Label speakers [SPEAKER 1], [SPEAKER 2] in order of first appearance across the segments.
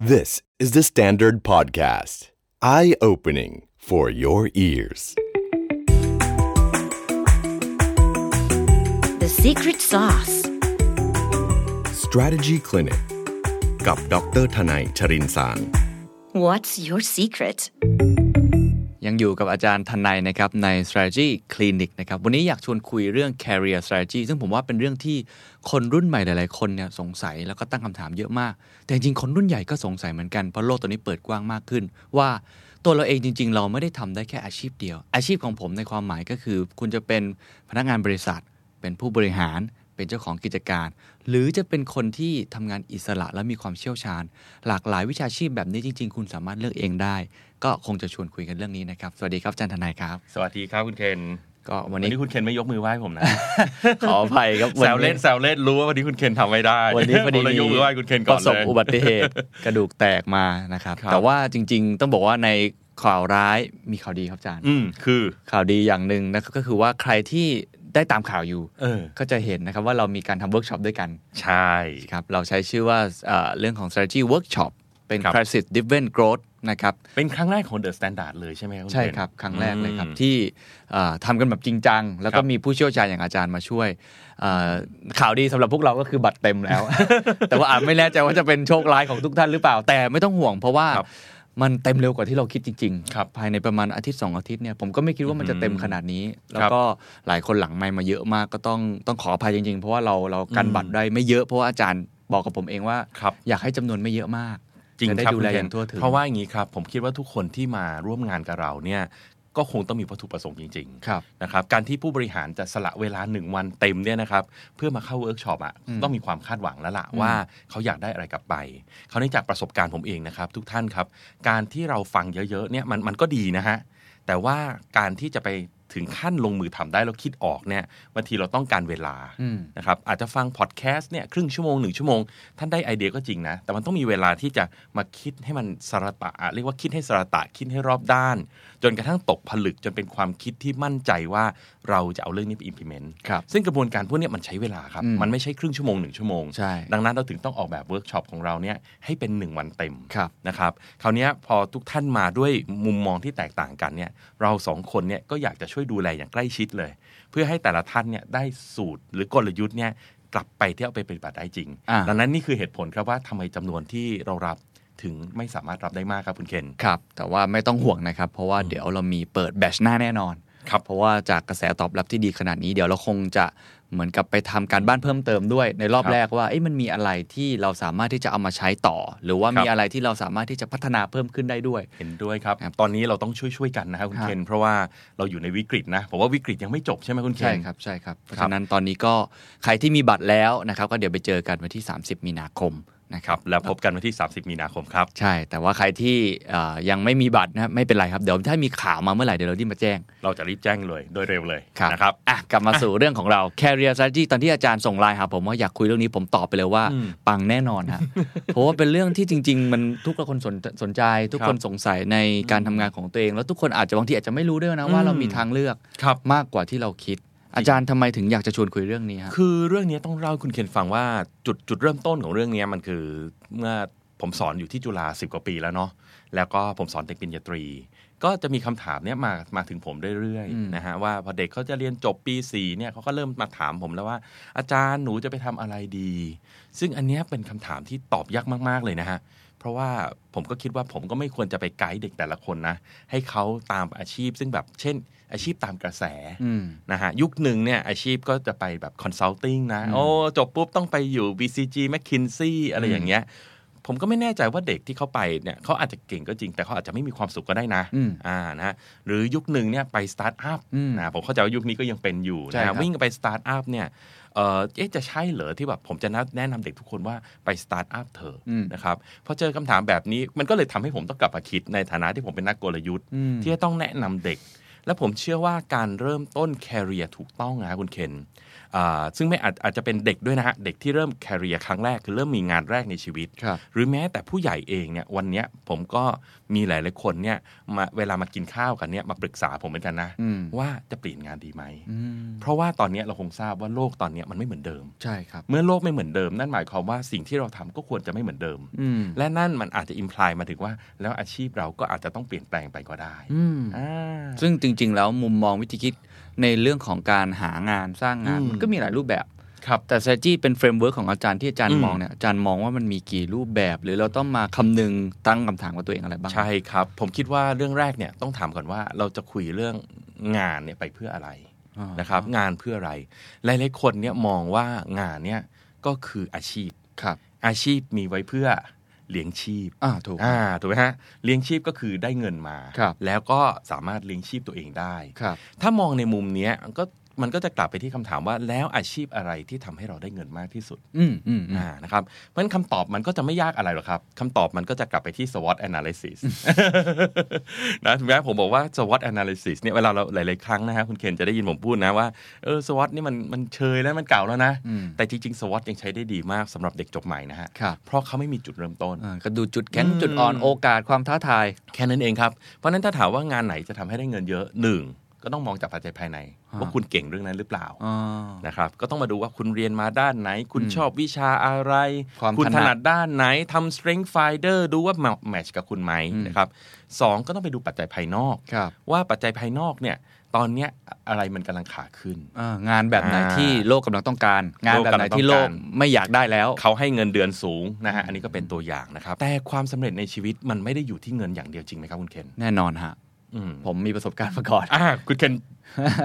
[SPEAKER 1] This is the Standard Podcast. Eye opening for your ears.
[SPEAKER 2] The secret sauce.
[SPEAKER 1] Strategy Clinic กับดรทนายชรินสาร
[SPEAKER 2] What's your secret?
[SPEAKER 3] ยังอยู่กับอาจารย์ทนายนะครับใน strategy clinic นะครับวันนี้อยากชวนคุยเรื่อง career strategy ซึ่งผมว่าเป็นเรื่องที่คนรุ่นใหม่หลายๆ คนเนี่ยสงสัยแล้วก็ตั้งคำถามเยอะมาก แต่จริงๆ คนรุ่นใหญ่ก็สงสัยเหมือนกัน เพราะโลกตอนนี้เปิดกว้างมากขึ้น ว่าตัวเราเองจริง ๆ เราไม่ได้ทำได้แค่อาชีพเดียว อาชีพของผมในความหมายก็คือ คุณจะเป็นพนักงานบริษัท เป็นผู้บริหาร เป็นเจ้าของกิจการ หรือจะเป็นคนที่ทำงานอิสระและมีความเชี่ยวชาญ หลากหลายวิชาชีพแบบนี้จริง ๆ คุณสามารถเลือกเองได้ ก็คงจะชวนคุยกันเรื่องนี้นะครับ สวัสดีครับอาจารย์ทนายครับ
[SPEAKER 4] สวัสดีครับคุณเคน
[SPEAKER 3] ก็วั
[SPEAKER 4] วัน น
[SPEAKER 3] นี้
[SPEAKER 4] นี้คุณเคนไม่ยกมือไหว้ผมนะ
[SPEAKER 3] ขออภัยครับ
[SPEAKER 4] แซวเล่นแซวเล่นรู้ว่าวันนี้คุณเคนทำไม่ได้
[SPEAKER 3] วันนี้พอดี
[SPEAKER 4] ผมเลยยกมือไหว้คุณเคน
[SPEAKER 3] ป
[SPEAKER 4] ก่อน
[SPEAKER 3] ระส
[SPEAKER 4] เล
[SPEAKER 3] บ
[SPEAKER 4] ย
[SPEAKER 3] อุบัติเห ตุ กระดูกแตกมานะครับ
[SPEAKER 4] ครับ
[SPEAKER 3] แต่ว่าจริง ๆ ต้องบอกว่าในข่าวร้ายมีข่าวดีครับอาจารย์
[SPEAKER 4] อืมคือ
[SPEAKER 3] ข่าวดีอย่างหนึ่งนะครับก็คือว่าใครที่ได้ตามข่าวอยู่
[SPEAKER 4] เออ
[SPEAKER 3] ก็จะเห็นนะครับว่าเรามีการทำเวิร์กช็อปด้วยกัน
[SPEAKER 4] ใช่
[SPEAKER 3] ครับเราใช้ชื่อว่าเอ่อเรื่องของ strategy workshop เป็น
[SPEAKER 4] ครับ
[SPEAKER 3] crisis driven growth นะครับ
[SPEAKER 4] เป็นครั้งแรกของเดอะสแตนดาร์ดเลยใช่ไหมคุณเคน
[SPEAKER 3] ใช่ครับครั้งแรกเลยครับ
[SPEAKER 4] อืม
[SPEAKER 3] ที่เอ่อทำกันแบบจริงจัง แล้วก็
[SPEAKER 4] ครับ
[SPEAKER 3] มีผู้เชี่ยวชาญอย่างอาจารย์มาช่วยเอ่อข่าวดีสำหรับพวกเราก็คือบัตรเต็มแล้ว แต่ว่าอาจไม่แน่ใจว่าจะเป็นโชคร้ายของทุกท่านหรือเปล่า แต่ไม่ต้องห่วงเพราะว่า
[SPEAKER 4] ครับ
[SPEAKER 3] มันเต็มเร็วกว่าที่เราคิดจริง
[SPEAKER 4] ครับ
[SPEAKER 3] ภายในประมาณอาทิตย์สองอาทิตย์เนี่ยผมก็ไม่คิดว่ามันจะเต็มขนาดนี้ แล้วก็หลายคนหลังไม่มาเยอะมากก็ต้องต้องขออภัยจริงๆ เพราะว่าเราเรากัน
[SPEAKER 4] อืม
[SPEAKER 3] บัตรได้ไม่เยอะเพราะว่าอาจารย์บอกกับผมเองว่า
[SPEAKER 4] ครับ
[SPEAKER 3] อยากให้จำนวนไม่เยอะมาก
[SPEAKER 4] จริง
[SPEAKER 3] ะได้
[SPEAKER 4] ครับ
[SPEAKER 3] ดูแลอ
[SPEAKER 4] คุณเคน
[SPEAKER 3] ย่างทั่วถึง
[SPEAKER 4] เพราะว่าอย่างนี้ครับ ผมคิดว่าทุกคนที่มาร่วมงานกับเราเนี่ยก็คงต้องมีวัตถุประสงค์จริง ๆ
[SPEAKER 3] ครับ
[SPEAKER 4] นะครับการที่ผู้บริหารจะสละเวลาหนึ่งวันเต็มเนี่ยนะครับเพื่อมาเข้าเวิร์กช็อปอ่ะ
[SPEAKER 3] อืม
[SPEAKER 4] ต้องมีความคาดหวังแล้วล่ะ
[SPEAKER 3] อืม
[SPEAKER 4] ว่าเขาอยากได้อะไรกลับไป เขาวนี่จากประสบการณ์ผมเองนะครับ ทุกท่านครับ การที่เราฟังเยอะๆเนี่ยมันมันก็ดีนะฮะแต่ว่าการที่จะไปถึงขั้นลงมือทำได้แล้วคิดออกเนี่ยบางทีเราต้องการเวลา
[SPEAKER 3] อืม
[SPEAKER 4] นะครับอาจจะฟังพอดแคสต์เนี่ยครึ่งชั่วโมงหนึ่งชั่วโมงท่านได้ไอเดียก็จริงนะ แต่มันต้องมีเวลาที่จะมาคิดให้มันสระตะเรียกว่าคิดให้สระตะคิดให้รอบด้าน จนกระทั่งตกผลึกจนเป็นความคิดที่มั่นใจว่าเราจะเอาเรื่องนี้ไป implement
[SPEAKER 3] ครับ
[SPEAKER 4] ซึ่งกระบวนการพวกเนี้ยมันใช้เวลาครับ
[SPEAKER 3] อืม
[SPEAKER 4] มันไม่ใช่ครึ่งชั่วโมงหนึ่งชั่วโมง
[SPEAKER 3] ใช่
[SPEAKER 4] ดังนั้นเราถึงต้องออกแบบเวิร์กช็อปของเราเนี่ยให้เป็น 1 วันเต็ม
[SPEAKER 3] ครับ
[SPEAKER 4] นะครับ คราวเนี้ยพอทุกท่านมาด้วยมุมมองที่แตกต่างกันเนี่ยเราสองคนเนี่ยก็อยากจะช่วยดูแลอย่างใกล้ชิดเลย เพื่อให้แต่ละท่านเนี่ยได้สูตรหรือกลยุทธ์เนี่ยกลับไปที่เอาไปปฏิบัติได้จริง
[SPEAKER 3] อ่า
[SPEAKER 4] ดังนั้นนี่คือเหตุผลครับว่าทำไมจำนวนที่เรารับถึงไม่สามารถรับได้มากครับคุณเคน
[SPEAKER 3] ครับ แต่ว่าไม่ต้องห่วงนะครับ เพราะว่าเดี๋ยวเรามีเปิดแบตชหน้าแน่นอน
[SPEAKER 4] ครับ
[SPEAKER 3] เพราะว่าจากกระแสตอบรับที่ดีขนาดนี้ เดี๋ยวเราคงจะเหมือนกับไปทำการบ้านเพิ่มเติมด้วย ในรอบ
[SPEAKER 4] ครับ
[SPEAKER 3] แรกว่าเอ้มันมีอะไรที่เราสามารถที่จะเอามาใช้ต่อ หรือว่า
[SPEAKER 4] ครับ
[SPEAKER 3] มีอะไรที่เราสามารถที่จะพัฒนาเพิ่มขึ้นได้ด้วย
[SPEAKER 4] เห็นด้วยครับ
[SPEAKER 3] ครับ
[SPEAKER 4] ตอนนี้เราต้องช่วยๆกันนะครับคุณ
[SPEAKER 3] ครับ
[SPEAKER 4] เคน เพราะว่าเราอยู่ในวิกฤตนะ ผมว่าวิกฤตยังไม่จบใช่ไหมคุณเคน
[SPEAKER 3] ใช่ครับใช่ครับเพราะ
[SPEAKER 4] ครับ
[SPEAKER 3] ฉะนั้นตอนนี้ก็ใครที่มีบัตรแล้วนะครับ ก็เดี๋ยวไปเจอกันวันที่ 30 มีนาคมนะค
[SPEAKER 4] ค
[SPEAKER 3] รั
[SPEAKER 4] รับ บ แล้วพบกันวันที่ 30 มีนาคมครับ
[SPEAKER 3] ใช่ แต่ว่าใครที่เอ่อยังไม่มีบัตรนะครับไม่เป็นไรครับ เดี๋ยวถ้ามีข่าวมาเมื่อไหร่เดี๋ยวเรารีบมาแจ้ง
[SPEAKER 4] เราจะรีบแจ้งเลยโดยเร็วเลย
[SPEAKER 3] ครับ
[SPEAKER 4] นะครับ
[SPEAKER 3] อ่ะกลับมาสู่เรื่องของเรา career strategy ตอนที่อาจารย์ส่งไลน์หาผมว่าอยากคุยเรื่องนี้ผมตอบไปเลยว่า
[SPEAKER 4] อืม
[SPEAKER 3] ปังแน่นอนฮะ เพราะว่าเป็นเรื่องที่จริง ๆ มันทุกคนสนสนใจ ทุกคน
[SPEAKER 4] ครับ
[SPEAKER 3] สงสัยในการทำงานของตัวเอง แล้วทุกคนอาจจะบางทีอาจจะไม่รู้ด้วยนะว่า
[SPEAKER 4] อืม
[SPEAKER 3] เรามีทางเลือก
[SPEAKER 4] ครับ
[SPEAKER 3] มากกว่าที่เราคิด อาจารย์ทำไมถึงอยากจะชวนคุยเรื่องนี้ฮะ
[SPEAKER 4] คือเรื่องนี้ต้องเล่าให้คุณเคนฟังว่าจุดจุดเริ่มต้นของเรื่องนี้มันคือเมื่อผมสอนอยู่ที่จุฬา10 กว่าปีแล้วเนาะแล้วก็ผมสอนเด็กปริญญาตรี ก็จะมีคำถามเนี้ยมามาถึงผมเรื่อย
[SPEAKER 3] อืม
[SPEAKER 4] ๆนะฮะว่าพอเด็กเขาจะเรียนจบปี4เนี่ยเขาก็เริ่มมาถามผมแล้วว่า อาจารย์หนูจะไปทำอะไรดี ซึ่งอันเนี้ยเป็นคำถามที่ตอบยากมากๆเลยนะฮะเพราะว่าผมก็คิดว่าผมก็ไม่ควรจะไปไกด์เด็กแต่ละคนนะให้เขาตามอาชีพ ซึ่งแบบเช่น อาชีพตามกระแส
[SPEAKER 3] อืม
[SPEAKER 4] นะฮะยุคหนึ่งเนี่ยอาชีพก็จะไปแบบคอนซัลทิงนะ
[SPEAKER 3] อืม
[SPEAKER 4] โอ้จบปุ๊บต้องไปอยู่ BCG McKinsey อะไร
[SPEAKER 3] อืม
[SPEAKER 4] อย่างเงี้ยผมก็ไม่แน่ใจว่าเด็กที่เขาไปเนี่ยเขาอาจจะเก่งก็จริง แต่เขาอาจจะไม่มีความสุขก็ได้นะ
[SPEAKER 3] อืม
[SPEAKER 4] อ่านะฮะหรือยุคหนึ่งเนี่ยไปสตาร์ทอัพ
[SPEAKER 3] อืม
[SPEAKER 4] นะผมเข้าใจว่ายุคนี้ก็ยังเป็นอยู่
[SPEAKER 3] ใช่
[SPEAKER 4] นะ
[SPEAKER 3] ครั
[SPEAKER 4] ฮะ
[SPEAKER 3] บ
[SPEAKER 4] วิ่งไปสตาร์ทอัพเนี่ยเอ่อเอ๊ะจะใช่เหรอที่แบบผมจะแนะนำเด็กทุกคนว่าไปสตาร์ทอัพเถอะ
[SPEAKER 3] อืม
[SPEAKER 4] นะครับพอเจอคำถามแบบนี้มันก็เลยทำให้ผมต้องกลับมาคิดในฐานะที่ผมเป็นนักกลยุทธ์
[SPEAKER 3] อืม
[SPEAKER 4] ที่จะต้องแนะนำเด็ก และผมเชื่อว่าการเริ่มต้นแคเรียถูกต้องนะฮะคุณเคนอ่าซึ่งไม่อาจอาจจะเป็นเด็กด้วยนะฮะ เด็กที่เริ่มแคเรียครั้งแรกคือเริ่มมีงานแรกในชีวิต
[SPEAKER 3] ครับ
[SPEAKER 4] หรือแม้แต่ผู้ใหญ่เองเนี่ยวันเนี้ยผมก็มีหลายๆคนเนี่ยมาเวลามากินข้าวกันเนี่ยมาปรึกษาผมเหมือนกันนะ
[SPEAKER 3] อืม
[SPEAKER 4] ว่าจะเปลี่ยนงานดีไหม
[SPEAKER 3] อืม
[SPEAKER 4] เพราะว่าตอนเนี้ยเราคงทราบว่าโลกตอนเนี้ยมันไม่เหมือนเดิม
[SPEAKER 3] ใช่ครับ
[SPEAKER 4] เมื่อโลกไม่เหมือนเดิม นั่นหมายความว่าสิ่งที่เราทำก็ควรจะไม่เหมือนเดิม
[SPEAKER 3] อืม
[SPEAKER 4] และนั่นมันอาจจะอิมพลายมาถึงว่า แล้วอาชีพเราก็อาจจะต้องเปลี่ยนแปลงไปก็ได้
[SPEAKER 3] อืม
[SPEAKER 4] อ่า
[SPEAKER 3] ซึ่งจริง ๆ แล้วมุมมองวิธีคิดในเรื่องของการหางานสร้างงาน
[SPEAKER 4] อืม
[SPEAKER 3] มันก็มีหลายรูปแบบ
[SPEAKER 4] ครับ
[SPEAKER 3] แต่ strategy เป็นเฟรมเวิร์กของอาจารย์ที่อาจาร
[SPEAKER 4] อื
[SPEAKER 3] ย์
[SPEAKER 4] ม
[SPEAKER 3] มองเนี่ยอาจารย์มองว่ามันมีกี่รูปแบบ หรือเราต้องมาคำนึงตั้งคำถามกับตัวเองอะไรบ้าง
[SPEAKER 4] ใช่ครับ ผมคิดว่าเรื่องแรกเนี่ยต้องถามก่อนว่าเราจะคุยเรื่องงานเนี่ยไปเพื่ออะไร
[SPEAKER 3] อ่าน
[SPEAKER 4] นะครับ งานเพื่ออะไร หลายๆคนเนี่ยมองว่างานเนี่ยก็คืออาชีพ
[SPEAKER 3] ครับ
[SPEAKER 4] อาชีพมีไว้เพื่อเลี้ยงชีพ
[SPEAKER 3] อ่าถูก
[SPEAKER 4] อ่าถูกไหมฮะเลี้ยงชีพก็คือได้เงินมา
[SPEAKER 3] ครับ
[SPEAKER 4] แล้วก็สามารถเลี้ยงชีพตัวเองได้
[SPEAKER 3] ครับ
[SPEAKER 4] ถ้ามองในมุมเนี้ยก็มันก็จะกลับไปที่คำถามว่าแล้วอาชีพอะไรที่ทำให้เราได้เงินมากที่สุด
[SPEAKER 3] อืมอืมอืม
[SPEAKER 4] อ่านะครับเพราะฉะนั้นคำตอบมันก็จะไม่ยากอะไรหรอกครับคำตอบมันก็จะกลับไปที่ SWOT analysis นะถึงแม้ผมบอกว่า SWOT analysis เนี่ยเวลาเราหลาย ๆ ครั้งนะฮะคุณเคนจะได้ยินผมพูดนะว่าเออ SWOT นี่มันมันเชยแล้วมันเก่าแล้วนะ
[SPEAKER 3] อืม
[SPEAKER 4] แต่จริง ๆ SWOT ยังใช้ได้ดีมากสำหรับเด็กจบใหม่นะฮะ
[SPEAKER 3] ครับ
[SPEAKER 4] เพราะเขาไม่มีจุดเริ่มต้น
[SPEAKER 3] อ่าก็ดูจุดแข็ง
[SPEAKER 4] อืม
[SPEAKER 3] จุดอ่อนโอกาสความท้าทาย
[SPEAKER 4] แค่นั้นเองครับ เพราะฉะนั้นถ้าถามว่างานไหนจะทำให้ได้เงินเยอะหนึ่งก็ต้องมองจากปัจจัยภายใน
[SPEAKER 3] ฮะ
[SPEAKER 4] ว่าคุณเก่งเรื่องนั้นหรือเปล่า
[SPEAKER 3] อ่า
[SPEAKER 4] นะครับก็ต้องมาดูว่าคุณเรียนมาด้านไหน คุณ
[SPEAKER 3] อืม
[SPEAKER 4] ชอบวิชาอะไร
[SPEAKER 3] ความ
[SPEAKER 4] คุณ
[SPEAKER 3] ถ
[SPEAKER 4] ถ
[SPEAKER 3] นัด
[SPEAKER 4] นัดด้านไหนทำ strength finder ดูว่าแมทช์กับคุณไหม
[SPEAKER 3] อืม
[SPEAKER 4] นะครับสองก็ต้องไปดูปัจจัยภายนอก
[SPEAKER 3] ครับ
[SPEAKER 4] ว่าปัจจัยภายนอกเนี่ยตอนเนี้ยอะไรมันกำลังขาขึ้น
[SPEAKER 3] อ่างานแบบไหนที่
[SPEAKER 4] อ่า
[SPEAKER 3] โลกกำลังต้องการ งานแบบไหนที่โลก
[SPEAKER 4] โลกกำลังต้องการ
[SPEAKER 3] ไม่อยากได้แล้ว
[SPEAKER 4] เขาให้เงินเดือนสูงนะฮะอันนี้ก็เป็นตัวอย่างนะครับแต่ความสำเร็จในชีวิตมันไม่ได้อยู่ที่เงินอย่างเดียวจริงไหมครับคุณเคน
[SPEAKER 3] แน่นอนฮะ
[SPEAKER 4] อืม
[SPEAKER 3] ผมมีประสบการณ์มาก่อน
[SPEAKER 4] อ่าคุณ เคน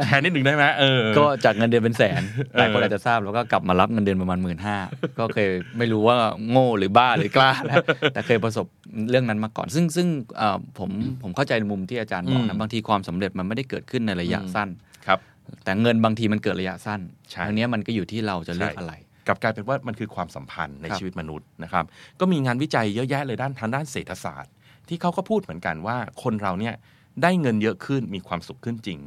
[SPEAKER 4] แชร์นิดหนึ่งได้ไหมเออ
[SPEAKER 3] ก็จากเงินเดือนเป็นแสน
[SPEAKER 4] เออ
[SPEAKER 3] หลายคนอาจจะทราบแล้วก็กลับมารับเงินเดือนประมาณหมื่นห้า ก็เคยไม่รู้ว่าโง่หรือบ้าหรือกล้า นะแต่เคยประสบเรื่องนั้นมาก่อน ซึ่งซึ่งเอ่อผมผมเข้าใจในมุมที่อาจารย์บอก
[SPEAKER 4] อื
[SPEAKER 3] นะ
[SPEAKER 4] ม
[SPEAKER 3] บางทีความสำเร็จมันไม่ได้เกิดขึ้นในระยะ
[SPEAKER 4] อืม
[SPEAKER 3] สั้น
[SPEAKER 4] ครับ
[SPEAKER 3] แต่เงินบางทีมันเกิดระยะสั้น
[SPEAKER 4] ใช่
[SPEAKER 3] อันเนี้ยมันก็อยู่ที่เราจะเลือก
[SPEAKER 4] ใช่
[SPEAKER 3] อะไร
[SPEAKER 4] กลับกลายเป็นว่ามันคือความสัมพันธ์ใน
[SPEAKER 3] ครับ
[SPEAKER 4] ชีวิตมนุษย์นะครับ ก็มีงานวิจัยเยอะแยะเลยด้านทางด้านเศรษฐศาสตร์ ที่เขาก็พูดเหมือนกันว่าคนเราเนี่ยได้เงินเยอะขึ้นมีความสุขขึ้นจริง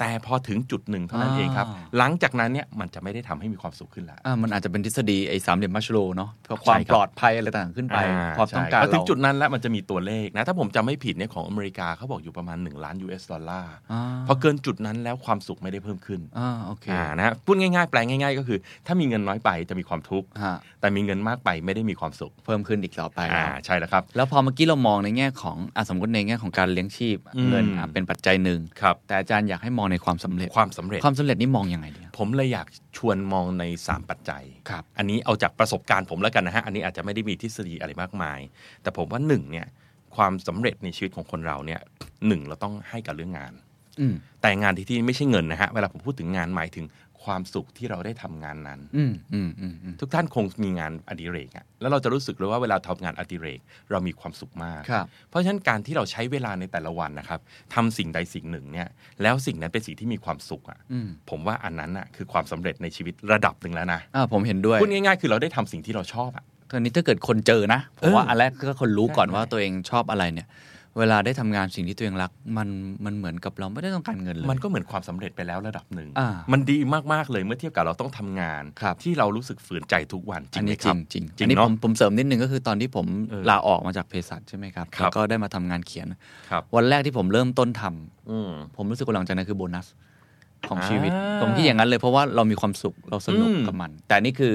[SPEAKER 4] แต่พอถึงจุดหนึ่งเท่านั้นเองครับ หลังจากนั้นเนี่ยมันจะไม่ได้ทำให้มีความสุขขึ้นละ
[SPEAKER 3] อ่ามันอาจจะเป็นทฤษฎีไอ้สามเหลี่ยมมัชโลว์เนาะก็ความ
[SPEAKER 4] ใช่ครับ
[SPEAKER 3] ปลอดภัยอะไรต่างๆขึ้นไปความต้องการ
[SPEAKER 4] พอถึง
[SPEAKER 3] เรา
[SPEAKER 4] จุดนั้นแล้วมันจะมีตัวเลขนะถ้าผมจำไม่ผิดเนี่ยของอเมริกาเขาบอกอยู่ประมาณ 1 ล้าน US ดอลลาร์
[SPEAKER 3] อ่า
[SPEAKER 4] พอเกินจุดนั้นแล้วความสุขไม่ได้เพิ่มขึ้น
[SPEAKER 3] อ่าโอเค
[SPEAKER 4] อ่านะฮะพูดง่ายๆ แปลง่ายๆ ก็คือ ถ้ามีเงินน้อยไปจะมีความทุกข์
[SPEAKER 3] ฮะ
[SPEAKER 4] แต่มีเงินมากไปไม่ได้มีความสุข
[SPEAKER 3] เพิ่มขึ้นอีกต่อไป
[SPEAKER 4] อ่า ใช่แล้วครับ
[SPEAKER 3] แล้วพอเมื่อกี้เรามองในแง่ของอะสมมติในแง่ของการเลี้ยงชีพ
[SPEAKER 4] อืม
[SPEAKER 3] เงินอ่ะเป็นปัจจัยหนึ่ง
[SPEAKER 4] ครับ
[SPEAKER 3] แต่อาจารย์อยากให้มองในความสำเร็จ
[SPEAKER 4] ความสำเร็จ
[SPEAKER 3] ความสำเร็จนี่มองยังไงดีครับ
[SPEAKER 4] ผมเลยอยากชวนมองใน 3 ปัจจัย
[SPEAKER 3] ครับ
[SPEAKER 4] อันนี้เอาจากประสบการณ์ผมแล้วกันนะฮะ อันนี้อาจจะไม่ได้มีทฤษฎีอะไรมากมาย แต่ผมว่าหนึ่งเนี่ย ความสำเร็จในชีวิตของคนเราเนี่ยหนึ่งเราต้องให้กับเรื่องงาน
[SPEAKER 3] อืม
[SPEAKER 4] แต่งานที่ที่ไม่ใช่เงินนะฮะ เวลาผมพูดถึงงานหมายถึงความสุขที่เราได้ทำงานนั้น
[SPEAKER 3] อืมอืมอืมอืม
[SPEAKER 4] ทุกท่านคงมีงานอดิเรกอะแล้วเราจะรู้สึกเลยว่าเวลาทำงานอดิเรก เรามีความสุขมาก
[SPEAKER 3] ครับ
[SPEAKER 4] เพราะฉะนั้นการที่เราใช้เวลาในแต่ละวันนะครับทำสิ่งใดสิ่งหนึ่งเนี่ย แล้วสิ่งนั้นเป็นสิ่งที่มีความสุขอะ
[SPEAKER 3] อืม
[SPEAKER 4] ผมว่าอันนั้นอะคือความสำเร็จในชีวิตระดับหนึ่งแล้วนะ
[SPEAKER 3] อ่าผมเห็นด้วย
[SPEAKER 4] พูดง่ายๆ คือเราได้ทำสิ่งที่เราชอบอะ
[SPEAKER 3] ตอนนี้ถ้าเกิดคนเจอนะผมว่า
[SPEAKER 4] เอออั
[SPEAKER 3] อันแรกก็คนรู้ก่อน
[SPEAKER 4] ใช่
[SPEAKER 3] ว่าตัวเองชอบอะไรเนี่ย เวลาได้ทำงานสิ่งที่ตัวเองรัก มันมันเหมือนกับเราไม่ได้ต้องการเงินเลย
[SPEAKER 4] มันก็เหมือนความสำเร็จไปแล้วระดับหนึ่ง
[SPEAKER 3] อ่า
[SPEAKER 4] มันดีมากๆเลยเมื่อเทียบกับเราต้องทำงาน
[SPEAKER 3] ครับ
[SPEAKER 4] ที่เรารู้สึกฝืนใจทุกวันจริ
[SPEAKER 3] ัน
[SPEAKER 4] งไหม
[SPEAKER 3] นี้จ
[SPEAKER 4] ครั
[SPEAKER 3] ริ
[SPEAKER 4] บ
[SPEAKER 3] งจริง
[SPEAKER 4] จริ
[SPEAKER 3] อัน
[SPEAKER 4] ง
[SPEAKER 3] นี้
[SPEAKER 4] เนาะ
[SPEAKER 3] ผมผมเสริมนิดนึงก็คือตอนที่ผม
[SPEAKER 4] เออ
[SPEAKER 3] ลาออกมาจากเภสัชใช่ไหมครับ
[SPEAKER 4] ครับ
[SPEAKER 3] แล้วก็ได้มาทำงานเขียน
[SPEAKER 4] ครับ
[SPEAKER 3] วันแรกที่ผมเริ่มต้นทำ
[SPEAKER 4] อืม
[SPEAKER 3] ผมรู้สึกว่าหลังจากนั้นคือโบนัสของ
[SPEAKER 4] อ่า
[SPEAKER 3] ชีวิตผมที่อย่างนั้นเลยเพราะว่าเรามีความสุขเราสนุก
[SPEAKER 4] อืม
[SPEAKER 3] กับมัน แต่นี่คือ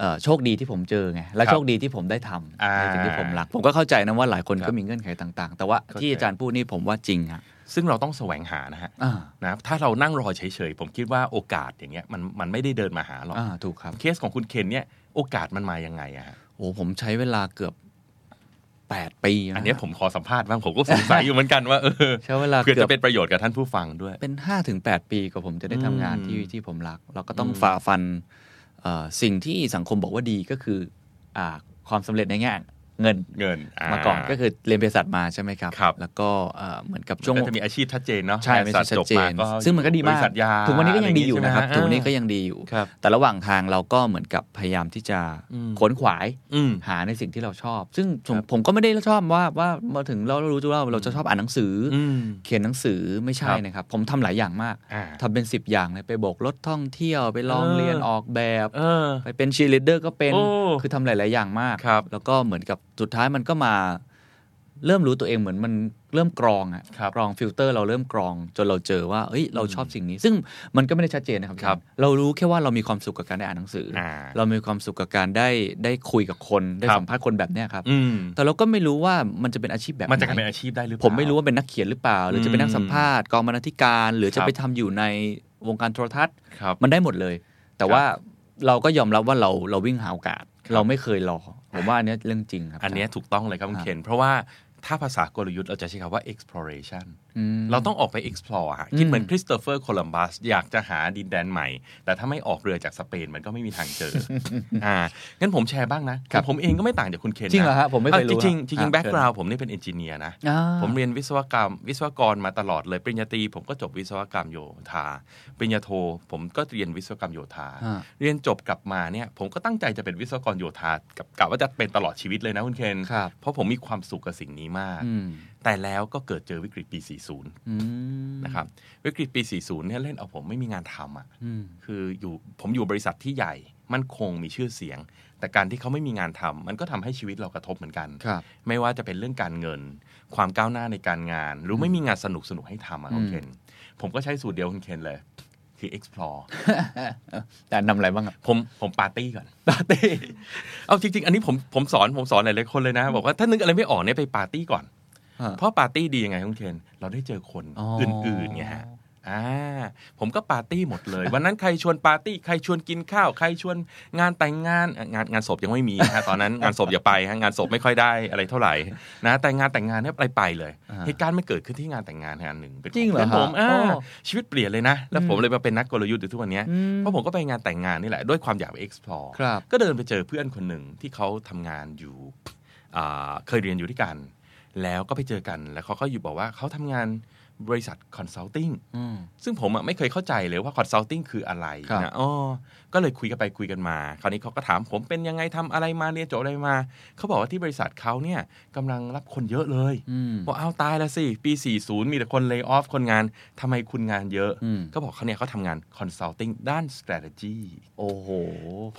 [SPEAKER 3] เอ่อโชคดีที่ผมเจอไงและ
[SPEAKER 4] ครับ
[SPEAKER 3] โชคดีที่ผมได้ท
[SPEAKER 4] อ่า
[SPEAKER 3] ำในสิ่งที่ผมรัก ผมก็เข้าใจนะว่าหลายคน
[SPEAKER 4] ครับ
[SPEAKER 3] ก็มีเงื่อนไขต่าง ๆ แต่ว่า
[SPEAKER 4] เข้าใจ
[SPEAKER 3] ที่อาจารย์พูดนี่ผมว่าจริงอะ
[SPEAKER 4] ซึ่งเราต้องแสวงหานะฮะ
[SPEAKER 3] อ่า
[SPEAKER 4] นะถ้าเรานั่งรอเฉยๆ ผมคิดว่าโอกาสอย่างเงี้ยมันมันไม่ได้เดินมาหาหรอก
[SPEAKER 3] อ่าถูกครับ
[SPEAKER 4] เคสของคุณเคนเนี่ยโอกาสมันมายังไงอะฮะ
[SPEAKER 3] โอ้ผมใช้เวลาเกือบแปดปีะ
[SPEAKER 4] อันเนี้ยผมขอสัมภาษณ์บ้างผมก็สงสัยอยู่เหมือนกันว่าเออ
[SPEAKER 3] ใช้เวลา
[SPEAKER 4] เพื่อ
[SPEAKER 3] เกือ
[SPEAKER 4] จะ
[SPEAKER 3] บ
[SPEAKER 4] เป็นประโยชน์กับท่านผู้ฟังด้วย
[SPEAKER 3] เป็นห้าถึงแปดปีกว่าผมจะได้ทำงานที่
[SPEAKER 4] อืม
[SPEAKER 3] ที่ผมรัก เราก็ต้อง
[SPEAKER 4] อืม
[SPEAKER 3] ฝ่าฟันเอ่อสิ่งที่สังคมบอกว่าดีก็คืออ่าความสำเร็จในแง่ เงิน
[SPEAKER 4] เงิน
[SPEAKER 3] มาก่อนก็คือเรียนเภสัชมาใช่ไหมครับ
[SPEAKER 4] ครับ
[SPEAKER 3] แล้วก็เอ่อเหมือนกับ
[SPEAKER 4] ช่
[SPEAKER 3] ช่
[SPEAKER 4] ว
[SPEAKER 3] ว
[SPEAKER 4] ง
[SPEAKER 3] ง
[SPEAKER 4] จะมีอาชีพชัดเจนเนาะ
[SPEAKER 3] ใช่ไม่
[SPEAKER 4] บ
[SPEAKER 3] ใช่
[SPEAKER 4] ริษัท
[SPEAKER 3] ชั
[SPEAKER 4] จ
[SPEAKER 3] ด
[SPEAKER 4] บ
[SPEAKER 3] เจน
[SPEAKER 4] มาก็
[SPEAKER 3] ซึ่งมันก็ดี
[SPEAKER 4] บ
[SPEAKER 3] มา
[SPEAKER 4] ริ
[SPEAKER 3] ก
[SPEAKER 4] ษัทยา
[SPEAKER 3] ถึงวันนี้ก็ยังดีอยู่นะครับ
[SPEAKER 4] า
[SPEAKER 3] ถึงวันนี้ก็ยังดีอยู่
[SPEAKER 4] ครับ
[SPEAKER 3] แต่ระหว่างทางเราก็เหมือนกับพยายามที่จะ
[SPEAKER 4] อืม
[SPEAKER 3] ขวนขวาย
[SPEAKER 4] อืม
[SPEAKER 3] หาในสิ่งที่เราชอบ ซึ่งผม
[SPEAKER 4] ครับ
[SPEAKER 3] ผมก็ไม่ได้ชอบว่าว่ามาถึงเราเรารู้จักว่าเราจะชอบอ่านหนังสืออ
[SPEAKER 4] อืม
[SPEAKER 3] เขียนหนังสือไม่ใช่
[SPEAKER 4] ครับ
[SPEAKER 3] นะครับ ผมทำหลายอย่างมาก
[SPEAKER 4] อ่า
[SPEAKER 3] ทำเป็น 10 อย่างเลยไปโบกรถท่องเที่ยวไปลอง
[SPEAKER 4] เออ
[SPEAKER 3] เรียนออกแบบ
[SPEAKER 4] เออ
[SPEAKER 3] ไปเป็นชีเลดเดอร์ก็เป็น
[SPEAKER 4] โอ้
[SPEAKER 3] คือทำหลาย ๆ อย่างมาก
[SPEAKER 4] ครับ
[SPEAKER 3] แล้วก็เหมือนกับสุดท้ายมันก็มา เริ่มรู้ตัวเองเหมือนมันเริ่มกรองอะ
[SPEAKER 4] ครับ
[SPEAKER 3] กรองฟิลเตอร์เราเริ่มกรองจนเราเจอว่าเอ้ยเราชอบสิ่งนี้ ซึ่งมันก็ไม่ได้ชัดเจนนะครับ
[SPEAKER 4] ครับ
[SPEAKER 3] เรารู้แค่ว่าเรามีความสุขกับการได้อ่านหนังสืออา เรามีความสุขกับการได้ได้คุยกับคนได้
[SPEAKER 4] ครับ
[SPEAKER 3] สัมภาษณ์คนแบบเนี้ยครับ
[SPEAKER 4] อืม
[SPEAKER 3] แต่เราก็ไม่รู้ว่ามันจะเป็นอาชีพแบบ
[SPEAKER 4] มันจะกลาย
[SPEAKER 3] ไห
[SPEAKER 4] เป็นอาชีพได้หรือเป
[SPEAKER 3] ผ
[SPEAKER 4] ล่า
[SPEAKER 3] มไม่รู้ว่าเป็นนักเขียนหรือเปล่า หรือ
[SPEAKER 4] ม
[SPEAKER 3] จะเป็นนักสัมภาษณ์กองบรรณาธิการ หรือ
[SPEAKER 4] ค
[SPEAKER 3] จะ
[SPEAKER 4] รับ
[SPEAKER 3] ไปทำอยู่ในวงการโทรทัศน์
[SPEAKER 4] ครับ
[SPEAKER 3] มันได้หมดเลย แต่
[SPEAKER 4] ครับ
[SPEAKER 3] ว่าเราก็ยอมรับว่าเราเราวิ่งหาโอกาส
[SPEAKER 4] ครับ
[SPEAKER 3] เราไม่เคยรอผมว่าอันเนี้ยเรื่องจริงครับ
[SPEAKER 4] อันเนี้ยถูกต้องเลยครับคุณเคนเพราะว่าถ้าภาษากลยุทธ์เราจะใช้คำว่า exploration
[SPEAKER 3] อืม
[SPEAKER 4] เราต้องออกไป explore อะคิดเหมือนคริสโตเฟอร์โคลัมบัสอยากจะหาดินแดนใหม่ แต่ถ้าไม่ออกเรือจากสเปนมันก็ไม่มีทาง เจอ อ่า งั้นผมแชร์บ้างนะ
[SPEAKER 3] ครับ
[SPEAKER 4] ผมเองก็ไม่ต่างจากคุณเคนนะ
[SPEAKER 3] จริงเหรอฮะผมไม่เคยรู้
[SPEAKER 4] อ่ะจริงๆจริง
[SPEAKER 3] อ่ะ
[SPEAKER 4] แบ็กกราวผมนี่เป็นเอนจิเนียร์นะ
[SPEAKER 3] อ่า
[SPEAKER 4] ผมเรียนวิศวกรรม วิศวกรมาตลอดเลยปริญญาตรีผมก็จบวิศวกรรมโยธา ปริญญาโท ผมก็เรียนวิศวกรรมโยธา
[SPEAKER 3] อ่า
[SPEAKER 4] เรียนจบกลับมาเนี่ยผมก็ตั้งใจจะเป็นวิศวกรโยธากับกะว่าจะเป็นตลอดชีวิตเลยนะคุณเคน
[SPEAKER 3] ครับ
[SPEAKER 4] เพราะผมมีความสุขกับสิ่งนี้มาก
[SPEAKER 3] อืม
[SPEAKER 4] แต่แล้วก็เกิดเจอวิกฤตปี 40
[SPEAKER 3] อืม
[SPEAKER 4] นะครับวิกฤตปี 40 เนี่ยเล่นเอาผมไม่มีงานทำอ่ะ
[SPEAKER 3] อืม
[SPEAKER 4] คืออยู่ผมอยู่บริษัทที่ใหญ่ มั่นคงมีชื่อเสียง แต่การที่เขาไม่มีงานทำมันก็ทำให้ชีวิตเรากระทบเหมือนกัน
[SPEAKER 3] ครับ
[SPEAKER 4] ไม่ว่าจะเป็นเรื่องการเงิน ความก้าวหน้าในการงาน หรือไม่มีงานสนุกสนุกๆให้ทำอ่ะคุณเคนผมก็ใช้สูตรเดียวคุณเคนเลย คือ explore
[SPEAKER 3] แต่นำอะไรบ้างครับ
[SPEAKER 4] ผมผมปาร์ตี้ก่อน ปาร์ตี้เอาจริง ๆ อันนี้ผมผมสอนผมสอนหลายๆคนเลยนะ บอกว่าถ้านึกอะไรไม่ออกเนี่ยไปปาร์ตี้ก่อน
[SPEAKER 3] ฮะ
[SPEAKER 4] เพราะปาร์ตี้ดียังไงคุณเคนเราได้เจอคน
[SPEAKER 3] อ๋อ
[SPEAKER 4] อ
[SPEAKER 3] อื่
[SPEAKER 4] นๆไงฮะอ่าผมก็ปาร์ตี้หมดเลย วันนั้นใครชวนปาร์ตี้ใครชวนกินข้าว ใครชวนงานแต่งงานอ่ะงานงานศพยังไม่มีนะฮะตอน นั้น งานศพอย่าไปฮะงานศพไม่ค่อยได้อะไรเท่าไหร่นะแต่งานแต่งงานเนี่ยไปไปเลย
[SPEAKER 3] อ่า
[SPEAKER 4] เหตุการณ์มันเกิดขึ้นที่งานแต่งงานงานหนึ่งเป็นข
[SPEAKER 3] จริงเหรอ
[SPEAKER 4] พื่นผม
[SPEAKER 3] ฮะ
[SPEAKER 4] อ่า
[SPEAKER 3] โอ้
[SPEAKER 4] ชีวิตเปลี่ยนเลยนะแล้วผมเลยมาเป็นนักกลยุทธ์อยู่ทุกวันเนี้ย
[SPEAKER 3] อืม
[SPEAKER 4] เพราะผมก็ไปงานแต่งงานนี่แหละ ด้วยความอยากไป explore
[SPEAKER 3] ครับ
[SPEAKER 4] ก็เดินไปเจอเพื่อนคนหนึ่งที่เขาทำงานอยู่อ่าเคยเรียนอยู่ด้วยกัน แล้วก็ไปเจอกันแล้วเขาก็อยู่บอกว่าเขาทำงานบริษัท consulting
[SPEAKER 3] อืม
[SPEAKER 4] ซึ่งผมอะไม่เคยเข้าใจเลยว่า consulting คืออะไร
[SPEAKER 3] ครับ
[SPEAKER 4] นะอ๋อก็เลยคุยกันไปคุยกันมา คราวนี้เขาก็ถามผมเป็นยังไงทำอะไรมาเรียนจบอะไรมา เขาบอกว่าที่บริษัทเขาเนี่ยกำลังรับคนเยอะเลย
[SPEAKER 3] อืม
[SPEAKER 4] บอกเอาวตายแล้วสิ ปี 40 มีแต่คนเลิกออฟคนงานทำไมคุณงานเยอะ
[SPEAKER 3] อืม
[SPEAKER 4] เขาบอกเขาเนี่ยเขาทำงาน consulting ด้าน strategy
[SPEAKER 3] โอ้โห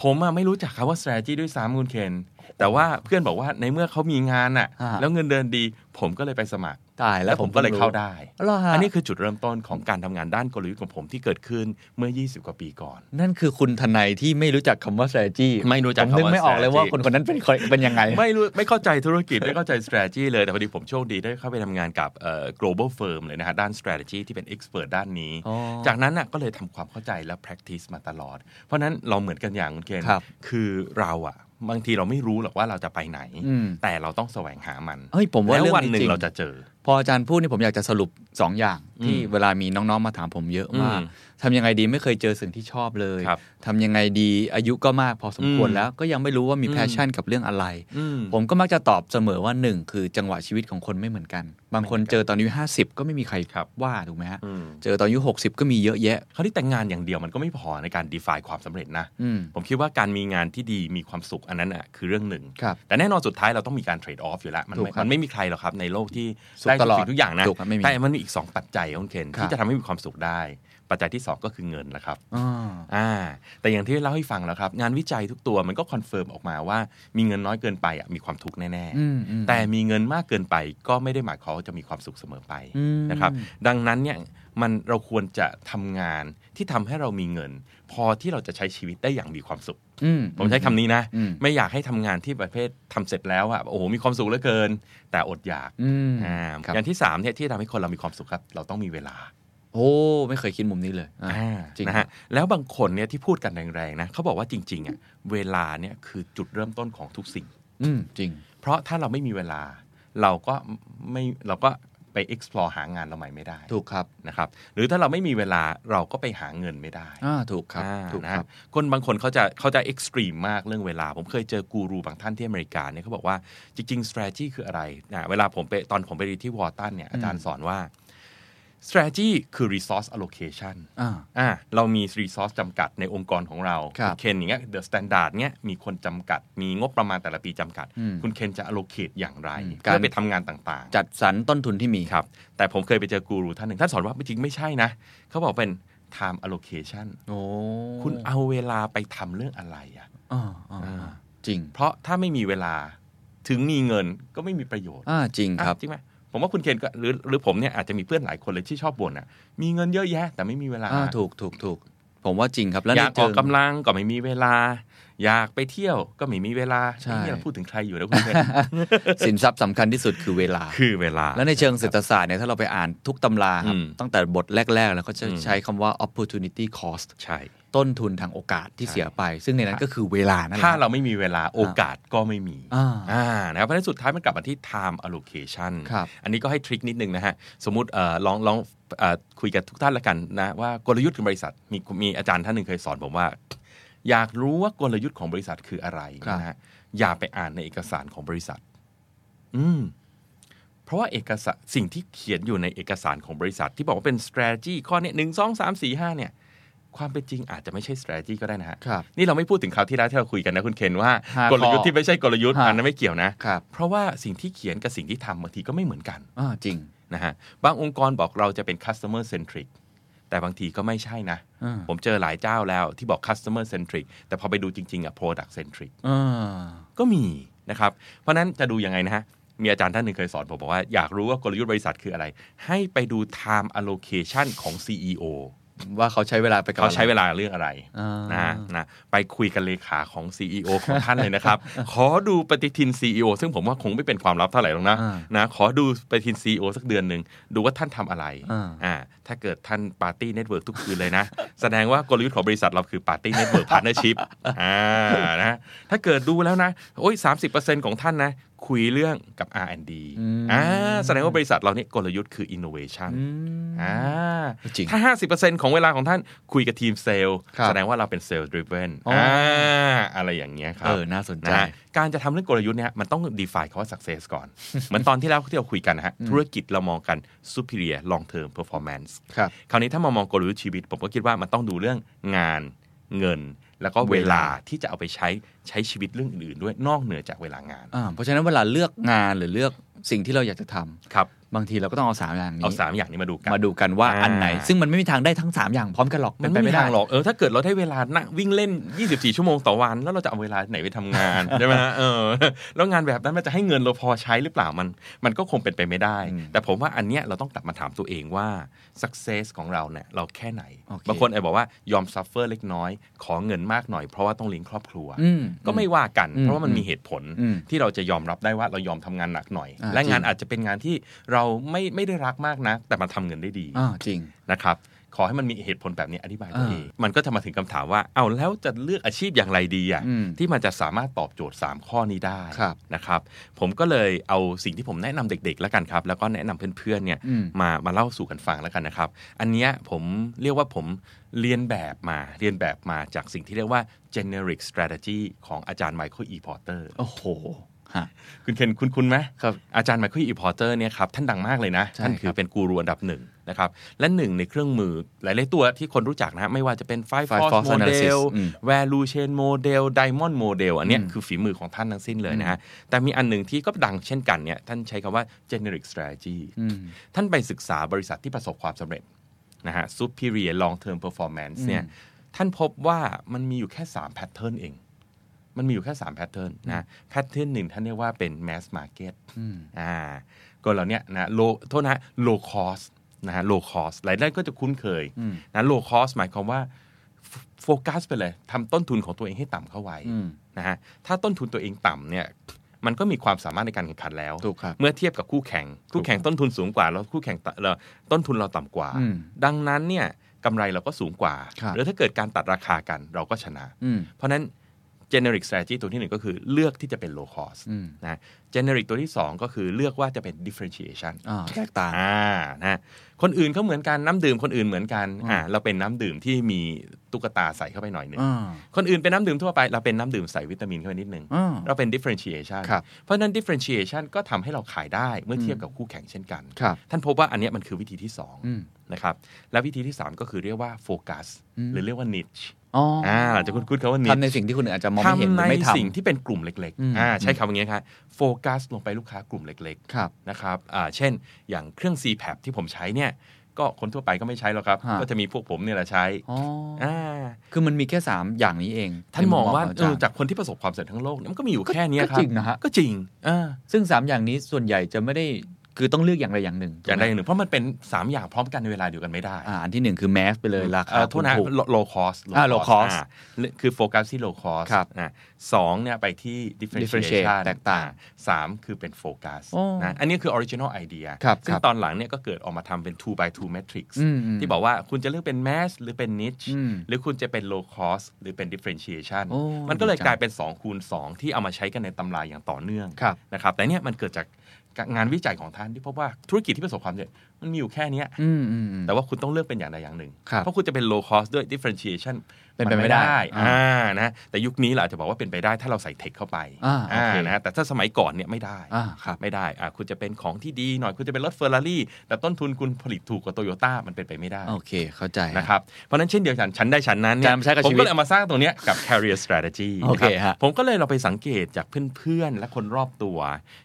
[SPEAKER 4] ผมอะไม่รู้จักคำว่า strategy ด้วยซ้ำคุณเคนแต่ว่าเพื่อนบอกว่าในเมื่อเขามีงานอะ
[SPEAKER 3] ฮะ
[SPEAKER 4] แล้วเงินเดือนดี ผมก็เลยไปสมัคร
[SPEAKER 3] ตายแล้
[SPEAKER 4] แล้ว วผมก็เลยเข้าได้
[SPEAKER 3] เหรอฮะ
[SPEAKER 4] อันนี้คือจุดเริ่มต้นของการทำงานด้านกลยุทธ์ของผมที่เกิดขึ้นเมื่อ 20 กว่าปีก่อน
[SPEAKER 3] นั่นคือคุณทนายที่ไม่รู้จักคำว่า strategy
[SPEAKER 4] ไม่รู้จัก
[SPEAKER 3] ผม
[SPEAKER 4] คำว่า
[SPEAKER 3] นึกไม่ออกเลยว่า
[SPEAKER 4] strategy
[SPEAKER 3] คนคนนั้นเป็นใครเป็นยังไง
[SPEAKER 4] ไม่รู้ไม่เข้าใจธุรกิจ ไม่เข้าใจ strategy เลย แต่พอดีผมโชคดีได้เข้าไปทำงานกับเอ่อ global firm เลยนะฮะ ด้าน strategy ที่เป็น expert ด้านนี้
[SPEAKER 3] อ๋อ
[SPEAKER 4] จากนั้นน่ะก็เลยทำความเข้าใจและ practice มาตลอด เพราะฉะนั้นเราเหมือนกันอย่างคุณเคน
[SPEAKER 3] ครับ
[SPEAKER 4] คือเราอะบางทีเราไม่รู้หรอกว่าเราจะไปไหน
[SPEAKER 3] อืม
[SPEAKER 4] แต่เราต้องแสวงหามัน
[SPEAKER 3] เฮ้ยผมว่า
[SPEAKER 4] แล้
[SPEAKER 3] เรื่อง
[SPEAKER 4] วัน
[SPEAKER 3] นี้
[SPEAKER 4] หนึ่
[SPEAKER 3] จริ
[SPEAKER 4] ง
[SPEAKER 3] ง
[SPEAKER 4] เราจะเจอ
[SPEAKER 3] พออาจารย์พูดนี่ผมอยากจะสรุป 2 อย่าง ที่เวลามีน้อง ๆ มาถามผมเยอะว่า
[SPEAKER 4] อืม
[SPEAKER 3] ทำยังไงดีไม่เคยเจอสิ่งที่ชอบเลย
[SPEAKER 4] ครับ
[SPEAKER 3] ทำยังไงดีอายุก็มากพอสมควร
[SPEAKER 4] อืม
[SPEAKER 3] แล้วก็ยังไม่รู้ว่ามี
[SPEAKER 4] อืม
[SPEAKER 3] แพชชั่นกับเรื่องอะไร
[SPEAKER 4] อืม
[SPEAKER 3] ผมก็มักจะตอบเสมอว่าหนึ่งคือจังหวะชีวิตของคนไม่เหมือนกัน บางคนเจอตอนอายุห้าสิบก็ไม่มีใคร
[SPEAKER 4] ครับ
[SPEAKER 3] ว่าถูกไหมฮะ
[SPEAKER 4] อืม
[SPEAKER 3] เจอตอนอายุหกสิบก็มีเยอะแยะ
[SPEAKER 4] คราวนี้แต่งงานอย่างเดียวมันก็ไม่พอในการ define ความสำเร็จนะ
[SPEAKER 3] อืม
[SPEAKER 4] ผมคิดว่าการมีงานที่ดีมีความสุขอันนั้นอ่ะคือเรื่องหนึ่ง
[SPEAKER 3] ครับ
[SPEAKER 4] แต่แน่นอนสุดท้ายเราต้องมีการเทรดออฟอยู่แล้ว มัน
[SPEAKER 3] ถู
[SPEAKER 4] ไม่
[SPEAKER 3] กครับ
[SPEAKER 4] มันไม่มีใครหรอกครับ ในโลกที่
[SPEAKER 3] สุข
[SPEAKER 4] ได้
[SPEAKER 3] ตลอด
[SPEAKER 4] ทุกสิ่งทุกอย่างนะ
[SPEAKER 3] ถูกครับไม่มี
[SPEAKER 4] แต่มันมีอีก 2 ปัจจัยครับคุณเคน
[SPEAKER 3] ครับ
[SPEAKER 4] ที่จะทำให้มีความสุขได้ ปัจจัยที่ 2 ก็คือเงินแหละครับ
[SPEAKER 3] อ่า
[SPEAKER 4] อ่าแต่อย่างที่เล่าให้ฟังแล้วครับ งานวิจัยทุกตัวมันก็คอนเฟิร์มออกมาว่ามีเงินน้อยเกินไปอ่ะมีความทุกข์แน่
[SPEAKER 3] อืมอืม
[SPEAKER 4] แต่มีเงินมากเกินไปก็ไม่ได้หมายความว่าจะมีความสุขเสมอไป
[SPEAKER 3] อืม
[SPEAKER 4] นะครับ ดังนั้นเนี่ยมันเราควรจะทำงานที่ทำให้เรามีเงิน พอที่เราจะใช้ชีวิตได้อย่างมีความสุข
[SPEAKER 3] อืม
[SPEAKER 4] ผมใช้คำนี้นะ
[SPEAKER 3] อืม
[SPEAKER 4] ไม่อยากให้ทำงานที่ประเภททำเสร็จแล้วอะโอ้โหมีความสุขเหลือเกิน แต่อดอยาก
[SPEAKER 3] อืม
[SPEAKER 4] อ่า
[SPEAKER 3] ครับ
[SPEAKER 4] อย่างที่สามเนี่ยที่ทำให้คนเรามีความสุขครับ เราต้องมีเวลา
[SPEAKER 3] โอ้ ไม่เคยคิดมุมนี้เลยอ่า
[SPEAKER 4] อ่า
[SPEAKER 3] จริง
[SPEAKER 4] นะฮะแล้วบางคนเนี่ยที่พูดกันแรงๆนะเขาบอกว่าจริงๆอะเวลาเนี่ยคือจุดเริ่มต้นของทุกสิ่ง
[SPEAKER 3] อืมจริง
[SPEAKER 4] เพราะถ้าเราไม่มีเวลา เราก็ไม่เราก็ไป ไป explore หางานเราใหม่ไม่ได้
[SPEAKER 3] ถูกครับ
[SPEAKER 4] นะครับหรือถ้าเราไม่มีเวลาเราก็ไปหาเงินไม่ได้
[SPEAKER 3] อ่าถูกครับ
[SPEAKER 4] อ่า
[SPEAKER 3] ถูก
[SPEAKER 4] นะ
[SPEAKER 3] ค
[SPEAKER 4] ค
[SPEAKER 3] รั
[SPEAKER 4] รับ บคนบางคนเขาจะเขาจะเอ็กซ์ตรีมมากเรื่องเวลา ผมเคยเจอกูรูบางท่านที่อเมริกาเนี่ยเขาบอกว่าจริงๆ strategy คืออะไรนะเวลาผมไปตอนผมไปเรียนที่วอร์ตันเนี่ยอาจารย์สอนว่า strategy คือ resource allocation
[SPEAKER 3] อ่า
[SPEAKER 4] อ่าเรามี resource จำกัดในองค์กรของเรา
[SPEAKER 3] ครับ
[SPEAKER 4] ณเคนอย่างเงี้ย the standard เนี้ยมีคนจำกัด มีงบประมาณแต่ละปีจำกัด
[SPEAKER 3] อืม
[SPEAKER 4] คุณเคนจะ allocate อย่างไร
[SPEAKER 3] อืม
[SPEAKER 4] เพื่
[SPEAKER 3] กา
[SPEAKER 4] อ
[SPEAKER 3] ร
[SPEAKER 4] ไปทำงานต่างๆ
[SPEAKER 3] จัดสรรต้นทุนที่มี
[SPEAKER 4] ครับแต่ผมเคยไปเจอกูรูท่านหนึ่งท่านสอนว่าจริงไม่ใช่นะ เขาบอกเป็น time allocation
[SPEAKER 3] โอ้
[SPEAKER 4] คุณเอาเวลาไปทำเรื่องอะไรอะ่ะ
[SPEAKER 3] อ่าอ่า
[SPEAKER 4] อ่า
[SPEAKER 3] จริง
[SPEAKER 4] เพราะถ้าไม่มีเวลาถึงมีเงินก็ไม่มีประโยชน์
[SPEAKER 3] อ่าจริงครับ
[SPEAKER 4] อ่ะจริงไหมผมว่าคุณเคนก็หรือหรือผมเนี่ยอาจจะมีเพื่อนหลายคนเลยที่ชอบบ่นอะ่ะ มีเงินเยอะแยะ แต่ไม่มีเวลา
[SPEAKER 3] อ่าถูกถูกถูกผมว่าจริงครับ แล้ว
[SPEAKER 4] อ
[SPEAKER 3] ใน
[SPEAKER 4] ยากอ
[SPEAKER 3] เชิ
[SPEAKER 4] อก
[SPEAKER 3] ง
[SPEAKER 4] กำลังก็ไม่มีเวลา อยากไปเที่ยวก็ไม่มีเวลา
[SPEAKER 3] ใช่
[SPEAKER 4] นี่เราพูดถึงใครอยู่นะคุณเคน
[SPEAKER 3] สินทรัพย์สำคัญที่สุดคือเวลา
[SPEAKER 4] คือเวลา
[SPEAKER 3] แล้วในเชิงเศรษฐศาสตร์เนี่ยถ้าเราไปอ่านทุกตำราครับ
[SPEAKER 4] อืม
[SPEAKER 3] ตั้งแต่บทแรก ๆ แล้วก็จะ
[SPEAKER 4] อืม
[SPEAKER 3] ใช้คำว่า opportunity cost
[SPEAKER 4] ใช่
[SPEAKER 3] ต้นทุนทางโอกาสที่เสียไป ซึ่งในนั้นก็คือเวลานั่นแหละ
[SPEAKER 4] ถ้า
[SPEAKER 3] ครับ
[SPEAKER 4] เราไม่มีเวลาโอกาสก็ไม่มี
[SPEAKER 3] อ่า
[SPEAKER 4] อ่านะครับเพราะฉะนั้นสุดท้ายมันกลับมาที่ time allocation
[SPEAKER 3] ครับ
[SPEAKER 4] อันนี้ก็ให้ทริคนิดนึงนะฮะ สมมติเอ่อลองลองเอ่อคุยกับทุกท่านละกันนะว่ากลยุทธ์ของบริษัทมีมีอาจารย์ท่านหนึ่งเคยสอนผมว่า อยากรู้ว่ากลยุทธ์ของบริษัทคืออะไร
[SPEAKER 3] ครับ
[SPEAKER 4] นะฮะอย่าไปอ่านในเอกสารของบริษัท อืม เพราะว่าเอกสารสิ่งที่เขียนอยู่ในเอกสารของบริษัท ที่บอกว่าเป็น strategy ข้อเนี้หนึ่งสองสามสี่ห้าเนี่ย ความเป็นจริงอาจจะไม่ใช่ strategy ก็ได้นะฮะ
[SPEAKER 3] ครับ
[SPEAKER 4] นี่เราไม่พูดถึงคราวที่แล้วที่เราคุยกันนะคุณเคนว่า
[SPEAKER 3] ห้าก
[SPEAKER 4] ลยุ
[SPEAKER 3] ข้
[SPEAKER 4] ทธ์
[SPEAKER 3] อ
[SPEAKER 4] ที่ไม่ใช่กลยุทธ์
[SPEAKER 3] ฮะ
[SPEAKER 4] อันนั้นไม่เกี่ยวนะ
[SPEAKER 3] ครับ
[SPEAKER 4] เพราะว่าสิ่งที่เขียนกับสิ่งที่ทำบางทีก็ไม่เหมือนกัน
[SPEAKER 3] อ่าจริง
[SPEAKER 4] นะฮะบางองค์กรบอกเราจะเป็น customer centric แต่บางทีก็ไม่ใช่นะ
[SPEAKER 3] อ่า
[SPEAKER 4] ผมเจอหลายเจ้าแล้วที่บอก customer centric แต่พอไปดูจริง ๆอะ product centric
[SPEAKER 3] อ่า
[SPEAKER 4] ก็มีนะครับ เพราะฉะนั้นจะดูยังไงนะฮะ มีอาจารย์ท่านหนึ่งเคยสอนผมบอกว่าอยากรู้ว่ากลยุทธ์บริษัทคืออะไร ให้ไปดู time allocation ของ CEO
[SPEAKER 3] ว่าเขาใช้เวลาไปกับ
[SPEAKER 4] เขาใช้
[SPEAKER 3] อะไร
[SPEAKER 4] เวลาเรื่องอะไร
[SPEAKER 3] อ่าน
[SPEAKER 4] นะนะไปคุยกับเลขาของ CEO ของท่านเลยนะครับ ขอดูปฏิทิน CEO ซึ่งผมว่าคงไม่เป็นความลับเท่าไหร่หรอกนะ
[SPEAKER 3] อ่า
[SPEAKER 4] นะขอดูปฏิทิน CEO สักเดือนหนึ่งดูว่าท่านทำอะไร
[SPEAKER 3] อ่า
[SPEAKER 4] อ่าถ้าเกิดท่านปาร์ตี้เน็ตเวิร์กทุกคืนเลยนะ แสดงว่ากลยุทธ์ของบริษัทเราคือปาร์ตี้เน็ตเวิร์กพาร์เนอร์ชิพอ่านะถ้าเกิดดูแล้วนะ โอ้ย 30%ของท่านนะ คุยเรื่องกับ R&D อ่าแสดงว่าบริษัทเราเนี่ยกลยุทธ์คือ innovation
[SPEAKER 3] อืม
[SPEAKER 4] อ่า
[SPEAKER 3] จริง
[SPEAKER 4] ถ้า 50%ของเวลาของท่านคุยกับทีมเซลล์
[SPEAKER 3] ครับ
[SPEAKER 4] แสดงว่าเราเป็นเซลล์ driven
[SPEAKER 3] อ๋ออ่
[SPEAKER 4] อ่าอะไรอย่างเงี้ยครั
[SPEAKER 3] เอบ อ น่าสนใจ
[SPEAKER 4] นะฮะการจะทำเรื่องกลยุทธ์เนี่ยมันต้อง define คำว่า success ก่อน เหมือนตอนที่แล้วที่เราคุยกันนะฮะ ธุรกิจเรามองกัน superior long term performance
[SPEAKER 3] ครับ
[SPEAKER 4] คราวนี้ถ้ามามองกลยุทธ์ชีวิต ผมก็คิดว่ามันต้องดูเรื่องงานเงิน แล้วก็เวลาที่จะเอาไปใช้ใช้ชีวิตเรื่องอื่นๆ ด้วยนอกเหนือจากเวลางาน
[SPEAKER 3] อ่าเพราะฉะนั้นเวลาเลือกงานหรือเลือกสิ่งที่เราอยากจะทำ
[SPEAKER 4] ครับ
[SPEAKER 3] บางทีเราก็ต้องเอาสามอย่างนี้
[SPEAKER 4] เอาสามอย่างนี้มาดูกัน
[SPEAKER 3] มาดูกันว่า
[SPEAKER 4] อ่า
[SPEAKER 3] อันไหน ซึ่งมันไม่มีทางได้ทั้งสามอย่างพร้อมกันหรอก
[SPEAKER 4] มั
[SPEAKER 3] เป็น นไป
[SPEAKER 4] ไม่มี
[SPEAKER 3] ไม่ได้
[SPEAKER 4] ทางหรอก เออ ถ้าเกิดเราได้เวลานะวิ่งเล่น 24 ชั่วโมงต่อวัน แล้วเราจะเอาเวลาไหนไปทำงาน ใช่ไหมฮะเออ แล้วงานแบบนั้นมันจะให้เงินเราพอใช้หรือเปล่า มัน มันก็คงเป็นไปไม่ได้
[SPEAKER 3] อืม
[SPEAKER 4] แต่ผมว่าอันเนี้ยเราต้องกลับมาถามตัวเองว่า success ของเราเนี่ยเราแค่ไหน
[SPEAKER 3] โอเค
[SPEAKER 4] บางคนไอ้บอกว่ายอม suffer เล็กน้อย ขอเงินมากหน่อยเพราะว่าต้องเลี้ยงครอบครัว
[SPEAKER 3] อืม
[SPEAKER 4] ก็ไม่ว่ากัน
[SPEAKER 3] อืม
[SPEAKER 4] เพราะว่ามัน
[SPEAKER 3] อืม
[SPEAKER 4] มีเหตุผล
[SPEAKER 3] อืม
[SPEAKER 4] ที่เราจะยอมรับได้ว่าเรายอมทำงานหนักหน่อย
[SPEAKER 3] อ่า
[SPEAKER 4] และงาน
[SPEAKER 3] จริง
[SPEAKER 4] อาจจะเป็นงานที่เราไม่ไม่ได้รักมากนะแต่มันทำเงินได้ดี
[SPEAKER 3] อ่าจริง
[SPEAKER 4] นะครับขอให้มันมีเหตุผลแบบนี้อธิบายตัวเอง
[SPEAKER 3] อ่า
[SPEAKER 4] มันก็จะมาถึงคำถามว่า เอาแล้วจะเลือกอาชีพอย่างไรดีอ่ะ
[SPEAKER 3] อืม
[SPEAKER 4] ที่มันจะสามารถตอบโจทย์ 3 ข้อนี้ได้
[SPEAKER 3] ครับ
[SPEAKER 4] นะครับ ผมก็เลยเอาสิ่งที่ผมแนะนำเด็กๆ แล้วกันครับ แล้วก็แนะนำเพื่อนๆเนี่ย
[SPEAKER 3] อืม
[SPEAKER 4] มามาเล่าสู่กันฟังแล้วกันนะครับ อันเนี้ยผมเรียกว่าผมเรียนแบบมาเรียนแบบมาจากสิ่งที่เรียกว่า generic strategy ของอาจารย์ไมเคิลอีพอร์เตอร์
[SPEAKER 3] โอ้โหฮะ
[SPEAKER 4] คุณเคนคุณคุณไหม
[SPEAKER 3] ครับ
[SPEAKER 4] อาจารย์ไมเคิลอีพอร์เตอร์เนี่ยครับท่านดังมากเลยนะ
[SPEAKER 3] ใช่
[SPEAKER 4] ท่าน
[SPEAKER 3] ค
[SPEAKER 4] ถื
[SPEAKER 3] รั
[SPEAKER 4] อบเป็นกูรูอันดับหนึ่งนะครับ และหนึ่งในเครื่องมือหลาย ๆ ตัวที่คนรู้จักนะฮะไม่ว่าจะเป็น Five
[SPEAKER 3] Five
[SPEAKER 4] Force
[SPEAKER 3] Force
[SPEAKER 4] Model
[SPEAKER 3] Analysis อืม
[SPEAKER 4] Value Chain Model Diamond Model อันเนี้ยคือฝีมือของท่านทั้งสิ้นเลยนะฮะ แต่มีอันหนึ่งที่ก็ดังเช่นกันเนี่ยท่านใช้คำว่า generic strategy ท่านไปศึกษาบริษัทที่ประสบความสำเร็จนะฮะ superior long term performance เนี่ยท่านพบว่ามันมีอยู่แค่3 pattern เอง มันมีอยู่แค่3 pattern นะ pattern หนึ่งท่านเรียกว่าเป็น mass market อ่าก็เหล่าเนี้ยนะโลโทษนะ low cost นะฮะ low cost หลายท่านก็จะคุ้นเคยนะ low cost หมายความว่าโฟโฟกัสไปเลยทำต้นทุนของตัวเองให้ต่ำเข้าไว้
[SPEAKER 3] อืม
[SPEAKER 4] นะฮะถ้าต้นทุนตัวเองต่ำเนี่ยมันก็มีความสามารถในการแข่งขันแล้ว
[SPEAKER 3] ถูกครับ
[SPEAKER 4] เมื่อเทียบกับคู่แข่ง คู่แข่งต้นทุนสูงกว่า แล้วคู่แข่งตะเอ่อต้นทุนเราต่ำกว่า
[SPEAKER 3] อืม
[SPEAKER 4] ดังนั้นเนี่ยกำไรเราก็สูงกว่า
[SPEAKER 3] ครับ
[SPEAKER 4] หรือถ้าเกิดการตัดราคากันเราก็ชนะ
[SPEAKER 3] อืม
[SPEAKER 4] เพราะฉะนั้น generic strategy ตัวที่หนึ่งก็คือเลือกที่จะเป็น low cost
[SPEAKER 3] อืม
[SPEAKER 4] นะ generic ตัวที่สองก็คือเลือกว่าจะเป็น differentiation
[SPEAKER 3] อ่าแตกต่าง
[SPEAKER 4] อ่านะคนอื่นเขาเหมือนกันน้ำดื่มคนอื่นเหมือนกันอ่าเราเป็นน้ำดื่มที่มีตุ๊กตาใส่เข้าไปหน่อยหนึง
[SPEAKER 3] อ่า
[SPEAKER 4] คนอื่นเป็นน้ำดื่มทั่วไป เราเป็นน้ำดื่มใส่วิตามินเข้าไปนิดนึง
[SPEAKER 3] อ่า
[SPEAKER 4] เราเป็น differentiation
[SPEAKER 3] ครับ
[SPEAKER 4] เพราะฉะนั้น differentiation ก็ทำให้เราขายได้เมื่อเทียบกับคู่แข่งเช่นกัน
[SPEAKER 3] ครับ
[SPEAKER 4] ท่านพบว่าอันเนี้ยมันคือวิธีที่สอง
[SPEAKER 3] อืม
[SPEAKER 4] นะครับ และวิธีที่สามก็คือเรียกว่าโฟกัสหรือเรียกว่า niche
[SPEAKER 3] อ๋ออ
[SPEAKER 4] อ่าเราจะคุ้นๆคำว่า
[SPEAKER 3] ทำใน
[SPEAKER 4] niche
[SPEAKER 3] สิ่งที่คนอื่นอาจจะมองไม่เห็นหรือไม่
[SPEAKER 4] ใน
[SPEAKER 3] ท
[SPEAKER 4] สิ่งที่เป็นกลุ่มเล็ก
[SPEAKER 3] อืม
[SPEAKER 4] ๆอ่าใช้คำอย่างเงี้ยครับโฟกัสลงไปลูกค้ากลุ่มเล็ก
[SPEAKER 3] ำครับ
[SPEAKER 4] ๆนะครับอ่าเช่น อย่างเครื่อง CPAP ที่ผมใช้เนี่ยก็คนทั่วไปก็ไม่ใช้หรอกครับ
[SPEAKER 3] ฮะ
[SPEAKER 4] ก็จะมีพวกผมเนี่ยแหละใช้
[SPEAKER 3] อ๋ออ
[SPEAKER 4] อ่า
[SPEAKER 3] คือมันมีแค่สามอย่างนี้เอง
[SPEAKER 4] ท่านมองว่า
[SPEAKER 3] ใน
[SPEAKER 4] เอ
[SPEAKER 3] มุ
[SPEAKER 4] อ
[SPEAKER 3] มมงขงอจรย์
[SPEAKER 4] จากคนที่ประสบความสำเร็จทั้งโลกเนี่ยมันก็มีอยู่แค่เนี้ย
[SPEAKER 3] ก็
[SPEAKER 4] ครับ
[SPEAKER 3] จริงนะฮะ
[SPEAKER 4] ก็จริงอ่า
[SPEAKER 3] ซึ่งสามอย่างนี้ส่วนใหญ่จะไม่ได้คือต้องเลือกอย่างใดอย่างหนึ่งถูก
[SPEAKER 4] อย่าง
[SPEAKER 3] ไหม
[SPEAKER 4] ใดอย่างหนึ่งเพราะมันเป็น 3 อย่างพร้อมกันในเวลาเดียวกันไม่ได้
[SPEAKER 3] อ่าอันที่หนึ่งคือแมสไปเลยราคา
[SPEAKER 4] เอ่อโทษนะ
[SPEAKER 3] ถูก
[SPEAKER 4] low cost
[SPEAKER 3] อ่า low cost
[SPEAKER 4] อ่าคือโฟกัสที่ low cost
[SPEAKER 3] ครับ
[SPEAKER 4] นะสองเนี่ยไปที่ differentiation
[SPEAKER 3] differentiate แตกต่าง
[SPEAKER 4] อ่สามคือเป็นโฟกัส
[SPEAKER 3] โอ้
[SPEAKER 4] นะอันนี้คือ original idea
[SPEAKER 3] ครับค
[SPEAKER 4] ซึ่
[SPEAKER 3] รั
[SPEAKER 4] ง
[SPEAKER 3] บ
[SPEAKER 4] ตอนหลังเนี่ยก็เกิดออกมาทำเป็น two by two matrix
[SPEAKER 3] อืมอืม
[SPEAKER 4] ที่บอกว่าคุณจะเลือกเป็น mass หรือเป็น niche
[SPEAKER 3] อืม
[SPEAKER 4] หรือคุณจะเป็น low cost หรือเป็น differentiation
[SPEAKER 3] โอ้
[SPEAKER 4] มันก็เลย
[SPEAKER 3] ดีจัง
[SPEAKER 4] กลายเป็น2คูณ2ที่เอามาใช้กันในตำราอย่างต่อเนื่อง
[SPEAKER 3] ครับ
[SPEAKER 4] นะครับแต่เนี่ยมันเกิดจากงานวิจัยของท่านที่พบว่าธุรกิจที่ประสบความสำเร็จมันมีอยู่แค่เนี้ย
[SPEAKER 3] อืมอืมอืม
[SPEAKER 4] แต่ว่าคุณต้องเลือกเป็นอย่างใดอย่างหนึ่ง
[SPEAKER 3] ครับ
[SPEAKER 4] เพราะคุณจะเป็น low cost ด้วย differentiation
[SPEAKER 3] เป็นไปไม่ได้อ่า
[SPEAKER 4] อ่านะแต่ยุคนี้เราอาจจะบอกว่าเป็นไปได้ถ้าเราใส่เทคเข้าไป
[SPEAKER 3] อ่าโอเค
[SPEAKER 4] นะแต่ถ้าสมัยก่อนเนี่ยไม่ได้
[SPEAKER 3] อ่าครับ
[SPEAKER 4] ไม่ได้อ่าคุณจะเป็นของที่ดีหน่อยคุณจะเป็นรถเฟอร์รารี่แต่ต้นทุนคุณผลิตถูกกว่าโตโยต้ามันเป็นไปไม่ได้
[SPEAKER 3] โอเคเข้าใจ
[SPEAKER 4] นะครับเพราะฉะนั้นเช่นเดียวกันฉันได้ฉันนั้นเนี่
[SPEAKER 3] กาย รใช้กับ
[SPEAKER 4] ผม
[SPEAKER 3] ชีวิ
[SPEAKER 4] ก็
[SPEAKER 3] ต
[SPEAKER 4] เลยเอามาสร้างตรงเนี้ยกับ career strategy
[SPEAKER 3] โอเค
[SPEAKER 4] นะครั
[SPEAKER 3] ฮะ
[SPEAKER 4] บ ผมก็เลยเราไปสังเกตจากเพื่อนๆ และคนรอบตัว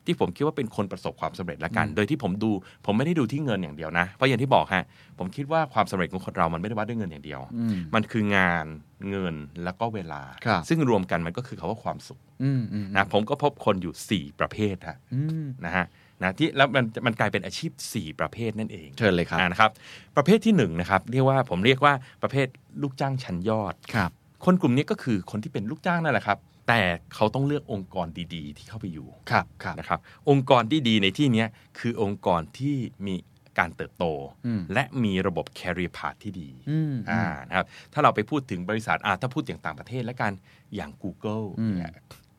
[SPEAKER 4] ที่ผมคิดว่าเป็นคนประสบความสำเร็จละกัน โดยที่ผมดูผมไม่ได้ดูที่เงินอย่างเดียวนะ เพราะอย่างที่บอกฮะผมคิดว่าความสำเร็จของคนเรามันไม่ได้วัดด้วยเงินอย่างเดียว
[SPEAKER 3] อืม
[SPEAKER 4] มันคืองานเงินแล้วก็เวลา
[SPEAKER 3] ครับ
[SPEAKER 4] ซึ่งรวมกันมันก็คือคาว่าความสุข
[SPEAKER 3] อืมอืม
[SPEAKER 4] นะผมก็พบคนอยู่ 4 ประเภทฮะ
[SPEAKER 3] อืม
[SPEAKER 4] นะฮะนะที่แล้วมันมันกลายเป็นอาชีพ 4 ประเภทนั่นเอง
[SPEAKER 3] เชิญเลยครับ
[SPEAKER 4] อ่านะครับประเภทที่หนึ่งนะครับเรียกว่าผมเรียกว่าประเภทลูกจ้างชั้นยอด
[SPEAKER 3] ครับ
[SPEAKER 4] คนกลุ่มนี้ก็คือคนที่เป็นลูกจ้างนั่นแหละครับ แต่เขาต้องเลือกองค์กรดีๆ ที่เข้าไปอยู่
[SPEAKER 3] ครับครับ
[SPEAKER 4] นะครับ องค์กรที่ดีในที่เนี้ยคือองค์กรที่มีการเติบโต
[SPEAKER 3] อืม
[SPEAKER 4] และมีระบบ career path ที่ดี
[SPEAKER 3] อืมอื
[SPEAKER 4] อ่าม นะครับถ้าเราไปพูดถึงบริษัทอ่าถ้าพูดอย่างต่างประเทศแล้วกันอย่าง Google
[SPEAKER 3] อืม
[SPEAKER 4] เนี่ย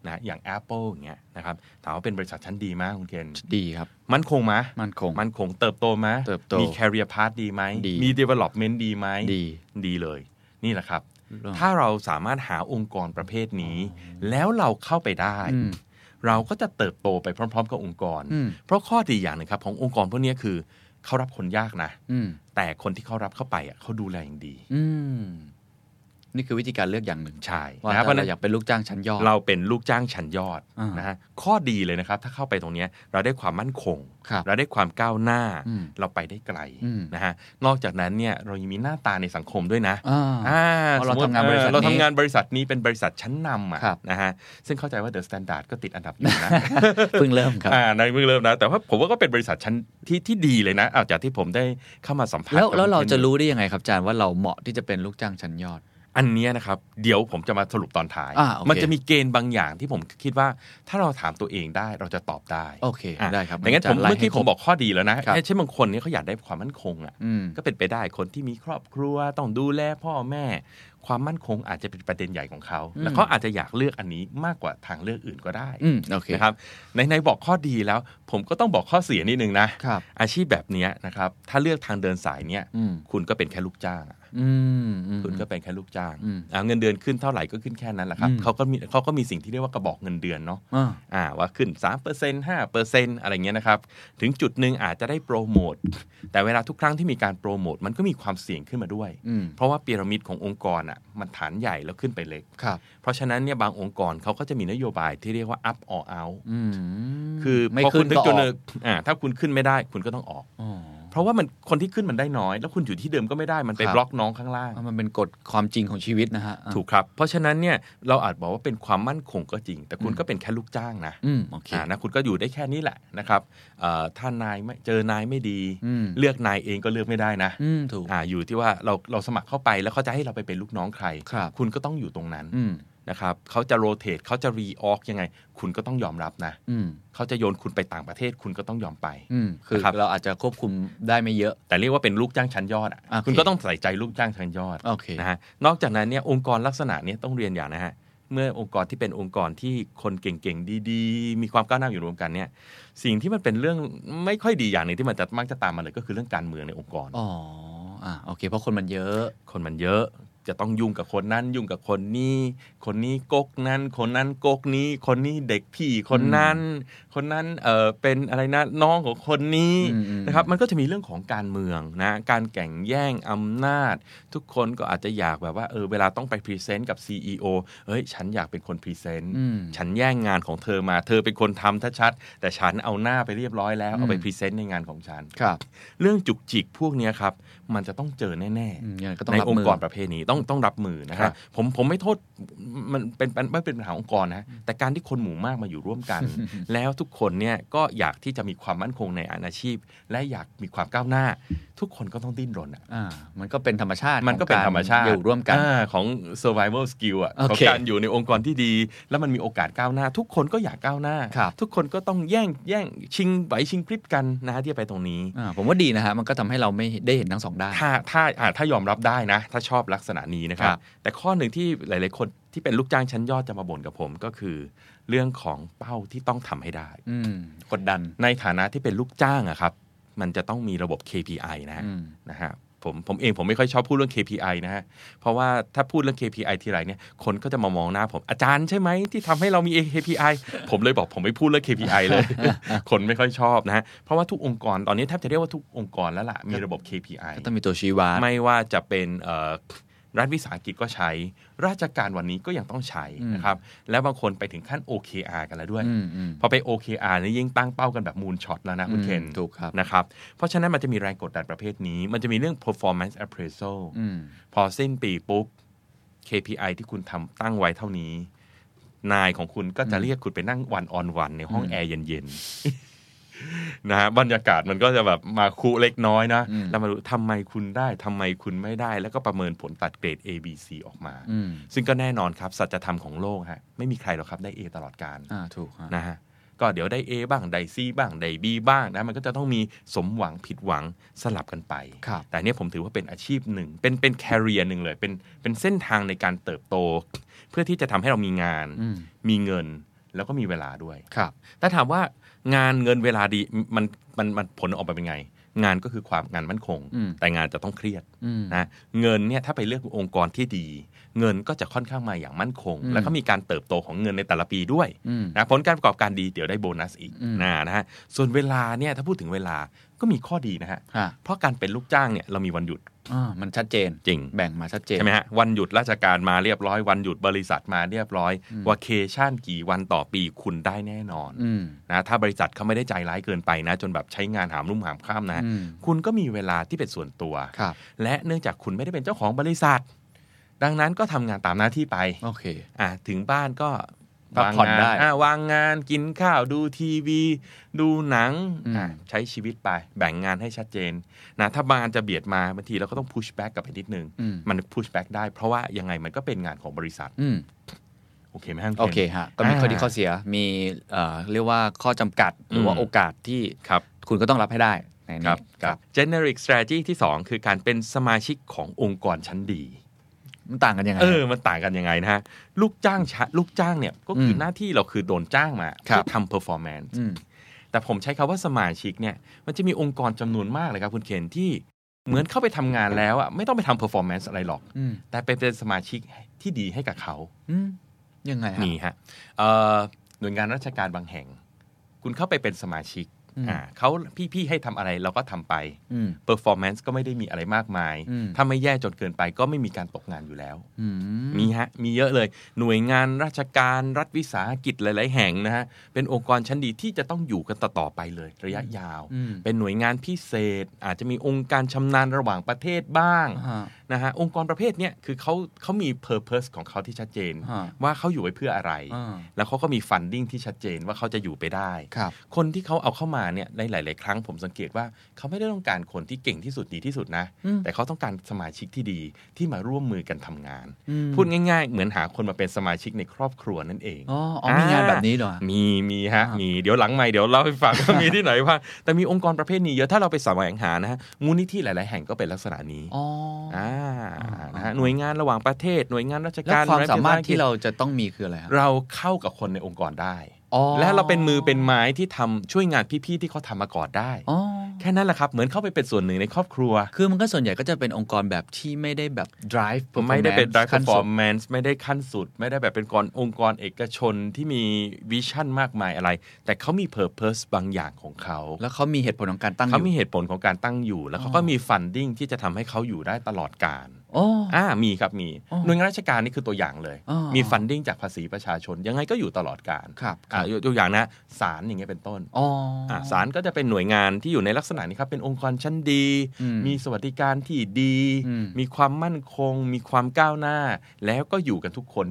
[SPEAKER 4] นะอย่าง Apple อย่างเงี้ยนะครับถามว่าเป็นบริษัทชั้นดีไหมคุณเคน
[SPEAKER 3] ดีครับ
[SPEAKER 4] มันคงไหม
[SPEAKER 3] มั่นคง
[SPEAKER 4] มันคงเติบโตไหม
[SPEAKER 3] เติบโต
[SPEAKER 4] มี career path ดีไหม
[SPEAKER 3] ดี
[SPEAKER 4] มี development ดีไหม
[SPEAKER 3] ดี
[SPEAKER 4] ดีเลยนี่แหละครับ
[SPEAKER 3] อ่า
[SPEAKER 4] ถ้าเราสามารถหาองค์กรประเภทนี้ แล้วเราเข้าไปได้
[SPEAKER 3] อืม
[SPEAKER 4] เราก็จะเติบโตไปพร้อม ๆ กับองค์กร
[SPEAKER 3] อืม
[SPEAKER 4] เพราะข้อดีอย่างหนึ่งครับ ขององค์กรพวกเนี้ยคือเขารับคนยากนะ
[SPEAKER 3] อืม
[SPEAKER 4] แต่คนที่เขารับเข้าไปอ่ะเขาดูแลอย่างดี
[SPEAKER 3] อืมนี่คือวิธีการเลือกอย่างหนึ่ง
[SPEAKER 4] ใช่
[SPEAKER 3] ว่า
[SPEAKER 4] นะครั
[SPEAKER 3] ถ้า
[SPEAKER 4] บเพราะฉะ
[SPEAKER 3] เรา
[SPEAKER 4] นั้น
[SPEAKER 3] อยากเป็นลูกจ้างชั้นยอด
[SPEAKER 4] เราเป็นลูกจ้างชั้นยอด
[SPEAKER 3] อ่าน
[SPEAKER 4] นะฮะข้อดีเลยนะครับ ถ้าเข้าไปตรงเนี้ยเราได้ความมั่นคง
[SPEAKER 3] ครับ
[SPEAKER 4] เราได้ความก้าวหน้า
[SPEAKER 3] อืม
[SPEAKER 4] เราไปได้ไกล
[SPEAKER 3] อืม
[SPEAKER 4] นะฮะนอกจากนั้นเนี่ยเรายังมีหน้าตาในสังคมด้วยนะ
[SPEAKER 3] อ่า
[SPEAKER 4] อ่า
[SPEAKER 3] เพราะเรา
[SPEAKER 4] สมมุติ
[SPEAKER 3] ทำงานบริษัท
[SPEAKER 4] เออเรา
[SPEAKER 3] นี้
[SPEAKER 4] ทำงานบริษัทนี้เป็นบริษัทชั้นนำอ่ะ
[SPEAKER 3] ครับ
[SPEAKER 4] นะฮะซึ่งเข้าใจว่าเดอะสแตนดาร์ดก็ติดอันดับอยู่นะ
[SPEAKER 3] เพิ่งเริ่มครับ
[SPEAKER 4] อ่าในเพิ่งเริ่มนะ แต่ว่าผมว่าก็เป็นบริษัทชั้นที่ที่ดีเลยนะอ่าจากที่ผมได้เข้ามาสัมภาษณ์
[SPEAKER 3] แล้วแล้ว
[SPEAKER 4] กับ
[SPEAKER 3] เรา
[SPEAKER 4] คุณ
[SPEAKER 3] จะรู้ได้ยังไงครับอาจารย์ว่าเราเหมาะที่จะเป็นลูกจ้างชั้นยอด
[SPEAKER 4] อันเนี้ยนะครับ เดี๋ยวผมจะมาสรุปตอนท้าย
[SPEAKER 3] อ่าโอเค
[SPEAKER 4] มันจะมีเกณฑ์บางอย่างที่ผมคิดว่า ถ้าเราถามตัวเองได้เราจะตอบได้
[SPEAKER 3] โอเค
[SPEAKER 4] อ่ะ
[SPEAKER 3] ได้ครับ
[SPEAKER 4] ดังนั้นผม
[SPEAKER 3] ไล่
[SPEAKER 4] เมื่อกี้
[SPEAKER 3] ให้
[SPEAKER 4] ผม
[SPEAKER 3] คร
[SPEAKER 4] บอกข้อดีแล้วนะครับ เช่นบางคนเนี่ยเขาอยากได้ความมั่นคงอ่ะ
[SPEAKER 3] อืม
[SPEAKER 4] ก็เป็นไปได้คนที่มีครอบครัวต้องดูแลพ่อแม่ ความมั่นคงอาจจะเป็นประเด็นใหญ่ของเขา แล้วเขาอาจจะอยากเลือกอันนี้มากกว่าทางเลือกอื่นก็ได้
[SPEAKER 3] อืมโอเค
[SPEAKER 4] นะครับในในบอกข้อดีแล้ว ผมก็ต้องบอกข้อเสียนิดนึงนะครับ อาชีพแบบเนี้ยนะครับถ้าเลือกทางเดินสายเนี้ย
[SPEAKER 3] อืม
[SPEAKER 4] คุณก็เป็นแค่ลูกจ้างอะ
[SPEAKER 3] อืมอืม
[SPEAKER 4] คุณก็เป็นแค่ลูกจ้าง
[SPEAKER 3] อืม
[SPEAKER 4] อ่าเงินเดือนขึ้นเท่าไหร่ก็ขึ้นแค่นั้นแหละครับ
[SPEAKER 3] อืม
[SPEAKER 4] เขาก็มีเขาก็มีสิ่งที่เรียกว่ากระบอกเงินเดือนเนาะ
[SPEAKER 3] อ่า
[SPEAKER 4] อ่าว่าขึ้น 3% 5%อะไรเงี้ยนะครับ ถึงจุดหนึ่งอาจจะได้โปรโมท แต่เวลาทุกครั้งที่มีการโปรโมท มันก็มีความเสี่ยงขึ้นมาด้วย
[SPEAKER 3] อืม
[SPEAKER 4] เพราะว่าพีระมิดขององค์กรอ่ะมันฐานใหญ่แล้วขึ้นไปเล็ก
[SPEAKER 3] ครับ
[SPEAKER 4] เพราะฉะนั้นเนี่ยบางองค์กรเขาก็จะมีนโยบายที่เรียกว่า up or out
[SPEAKER 3] อืม
[SPEAKER 4] คือ
[SPEAKER 3] ไม่
[SPEAKER 4] พอ
[SPEAKER 3] ขึ้
[SPEAKER 4] คุ
[SPEAKER 3] น
[SPEAKER 4] ณ
[SPEAKER 3] ก็
[SPEAKER 4] ถึงจุด
[SPEAKER 3] อ
[SPEAKER 4] ห
[SPEAKER 3] อ
[SPEAKER 4] นึ่
[SPEAKER 3] ก
[SPEAKER 4] งอ่าถ้าคุณขึ้นไม่ได้คุณก็ต้องออก
[SPEAKER 3] อ๋อ
[SPEAKER 4] เพราะว่ามันคนที่ขึ้นมันได้น้อย แล้วคุณอยู่ที่เดิมก็ไม่ได้มันไป
[SPEAKER 3] ครับ
[SPEAKER 4] บล็อกน้องข้างล่าง
[SPEAKER 3] อ่ะมันเป็นกฎความจริงของชีวิตนะฮะอ่ะ
[SPEAKER 4] ถูกครับ เพราะฉะนั้นเนี่ยเราอาจบอกว่าเป็นความมั่นคงก็จริง แต่คุณก็เป็นแค่ลูกจ้างนะ
[SPEAKER 3] อืมโอเค
[SPEAKER 4] อ่านะคุณก็อยู่ได้แค่นี้แหละนะครับเอ่อถ้านายไม่เจอนายไม่ดี
[SPEAKER 3] อืม
[SPEAKER 4] เลือกนายเองก็เลือกไม่ได้นะ
[SPEAKER 3] อืมถูก
[SPEAKER 4] อ่าอยู่ที่ว่าเราเราสมัครเข้าไปแล้วเขาจะให้เราไปเป็นลูกน้องใคร
[SPEAKER 3] ครับ
[SPEAKER 4] ณก็ต้องอยู่ตรงนั้น
[SPEAKER 3] อืม
[SPEAKER 4] นะครับเขาจะโรเตทเขาจะรีออกยังไง คุณก็ต้องยอมรับนะ
[SPEAKER 3] อืม
[SPEAKER 4] เขาจะโยนคุณไปต่างประเทศ คุณก็ต้องยอมไป
[SPEAKER 3] อืมคือ
[SPEAKER 4] ครับ
[SPEAKER 3] เราอาจจะควบคุมได้ไม่เยอะ
[SPEAKER 4] แต่เรียกว่าเป็นลูกจ้างชั้นยอดอะ
[SPEAKER 3] โอเค
[SPEAKER 4] คุณก็ต้องใส่ใจลูกจ้างชั้นยอด
[SPEAKER 3] โอเค
[SPEAKER 4] นะฮะนอกจากนั้นเนี่ยองค์กรลักษณะเนี้ยต้องเรียนอย่างนะฮะ เมื่อองค์กรที่เป็นองค์กรที่คนเก่งๆดีๆ มีความก้าวหน้าอยู่รวมกันเนี่ย สิ่งที่มันเป็นเรื่องไม่ค่อยดีอย่างหนึ่งที่มันจะมักจะตามมาเลยก็คือเรื่องการเมืองในองค์กร
[SPEAKER 3] อ๋ออ่ะโอเค เพราะคนมันเยอะ
[SPEAKER 4] คนมันเยอะ จะต้องยุ่งกับคนนั้นยุ่งกับคนนี้ คนนี้กกนั้น คนนั้นกกนี้ คนนี้เด็กพี่คนนั้น คนนั้นเออเป็นอะไรนะน้องของคนนี้
[SPEAKER 3] อืมอืม
[SPEAKER 4] นะครับมันก็จะมีเรื่องของการเมืองนะการแข่งแย่งอำนาจ ทุกคนก็อาจจะอยากแบบว่าเออเวลาต้องไปพรีเซนต์กับ CEO เฮ้ยฉันอยากเป็นคนพรีเซนต์
[SPEAKER 3] อืม
[SPEAKER 4] ฉันแย่งงานของเธอมาเธอเป็นคนทำถ้าชัด แต่ฉันเอาหน้าไปเรียบร้อยแล้วเอาไป
[SPEAKER 3] อืม
[SPEAKER 4] พรีเซนต์ในงานของฉัน
[SPEAKER 3] ครับ
[SPEAKER 4] เรื่องจุกจิกพวกเนี้ยครับมันจะต้องเจอแน่
[SPEAKER 3] อื
[SPEAKER 4] ๆ
[SPEAKER 3] มยังไงก็ต้อง
[SPEAKER 4] ใน
[SPEAKER 3] รับ
[SPEAKER 4] อง
[SPEAKER 3] มื
[SPEAKER 4] ค์กรประเภทนี้ต้องต้องรับมือนะค
[SPEAKER 3] ครั
[SPEAKER 4] รั
[SPEAKER 3] บบ
[SPEAKER 4] ผมผมไม่โทษมันเป็นเป็นไม่เป็นปัญหาขององค์กรนะแต่การที่คนหมู่มากมาอยู่ร่วม กัน แล้วทุกคนเนี่ยก็อยากที่จะมีความมั่นคงในอาชีพ และอยากมีความก้าวหน้า ทุกคนก็ต้องดิ้นรนอะ
[SPEAKER 3] ามันก็เป็นธรรมชาติ
[SPEAKER 4] มันก็เป็น
[SPEAKER 3] ของ
[SPEAKER 4] ธรรมชาติ
[SPEAKER 3] อยู่ร่วมกัน
[SPEAKER 4] อ่าของ survival skill อ่ะ
[SPEAKER 3] โอ
[SPEAKER 4] ของ
[SPEAKER 3] เค
[SPEAKER 4] การอยู่ในองค์กรที่ดี แล้วมันมีโอกาสก้าวหน้า ทุกคนก็อยากก้าวหน้า
[SPEAKER 3] ครับ
[SPEAKER 4] ทุกคนก็ต้องแย่งแย่งชิงไหวชิงพริบกันนะที่จะไปตรงนี้
[SPEAKER 3] อ่าผมว่าดีนะฮะมันก็ทำให้เราไม่ได้เห็นทั้งสองด้าน
[SPEAKER 4] ถ้าถ้าอ่าถ้ายอมรับได้นะ ถ้าชอบลักษณะนี้นะครั
[SPEAKER 3] ครับ บ
[SPEAKER 4] แต่ข้อหนึ่งที่หลาย ๆ คนที่เป็นลูกจ้างชั้นยอดจะมาบ่นกับผมก็คือ เรื่องของเป้าที่ต้องทำให้ได้
[SPEAKER 3] อืมกดดัน
[SPEAKER 4] ในฐานะที่เป็นลูกจ้างอะครับ มันจะต้องมีระบบ KPI นะฮะ
[SPEAKER 3] อืม
[SPEAKER 4] นะฮะผมผมเองผมไม่ค่อยชอบพูดเรื่อง KPI นะฮะเพราะว่าถ้าพูดเรื่อง KPI ทีไรเนี่ยคนก็จะมามองหน้าผมอาจารย์ใช่ไหมที่ทำให้เรามี KPI ผมเลยบอกผมไม่พูดเรื่อง KPI เลย คนไม่ค่อยชอบนะฮะเพราะว่าทุกองค์กรตอนนี้แทบจะเรียกว่าทุกองค์กรแล้วล่ะมีระบบ KPI
[SPEAKER 3] ก็ต้องมีตัวชี้วัด
[SPEAKER 4] ไม่ว่าจะเป็นเอ่อรัฐวิสาหกิจก็ใช้ ราชการวันนี้ก็ยังต้องใช้
[SPEAKER 3] อืม
[SPEAKER 4] นะครับ แล้วบางคนไปถึงขั้น OKR กันแล้วด้วย
[SPEAKER 3] อืมอืม
[SPEAKER 4] พอไป OKR นี่ยิ่งตั้งเป้ากันแบบมูลช็อตแล้วนะคุณ
[SPEAKER 3] อืม
[SPEAKER 4] เคน
[SPEAKER 3] ถูกครับ
[SPEAKER 4] นะครับ เพราะฉะนั้นมันจะมีแรงกดดันประเภทนี้ มันจะมีเรื่อง performance appraisal
[SPEAKER 3] อืม
[SPEAKER 4] พอสิ้นปีปุ๊บ KPI ที่คุณทำตั้งไว้เท่านี้ นายของคุณก็จะเรียกคุณไปนั่งวันออนวันในห้อง
[SPEAKER 3] อืม
[SPEAKER 4] แอร์เย็นๆ นะฮะบรรยากาศมันก็จะแบบมาคุเล็กน้อยนะ
[SPEAKER 3] อืม
[SPEAKER 4] แล้วมาดูทำไมคุณได้ทำไมคุณไม่ได้ แล้วก็ประเมินผลตัดเกรด A B C ออกมา
[SPEAKER 3] อืม
[SPEAKER 4] ซึ่งก็แน่นอนครับ สัจธรรมของโลกฮะไม่มีใครหรอกครับได้ A ตลอดการ
[SPEAKER 3] อ่าถูกฮะ
[SPEAKER 4] นะฮะก็เดี๋ยวได้ A บ้างได้ C บ้างได้ B บ้างนะมันก็จะต้องมีสมหวังผิดหวังสลับกันไป
[SPEAKER 3] ครับ
[SPEAKER 4] แต่เนี่ยผมถือว่าเป็นอาชีพหนึ่ง เป็นเป็นแคริเอร์หนึ่งเลย เป็นเป็นเส้นทางในการเติบโต เพื่อที่จะทำให้เรามีงาน
[SPEAKER 3] อืม
[SPEAKER 4] มีเงินแล้วก็มีเวลาด้วย
[SPEAKER 3] ครับ
[SPEAKER 4] ถ้าถามว่างานเงินเวลาดีมันมันมันผลออกมาเป็นไง งานก็คือความงานมั่นคง
[SPEAKER 3] อืม
[SPEAKER 4] แต่งานจะต้องเครียด
[SPEAKER 3] อืม
[SPEAKER 4] นะเงินเนี่ยถ้าไปเลือกองค์กรที่ดี เงินก็จะค่อนข้างมาอย่างมั่นคง
[SPEAKER 3] อืม
[SPEAKER 4] แล้วก็มีการเติบโตของเงินในแต่ละปีด้วย
[SPEAKER 3] อืม
[SPEAKER 4] นะผลการประกอบการดีเดี๋ยวได้โบนัสอีก
[SPEAKER 3] อืม
[SPEAKER 4] นะนะฮะส่วนเวลาเนี่ยถ้าพูดถึงเวลาก็มีข้อดีนะฮะ
[SPEAKER 3] ฮะ
[SPEAKER 4] เพราะการเป็นลูกจ้างเนี่ยเรามีวันหยุด
[SPEAKER 3] อ่ามันชัดเจน
[SPEAKER 4] จริง
[SPEAKER 3] แบ่งมาชัดเจน
[SPEAKER 4] ใช่ไหมฮะวันหยุดราชการมาเรียบร้อย วันหยุดบริษัทมาเรียบร้อย
[SPEAKER 3] อืม
[SPEAKER 4] วาเคชั่นกี่วันต่อปีคุณได้แน่นอน
[SPEAKER 3] อืม
[SPEAKER 4] นะถ้าบริษัทเขาไม่ได้ใจร้ายเกินไปนะ จนแบบใช้งานหามรุ่มหามข้ามนะฮะ
[SPEAKER 3] อืม
[SPEAKER 4] คุณก็มีเวลาที่เป็นส่วนตัว
[SPEAKER 3] ครับ
[SPEAKER 4] และเนื่องจากคุณไม่ได้เป็นเจ้าของบริษัท ดังนั้นก็ทำงานตามหน้าที่ไป
[SPEAKER 3] โอเค
[SPEAKER 4] อ่ะถึงบ้านก็
[SPEAKER 3] พักผ่อน
[SPEAKER 4] วางงา
[SPEAKER 3] ได้
[SPEAKER 4] ะวางงานกินข้าวดูทีวี ดูหนัง
[SPEAKER 3] อืม
[SPEAKER 4] อ่ะใช้ชีวิตไป แบ่งงานให้ชัดเจนนะถ้างานจะเบียดมาบางทีเราก็ต้องพุชแบ็กกลับไปนิดนึง
[SPEAKER 3] อืม
[SPEAKER 4] มันพุชแบ็กได้เพราะว่ายังไงมันก็เป็นงานของบริษัท
[SPEAKER 3] อืม
[SPEAKER 4] โอเคไหมฮะณคน
[SPEAKER 3] โอเคฮะ ก็มี
[SPEAKER 4] อ่า
[SPEAKER 3] ข้อดีข้อเสีย มีเอ่อเรียกว่าข้อจำกัด หรือว่า
[SPEAKER 4] อืม
[SPEAKER 3] โอกาสที่
[SPEAKER 4] ครับ
[SPEAKER 3] คุณก็ต้องรับให้ได้ใน
[SPEAKER 4] ค
[SPEAKER 3] นี้
[SPEAKER 4] รับครับ generic strategy ที่ 2 คือการเป็นสมาชิกขององค์กรชั้นดี
[SPEAKER 3] มันต่างกันยังไง
[SPEAKER 4] เออ มันต่างกันยังไงนะฮะ ลูกจ้างชะลูกจ้างเนี่ยก็คืออ
[SPEAKER 3] ม
[SPEAKER 4] หน้าที่เราคือโดนจ้างมา
[SPEAKER 3] ครับ
[SPEAKER 4] เพื่อทำ performance
[SPEAKER 3] อืม
[SPEAKER 4] แต่ผมใช้คาว่าสมาชิกเนี่ย มันจะมีองค์กรจำนวนมากเลยครับคุณเคนที่เหมือนเข้าไปทำงานแล้วอ่ะไม่ต้องไปทำ performance อะไรหรอก
[SPEAKER 3] อืม
[SPEAKER 4] แต่เป็นเป็นสมาชิกที่ดีให้กับเขา
[SPEAKER 3] อืมยังไงฮะ
[SPEAKER 4] นี่ฮะเอ่อหน่วยงานราชการบางแห่ง คุณเข้าไปเป็นสมาชิก
[SPEAKER 3] อืม
[SPEAKER 4] อ่าเขาพี่ๆให้ทำอะไรเราก็ทำไป
[SPEAKER 3] อืม
[SPEAKER 4] performance ก็ไม่ได้มีอะไรมากมาย
[SPEAKER 3] อืม
[SPEAKER 4] ถ้าไม่แย่จนเกินไปก็ไม่มีการตกงานอยู่แล้ว
[SPEAKER 3] อืม
[SPEAKER 4] มีฮะ มีเยอะเลย หน่วยงานราชการรัฐวิสาหกิจหลาย ๆ แห่งนะฮะ เป็นองค์กรชั้นดีที่จะต้องอยู่กันต่อๆไปเลย ระยะยาว
[SPEAKER 3] อืม
[SPEAKER 4] เป็นหน่วยงานพิเศษ อาจจะมีองค์การชำนาญระหว่างประเทศบ้าง
[SPEAKER 3] ฮะ
[SPEAKER 4] นะฮะ องค์กรประเภทเนี้ยคือเขาเขามี purpose ของเขาที่ชัดเจน
[SPEAKER 3] ฮะ
[SPEAKER 4] ว่าเขาอยู่ไว้เพื่ออะไร
[SPEAKER 3] อ่า
[SPEAKER 4] แล้วเขาก็มี funding ที่ชัดเจนว่าเขาจะอยู่ไปได้
[SPEAKER 3] ครับ
[SPEAKER 4] คนที่เขาเอาเข้ามา มาเนี่ยในหลาย ๆ ครั้งผมสังเกตว่าเขาไม่ได้ต้องการคนที่เก่งที่สุดดีที่สุดนะ
[SPEAKER 3] อืม
[SPEAKER 4] แต่เขาต้องการสมาชิกที่ดีที่มาร่วมมือกันทำงาน
[SPEAKER 3] อืม
[SPEAKER 4] พูดง่าย ๆ เหมือนหาคนมาเป็นสมาชิกในครอบครัวนั่นเอง
[SPEAKER 3] อ๋ออ๋อมีงานแบบนี้เหรอ
[SPEAKER 4] มีมีฮะ
[SPEAKER 3] อ่ามี
[SPEAKER 4] มีเดี๋ยวหลังไม่เดี๋ยวเล่าให้ ฟัง ว่ามีที่ไหนบ้างแต่มีองค์กรประเภทนี้เยอะถ้าเราไปแสวงหานะฮะมูลนิธิหลาย ๆ แห่งก็เป็นลักษณะนี้
[SPEAKER 3] ๋ออ
[SPEAKER 4] อ่า
[SPEAKER 3] อ่า
[SPEAKER 4] นะฮะหน่วยงานระหว่างประเทศหน่วยงานราช
[SPEAKER 3] แล้ว
[SPEAKER 4] การ
[SPEAKER 3] ความ
[SPEAKER 4] หน่ยงน
[SPEAKER 3] สามารถที่
[SPEAKER 4] ภ
[SPEAKER 3] เรา
[SPEAKER 4] ค
[SPEAKER 3] จะต้องมีคืออะไรครับ
[SPEAKER 4] เราเข้ากับคนในองค์กรได้
[SPEAKER 3] อ๋อ
[SPEAKER 4] และเราเป็นมือเป็นไม้ที่ทำช่วยงานพี่ ๆ ที่เขาทำมาก่อนได้
[SPEAKER 3] อ๋อ
[SPEAKER 4] แค่นั้นแหละครับ เหมือนเข้าไปเป็นส่วนหนึ่งในครอบครัว
[SPEAKER 3] คือมันก็ส่วนใหญ่ก็จะเป็นองค์กรแบบที่ไม่ได้แบบ drive
[SPEAKER 4] ผมไม่ได้เป็น
[SPEAKER 3] performance
[SPEAKER 4] drive
[SPEAKER 3] ขั้นสุ
[SPEAKER 4] performance ไม่ได้ขั้นสุด ไม่ได้แบบเป็นกรองค์กรเอกชนที่มีวิชั่นมากมายอะไร แต่เขามี purpose บางอย่างของเขา
[SPEAKER 3] แล้วเขามีเหตุผลของการตั้งอ
[SPEAKER 4] เขา
[SPEAKER 3] ยู่
[SPEAKER 4] มีเหตุผลของการตั้งอยู่ แล้วเขาก็มี funding ที่จะทำให้เขาอยู่ได้ตลอดการ
[SPEAKER 3] โอ้
[SPEAKER 4] อ่ามีครับ มี
[SPEAKER 3] อ๋อ
[SPEAKER 4] หน่วยงานราชการนี่คือตัวอย่างเลย
[SPEAKER 3] อ๋อ
[SPEAKER 4] มี funding จากภาษีประชาชน ยังไงก็อยู่ตลอดการ
[SPEAKER 3] ครับ
[SPEAKER 4] อ่ายกตัวอย่างนะศาลอย่างเงี้ยเป็นต้น
[SPEAKER 3] อ๋ออ
[SPEAKER 4] ่าศาลก็จะเป็นหน่วยงานที่อยู่ในลักษณะนี้ครับ เป็นองค์กรชั้นดี
[SPEAKER 3] อืม
[SPEAKER 4] มีสวัสดิการที่ดี
[SPEAKER 3] อืม
[SPEAKER 4] มีความมั่นคง มีความก้าวหน้า แล้วก็อยู่กันทุกคน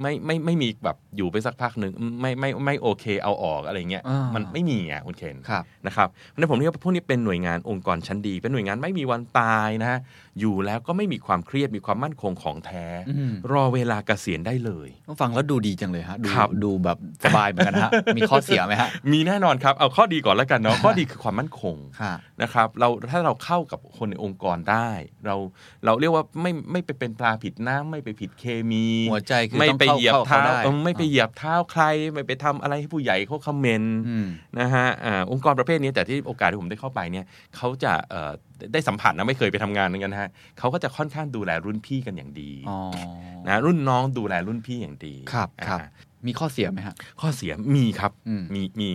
[SPEAKER 4] ไม่ไม่ไม่มีแบบอยู่ไปสักพักหนึ่งอืมไม่ไม่ไม่โอเคเอาออกอะไรเงี้ย
[SPEAKER 3] อ่ามั
[SPEAKER 4] มันไม่มีอ่ะคุณเคน
[SPEAKER 3] ครับ
[SPEAKER 4] นะครับเพราะฉะนั้นผมเรียกว่าพวกนี้เป็นหน่วยงานองค์กรชั้นดี เป็นหน่วยงานไม่มีวันตายนะฮะอยู่แล้วก็ไม่มีความเครียดมีความมั่นคงของแท้
[SPEAKER 3] อืม
[SPEAKER 4] รอเวลาเกษียณได้เลย
[SPEAKER 3] ต้องฟังแล้วดูดีจังเลยฮะ ดู
[SPEAKER 4] ครับ
[SPEAKER 3] ดูแบบสบายเหมือนกัน ฮะ มีข้อเสียไหมฮะ
[SPEAKER 4] มีแน่นอนครับ เอาข้อดีก่อนแล้วกันเนาะ ข้อดีคือความมั่นคง
[SPEAKER 3] ค่ะ
[SPEAKER 4] นะครับเราถ้าเราเข้ากับคนในองค์กรได้ เราเราเรียกว่าไม่ไม่ไปเป็นปลาผิดน้ำไม่ไปผิดเคมี
[SPEAKER 3] หัวใจคือ
[SPEAKER 4] ไม่
[SPEAKER 3] ต้อง
[SPEAKER 4] ไป
[SPEAKER 3] เข้า
[SPEAKER 4] เหยียบ
[SPEAKER 3] เข้า
[SPEAKER 4] เท้า
[SPEAKER 3] ได้
[SPEAKER 4] เออไม่ไปเหยียบเท้าใคร ไม่ไปทำอะไรให้ผู้ใหญ่เขาคอมเมนต์
[SPEAKER 3] อืม
[SPEAKER 4] นะฮะอาองค์กรประเภทนี้แต่ที่โอกาสที่ผมได้เข้าไปเนี่ยเขาจะเอ่อได้สัมผัสนะไม่เคยไปทำงานเหมือนกันนะฮะเขาก็จะค่อนข้างดูแลรุ่นพี่กันอย่างดี
[SPEAKER 3] อ๋อ
[SPEAKER 4] นะรุ่นน้องดูแลรุ่นพี่อย่างดี
[SPEAKER 3] ครับครับ
[SPEAKER 4] อ่า
[SPEAKER 3] มีข้อเสียไหมฮะ
[SPEAKER 4] ข้อเสียมีครับ
[SPEAKER 3] อืม
[SPEAKER 4] มีมี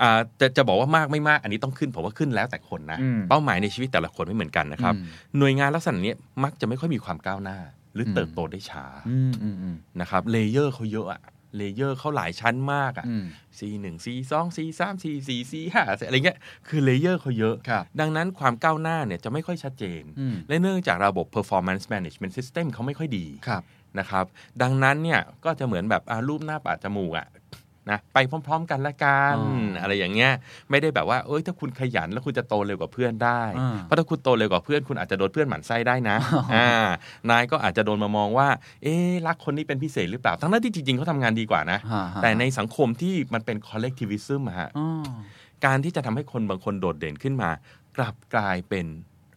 [SPEAKER 4] อ่าจะจะบอกว่ามากไม่มากอันนี้ต้องขึ้นผมว่าขึ้นแล้วแต่คนนะ
[SPEAKER 3] อืม
[SPEAKER 4] เป้าหมายในชีวิตแต่ละคนไม่เหมือนกันนะครับ
[SPEAKER 3] อืม
[SPEAKER 4] หน่วยงานลักษณะนี้มักจะไม่ค่อยมีความก้าวหน้า หรืออ
[SPEAKER 3] ม
[SPEAKER 4] เติบโตได้ช้า
[SPEAKER 3] อืมอืมอืม
[SPEAKER 4] นะครับเลเยอร์เขาเยอะอะเลเยอร์เขาหลายชั้นมากอะ
[SPEAKER 3] อืม
[SPEAKER 4] C หนึ่ง C สอง C สาม C สี่ C ห้าอะไรเงี้ยคือเลเยอร์เขาเยอะ
[SPEAKER 3] ครับ
[SPEAKER 4] ดังนั้นความก้าวหน้าเนี่ยจะไม่ค่อยชัดเจน
[SPEAKER 3] อืม
[SPEAKER 4] และเนื่องจากระบบ performance management system เขาไม่ค่อยดี
[SPEAKER 3] ครับ
[SPEAKER 4] นะครับ ดังนั้นเนี่ยก็จะเหมือนแบบอ่ารูปหน้าปาดจมูกอะนะไปพร้อม ๆ กันละกัน
[SPEAKER 3] อ๋ออ
[SPEAKER 4] อะไรอย่างเงี้ยไม่ได้แบบว่าเอ้ยถ้าคุณขยันแล้วคุณจะโตเร็วกว่าเพื่อนได้
[SPEAKER 3] อ่า
[SPEAKER 4] เพราะถ้าคุณโตเร็วกว่าเพื่อนคุณอาจจะโดนเพื่อนหมั่นไส้ได้ นะ
[SPEAKER 3] อ๋ออ่
[SPEAKER 4] ่านายก็อาจจะโดนมามองว่า เอ๊ะรักคนนี้เป็นพิเศษหรือเปล่าทั้งนั้นที่จริงๆเขาทำงานดีกว่านะ
[SPEAKER 3] ฮะฮะ
[SPEAKER 4] แต่ในสังคมที่มันเป็น collectivism อะฮะ
[SPEAKER 3] อ๋อ
[SPEAKER 4] การที่จะทำให้คนบางคนโดดเด่นขึ้นมา กลับกลายเป็น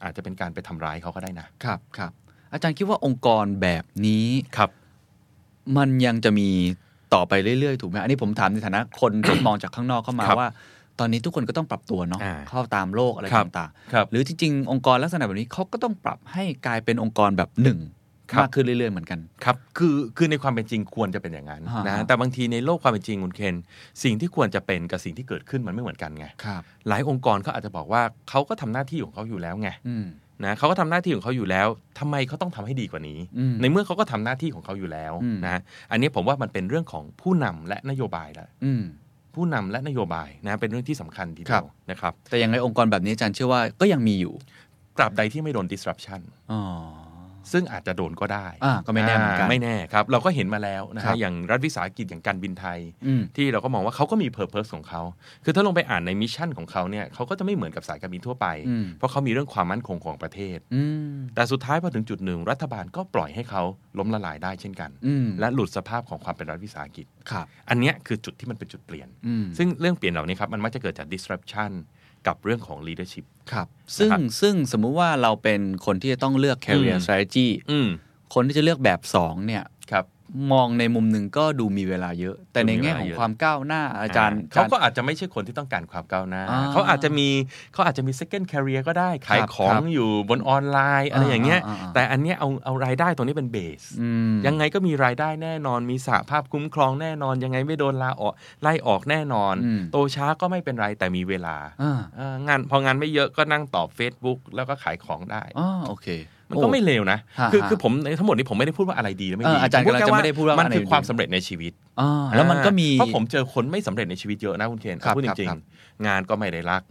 [SPEAKER 4] อาจจะเป็นการไปทำร้ายเขาก็ได้นะ
[SPEAKER 3] ครับครับ อาจารย์คิดว่าองค์กรแบบนี้
[SPEAKER 4] ครับ
[SPEAKER 3] มันยังจะมีต่อไปเรื่อย ๆ ถูกไหมอันนี้ผมถามในฐานะคน ที่มองจากข้างนอกเข้ามา
[SPEAKER 4] ครับ
[SPEAKER 3] ว่า ตอนนี้ทุกคนก็ต้องปรับตัวเนาะ
[SPEAKER 4] อ่า
[SPEAKER 3] เข้าตามโลกอะไร
[SPEAKER 4] ครับ
[SPEAKER 3] ต่าง
[SPEAKER 4] ครับ
[SPEAKER 3] ๆ หรือจริง ๆ องค์กรลักษณะแบบนี้เขาก็ต้องปรับให้กลายเป็นองค์กรแบบหนึ่ง
[SPEAKER 4] ครับ
[SPEAKER 3] มากขึ้นเรื่อย ๆ เหมือนกัน
[SPEAKER 4] ครับ คือ คือในความเป็นจริงควรจะเป็นอย่างนั้น
[SPEAKER 3] อ่า
[SPEAKER 4] นะ
[SPEAKER 3] ฮะ
[SPEAKER 4] แต่บางทีในโลกความเป็นจริงคุณเคน สิ่งที่ควรจะเป็นกับสิ่งที่เกิดขึ้นมันไม่เหมือนกันไง
[SPEAKER 3] ครับ
[SPEAKER 4] หลายองค์กรเขาอาจจะบอกว่าเขาก็ทำหน้าที่ของเขาอยู่แล้วไง
[SPEAKER 3] อืม
[SPEAKER 4] นะเขาก็ทำหน้าที่ของเขาอยู่แล้วทำไมเขาต้องทำให้ดีกว่านี้
[SPEAKER 3] อืม
[SPEAKER 4] ในเมื่อเขาก็ทำหน้าที่ของเขาอยู่แล้ว
[SPEAKER 3] อืม
[SPEAKER 4] นะ อันนี้ผมว่ามันเป็นเรื่องของผู้นำและนโยบายละ
[SPEAKER 3] อืม
[SPEAKER 4] ผู้นำและนโยบายนะเป็นเรื่องที่สำคัญที
[SPEAKER 3] ค
[SPEAKER 4] เดี
[SPEAKER 3] รั
[SPEAKER 4] ยว
[SPEAKER 3] บ
[SPEAKER 4] นะครับ
[SPEAKER 3] แต่อย่างไรองค์กรแบบนี้อาจารย์เชื่อว่าก็ยังมีอยู่
[SPEAKER 4] ตราบใดที่ไม่โดน disruption
[SPEAKER 3] อ๋อ
[SPEAKER 4] ซึ่งอาจจะโดนก็ได้
[SPEAKER 3] อ่าก็ไม่แน่เหมือนกัน
[SPEAKER 4] ไม่แน่ครับ เราก็เห็นมาแล้วนะ
[SPEAKER 3] ครั
[SPEAKER 4] ฮะ
[SPEAKER 3] บ
[SPEAKER 4] อย่างรัฐวิสาหกิจอย่างการบินไทย
[SPEAKER 3] อืม
[SPEAKER 4] ที่เราก็มองว่าเขาก็มี purpose ของเขา คือถ้าลงไปอ่านในมิชชั่นของเขาเนี่ยเขาก็จะไม่เหมือนกับสายการบินทั่วไป
[SPEAKER 3] อืม
[SPEAKER 4] เพราะเขามีเรื่องความมั่นคงของประเทศ
[SPEAKER 3] อืม
[SPEAKER 4] แต่สุดท้ายพอถึงจุดหนึ่งรัฐบาลก็ปล่อยให้เขาล้มละลายได้เช่นกัน
[SPEAKER 3] อืม
[SPEAKER 4] และหลุดสภาพของความเป็นรัฐวิสาหกิจ
[SPEAKER 3] ครับ
[SPEAKER 4] อันเนี้ยคือจุดที่มันเป็นจุดเปลี่ยน
[SPEAKER 3] อืม
[SPEAKER 4] ซึ่งเรื่องเปลี่ยนเหล่านี้ครับมันมักจะเกิดจาก disruption กับเรื่องของ leadership
[SPEAKER 3] ครับ ซึ่ง
[SPEAKER 4] นะครับ
[SPEAKER 3] ซึ่งสมมุติว่าเราเป็นคนที่จะต้องเลือก career
[SPEAKER 4] อืม
[SPEAKER 3] strategy
[SPEAKER 4] อืม
[SPEAKER 3] คนที่จะเลือกแบบสองเนี่ย
[SPEAKER 4] ครับ
[SPEAKER 3] มองในมุมหนึ่งก็ดูมีเวลาเยอะ แต่ในแง่ของความก้าวหน้าอาจารย์
[SPEAKER 4] เขาก็อาจจะไม่ใช่คนที่ต้องการความก้าวหน้า
[SPEAKER 3] อ่า
[SPEAKER 4] เขาอาจจะมีเขาอาจจะมี second career ก็ได้ ขาย
[SPEAKER 3] ครับ
[SPEAKER 4] ของ
[SPEAKER 3] ครับ
[SPEAKER 4] อยู่บนออนไลน์อะไร
[SPEAKER 3] อ่า
[SPEAKER 4] อย่างเงี้ย
[SPEAKER 3] อ่าอ่า
[SPEAKER 4] แต่อันเนี้ยเอาเอารายได้ตรงนี้เป็นเบส
[SPEAKER 3] อืม
[SPEAKER 4] ยังไงก็มีรายได้แน่นอน มีสาภาพคุ้มครองแน่นอน ยังไงไม่โดนลาออกไล่ออกแน่นอน
[SPEAKER 3] อืม
[SPEAKER 4] โตช้าก็ไม่เป็นไรแต่มีเวลา
[SPEAKER 3] อ่า
[SPEAKER 4] เอ่องานพองานไม่เยอะก็นั่งตอบ Facebook แล้วก็ขายของได้
[SPEAKER 3] อ๋อโอเค
[SPEAKER 4] มันก็ไม่เลวนะ
[SPEAKER 3] ฮะ
[SPEAKER 4] คือ
[SPEAKER 3] ฮะ
[SPEAKER 4] คือผมในทั้งหมดนี้ผมไม่ได้พูดว่าอะไรดีหรือไม่ดี
[SPEAKER 3] เอออาจารย์
[SPEAKER 4] ผม
[SPEAKER 3] กำลังจะ
[SPEAKER 4] แค่
[SPEAKER 3] ไม่ได้พูดว่า
[SPEAKER 4] มัน
[SPEAKER 3] อะไร
[SPEAKER 4] คือความ
[SPEAKER 3] ดี
[SPEAKER 4] สำเร็จในชีวิต
[SPEAKER 3] อ่าแล้วมันก็มี
[SPEAKER 4] เพราะผมเจอคนไม่สำเร็จในชีวิตเยอะนะคุณเคน
[SPEAKER 3] ครับ
[SPEAKER 4] พูดจริง
[SPEAKER 3] ครับ
[SPEAKER 4] ๆ งานก็ไม่ได้รัก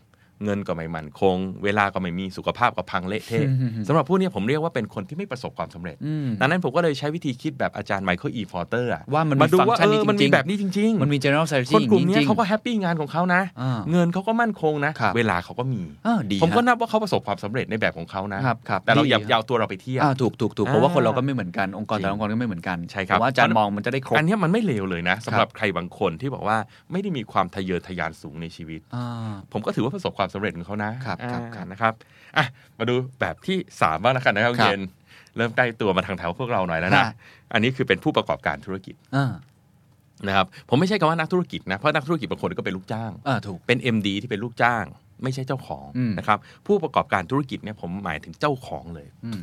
[SPEAKER 4] เงินก็ไม่มั่นคง เวลาก็ไม่มีสุขภาพก็พังเละเทะ สำหรับผู้นี้ยผมเรียกว่าเป็นคนที่ไม่ประสบความสำเร็จ
[SPEAKER 3] อืม
[SPEAKER 4] ดังนั้นผมก็เลยใช้วิธีคิดแบบอาจารย์ไมเคิลอีฟอร์เตอร์
[SPEAKER 3] ว่ามันมี
[SPEAKER 4] ดูว่า
[SPEAKER 3] ฟังก์ชันนี้
[SPEAKER 4] เออมัน
[SPEAKER 3] จริ
[SPEAKER 4] มี
[SPEAKER 3] งๆ
[SPEAKER 4] แบบนี้จริง ๆ
[SPEAKER 3] มันมี general strategy
[SPEAKER 4] คนกลุ่มเนี้
[SPEAKER 3] จ
[SPEAKER 4] ย
[SPEAKER 3] ริงๆ
[SPEAKER 4] เขาก็แฮปปี้งานของเขานะ
[SPEAKER 3] อ่า
[SPEAKER 4] เงินเขาก็มั่นคงนะ
[SPEAKER 3] ครับ
[SPEAKER 4] เวลาเขาก็มี
[SPEAKER 3] อ้าวดี
[SPEAKER 4] ผมก็
[SPEAKER 3] ฮะ
[SPEAKER 4] นับว่าเขาประสบความสำเร็จในแบบของเขานะครับ
[SPEAKER 3] ครับ
[SPEAKER 4] แต่เรา
[SPEAKER 3] ดี
[SPEAKER 4] อย่า
[SPEAKER 3] ฮะ
[SPEAKER 4] อยาเอาตัวเราไปเทียบ
[SPEAKER 3] อ่าถูกถูกถูกเพราะว่าค
[SPEAKER 4] อ่า
[SPEAKER 3] นเราก็ไม่เหมือนกันองค์กรแต่ละองค์กรก็ไม่เหมือนกัน
[SPEAKER 4] ใช่ครับ
[SPEAKER 3] ผมว่าอาจารย์มองมันจะได้ครบ
[SPEAKER 4] อันเนี้ยมันไม่เลวเลยนะสำหรั
[SPEAKER 3] ครั
[SPEAKER 4] บ
[SPEAKER 3] บ
[SPEAKER 4] ใครบางคนที่บอกว่าไม่ได้มีความทะเยอทะยานสูงในชีวิต
[SPEAKER 3] อ่า
[SPEAKER 4] ผมก็ถือว่าประสบความสำเร็จของเขานะครับ อ่า
[SPEAKER 3] ครับครับ
[SPEAKER 4] นะครับอ่ะมาดูแบบที่สามบ้างแล้วกันนะครับ
[SPEAKER 3] ครับ
[SPEAKER 4] เย็นเริ่มใกล้ตัวมาทางแถวพวกเราหน่อยแล้วนะ
[SPEAKER 3] ค่ะ
[SPEAKER 4] อันนี้คือเป็นผู้ประกอบการธุรกิจ
[SPEAKER 3] อ่า
[SPEAKER 4] นะครับผมไม่ใช่คำว่านักธุรกิจนะเพราะนักธุรกิจบางคนก็เป็นลูกจ้าง
[SPEAKER 3] อ่าถูก
[SPEAKER 4] เป็น MD ที่เป็นลูกจ้าง ไม่ใช่เจ้าของ
[SPEAKER 3] อืม
[SPEAKER 4] นะครับผู้ประกอบการธุรกิจเนี่ยผมหมายถึงเจ้าของเลย
[SPEAKER 3] อืม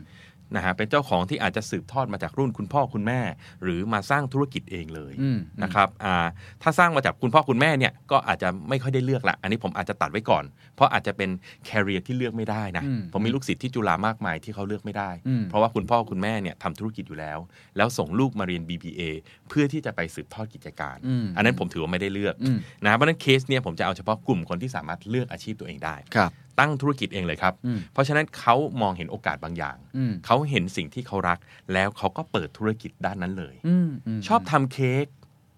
[SPEAKER 4] นะฮะเป็นเจ้าของที่อาจจะสืบทอดมาจากรุ่นคุณพ่อคุณแม่ หรือมาสร้างธุรกิจเองเลย
[SPEAKER 3] อืม
[SPEAKER 4] นะครับอ่าถ้าสร้างมาจากคุณพ่อคุณแม่เนี่ยก็อาจจะไม่ค่อยได้เลือกละอันนี้ผมอาจจะตัดไว้ก่อน เพราะอาจจะเป็นแคริเอร์ที่เลือกไม่ได้นะ
[SPEAKER 3] อืม
[SPEAKER 4] ผมมีลูกศิษย์ที่จุฬามากมายที่เขาเลือกไม่ได้
[SPEAKER 3] อืม
[SPEAKER 4] เพราะว่าคุณพ่อคุณแม่เนี่ยทำธุรกิจอยู่แล้ว แล้วส่งลูกมาเรียน BBA เพื่อที่จะไปสืบทอดกิจการ
[SPEAKER 3] อืม
[SPEAKER 4] อันนั้นผมถือว่าไม่ได้เลือก
[SPEAKER 3] อืม
[SPEAKER 4] นะเพราะฉะนั้นเคสเนี่ยผมจะเอาเฉพาะกลุ่มคนที่สามารถเลือกอาชีพตัวเองได้
[SPEAKER 3] ครับ
[SPEAKER 4] ตั้งธุรกิจเองเลยครับ
[SPEAKER 3] อืม
[SPEAKER 4] เพราะฉะนั้นเขามองเห็นโอกาสบางอย่าง
[SPEAKER 3] อืม
[SPEAKER 4] เขาเห็นสิ่งที่เขารัก แล้วเขาก็เปิดธุรกิจด้านนั้นเลย
[SPEAKER 3] อืมม
[SPEAKER 4] ชอบทำเค้ก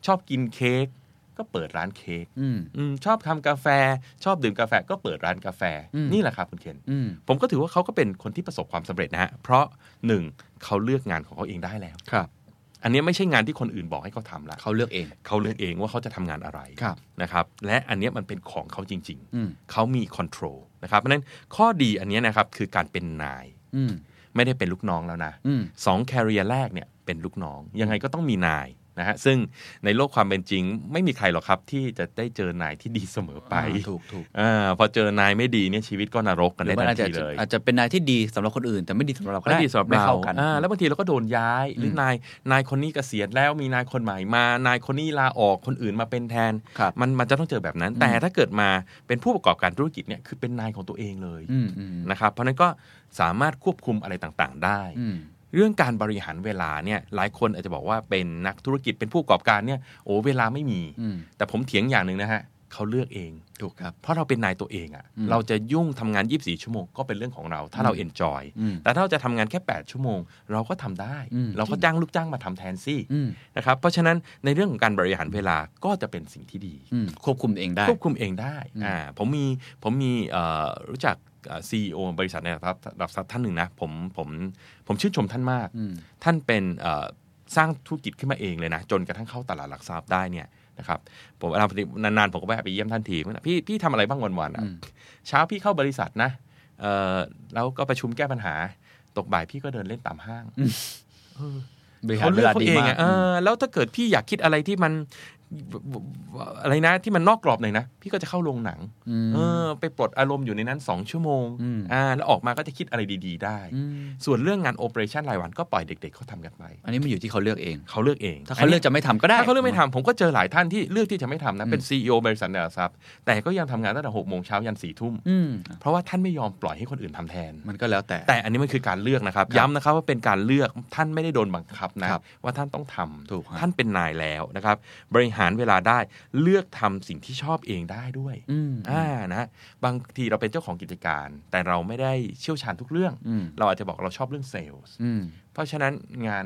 [SPEAKER 4] ชอบกินเค้กก็เปิดร้านเค้ก
[SPEAKER 3] อืม
[SPEAKER 4] อืมชอบทำกาแฟ ชอบดื่มกาแฟก็เปิดร้านกาแฟ
[SPEAKER 3] อืม
[SPEAKER 4] นี่แหละครับคุณเคน
[SPEAKER 3] อืม
[SPEAKER 4] ผมก็ถือว่าเขาก็เป็นคนที่ประสบความสำเร็จนะฮะเพราะหนึ่งเขาเลือกงานของเขาเองได้แล้ว
[SPEAKER 3] ครับ
[SPEAKER 4] อันเนี้ยไม่ใช่งานที่คนอื่นบอกให้เขาทำละ
[SPEAKER 3] เขาเลือกเอง
[SPEAKER 4] เขาเลือกเองว่าเขาจะทำงานอะไร
[SPEAKER 3] ครับ
[SPEAKER 4] นะครับ และอันเนี้ยมันเป็นของเขาจริง
[SPEAKER 3] อืม
[SPEAKER 4] ๆ เขามี control นะครับเพราะฉะนั้นข้อดีอันเนี้ยนะครับคือการเป็นนาย
[SPEAKER 3] อืม
[SPEAKER 4] ไม่ได้เป็นลูกน้องแล้วนะ
[SPEAKER 3] อืม
[SPEAKER 4] สองแคริเอร์แรกเนี่ยเป็นลูกน้อง ยังไงก็ต้องมีนายนะฮะซึ่งในโลกความเป็นจริง ไม่มีใครหรอกครับที่จะได้เจอนายที่ดีเสมอไป
[SPEAKER 3] อ่าถูกถูก
[SPEAKER 4] อ่าพอเจอนายไม่ดีเนี่ยชีวิตก็นรกกัน
[SPEAKER 3] หรื
[SPEAKER 4] ได้
[SPEAKER 3] อว่า
[SPEAKER 4] ทั
[SPEAKER 3] อาจ
[SPEAKER 4] น
[SPEAKER 3] จะ
[SPEAKER 4] ทีเลย
[SPEAKER 3] อาจจะเป็นนายที่ดีสำหรับคนอื่น แต่ไม่ดีสำหรับเราก็ได้
[SPEAKER 4] ไม่ดีสำหรับ
[SPEAKER 3] ไม่
[SPEAKER 4] เรา
[SPEAKER 3] เข้ากัน
[SPEAKER 4] อ่าแล้วบางทีเราก็โดนย้ายหรือ
[SPEAKER 3] ม
[SPEAKER 4] นายนายคนนี้เกษียณแล้วมีนายคนใหม่มา นายคนนี้ลาออกคนอื่นมาเป็นแทน
[SPEAKER 3] ครับ
[SPEAKER 4] มันมันจะต้องเจอแบบนั้น
[SPEAKER 3] อืม
[SPEAKER 4] แต่ถ้าเกิดมาเป็นผู้ประกอบการธุรกิจเนี่ยคือเป็นนายของตัวเองเลย
[SPEAKER 3] อืมอืม
[SPEAKER 4] นะครับ เพราะฉะนั้นก็สามารถควบคุมอะไรต่างๆ ได้
[SPEAKER 3] อืม
[SPEAKER 4] เรื่องการบริหารเวลาเนี่ยหลายคนอาจจะบอกว่าเป็นนักธุรกิจเป็นผู้ประกอบการเนี่ยโอ้เวลาไม่มี
[SPEAKER 3] อืม
[SPEAKER 4] แต่ผมเถียงอย่างหนึ่งนะฮะเขาเลือกเอง
[SPEAKER 3] ถูกครับ
[SPEAKER 4] เพราะเราเป็นนายตัวเองอะ่ะ
[SPEAKER 3] อืม
[SPEAKER 4] เราจะยุ่งทำงาน 24 ชั่วโมงก็เป็นเรื่องของเรา ถ้าเรา
[SPEAKER 3] อืม
[SPEAKER 4] เอนจอย
[SPEAKER 3] อืม
[SPEAKER 4] แต่ถ้าเราจะทำงานแค่ 8 ชั่วโมง เราก็ทำได้
[SPEAKER 3] อืม
[SPEAKER 4] เราก็จ้างลูกจ้างมาทำแทนสิ
[SPEAKER 3] อืม
[SPEAKER 4] นะครับเพราะฉะนั้นในเรื่องของการบริหารเวลาก็จะเป็นสิ่งที่ดี
[SPEAKER 3] อืมควบคุมเองได้
[SPEAKER 4] ควบคุมเองได้
[SPEAKER 3] อืม
[SPEAKER 4] อ่า ผมมี ผมมีเอ่อรู้จักซีอีโอบริษัทในระดับระดับท่านหนึ่งนะ ผม ผม ผมชื่นชมท่านมาก
[SPEAKER 3] อืม
[SPEAKER 4] ท่านเป็นเอ่อสร้างธุรกิจขึ้นมาเองเลยนะ จนกระทั่งเข้าตลาดหลักทรัพย์ได้เนี่ยนะครับ ผมเวลาปกตินานๆ ผมก็แวะไปเยี่ยมท่านทีผมนะพี่ พี่ทำอะไรบ้างวันๆอะ
[SPEAKER 3] อืม
[SPEAKER 4] เช้าพี่เข้าบริษัทนะ เอ่อ แล้วก็ประชุมแก้ปัญหา ตกบ่ายพี่ก็เดินเล่นตามห้าง
[SPEAKER 3] บริหาร
[SPEAKER 4] เขา
[SPEAKER 3] เว
[SPEAKER 4] เลือก
[SPEAKER 3] ลา
[SPEAKER 4] เขา
[SPEAKER 3] ดี
[SPEAKER 4] เอง
[SPEAKER 3] มาก
[SPEAKER 4] อะเออแล้วถ้าเกิดพี่อยากคิดอะไรที่มันอะไรนะที่มันนอกกรอบหน่อยนะพี่ก็จะเข้าโรงหนัง
[SPEAKER 3] ม
[SPEAKER 4] เออไปปลดอารมณ์อยู่ในนั้น 2 ชั่วโมง
[SPEAKER 3] อืม
[SPEAKER 4] แล้วออกมาก็จะคิดอะไรดีๆ ได้
[SPEAKER 3] ม
[SPEAKER 4] ส่วนเรื่องงานโอเปอเรชันรายวันก็ปล่อยเด็ก ๆเขาทำกันไป
[SPEAKER 3] อันนี้มันอยู่ที่เขาเลือกเอง
[SPEAKER 4] เขาเลือกเอง
[SPEAKER 3] ถ้าเขาเลือกจะไม่ทำก็ได้
[SPEAKER 4] ถ้าเขาเลือกไม่ทำผมก็เจอหลายท่านที่เลือกที่จะไม่ทำนะ เป็น
[SPEAKER 3] อืม
[SPEAKER 4] ซีอีโอบริษัทเนี่ยครับ แต่ก็ยังทำงานตั้งแต่หกโมงเช้ายันสี่ทุ่ม
[SPEAKER 3] อืม
[SPEAKER 4] เพราะว่าท่านไม่ยอมปล่อยให้คนอื่นทำแทน
[SPEAKER 3] มันก็แล้วแต่
[SPEAKER 4] แต่อันนี้มันคือการเลือกนะครับ
[SPEAKER 3] ครับ
[SPEAKER 4] ย้ำนะครับว่าเป็นการเลือกท่านไม่ได้โดนบังคับนะครับ ว่าท่านต้องทำ
[SPEAKER 3] ถูกครับ
[SPEAKER 4] ท่านเป็นนายแล้วนะครับ บริหารเวลาได้เลือกทำสิ่งที่ชอบเองได้ด้วย
[SPEAKER 3] อืม
[SPEAKER 4] อ่านะบางทีเราเป็นเจ้าของกิจการ แต่เราไม่ได้เชี่ยวชาญทุกเรื่อง
[SPEAKER 3] อืม
[SPEAKER 4] เราอาจจะบอกเราชอบเรื่องเซลล์
[SPEAKER 3] อืม
[SPEAKER 4] เพราะฉะนั้นงาน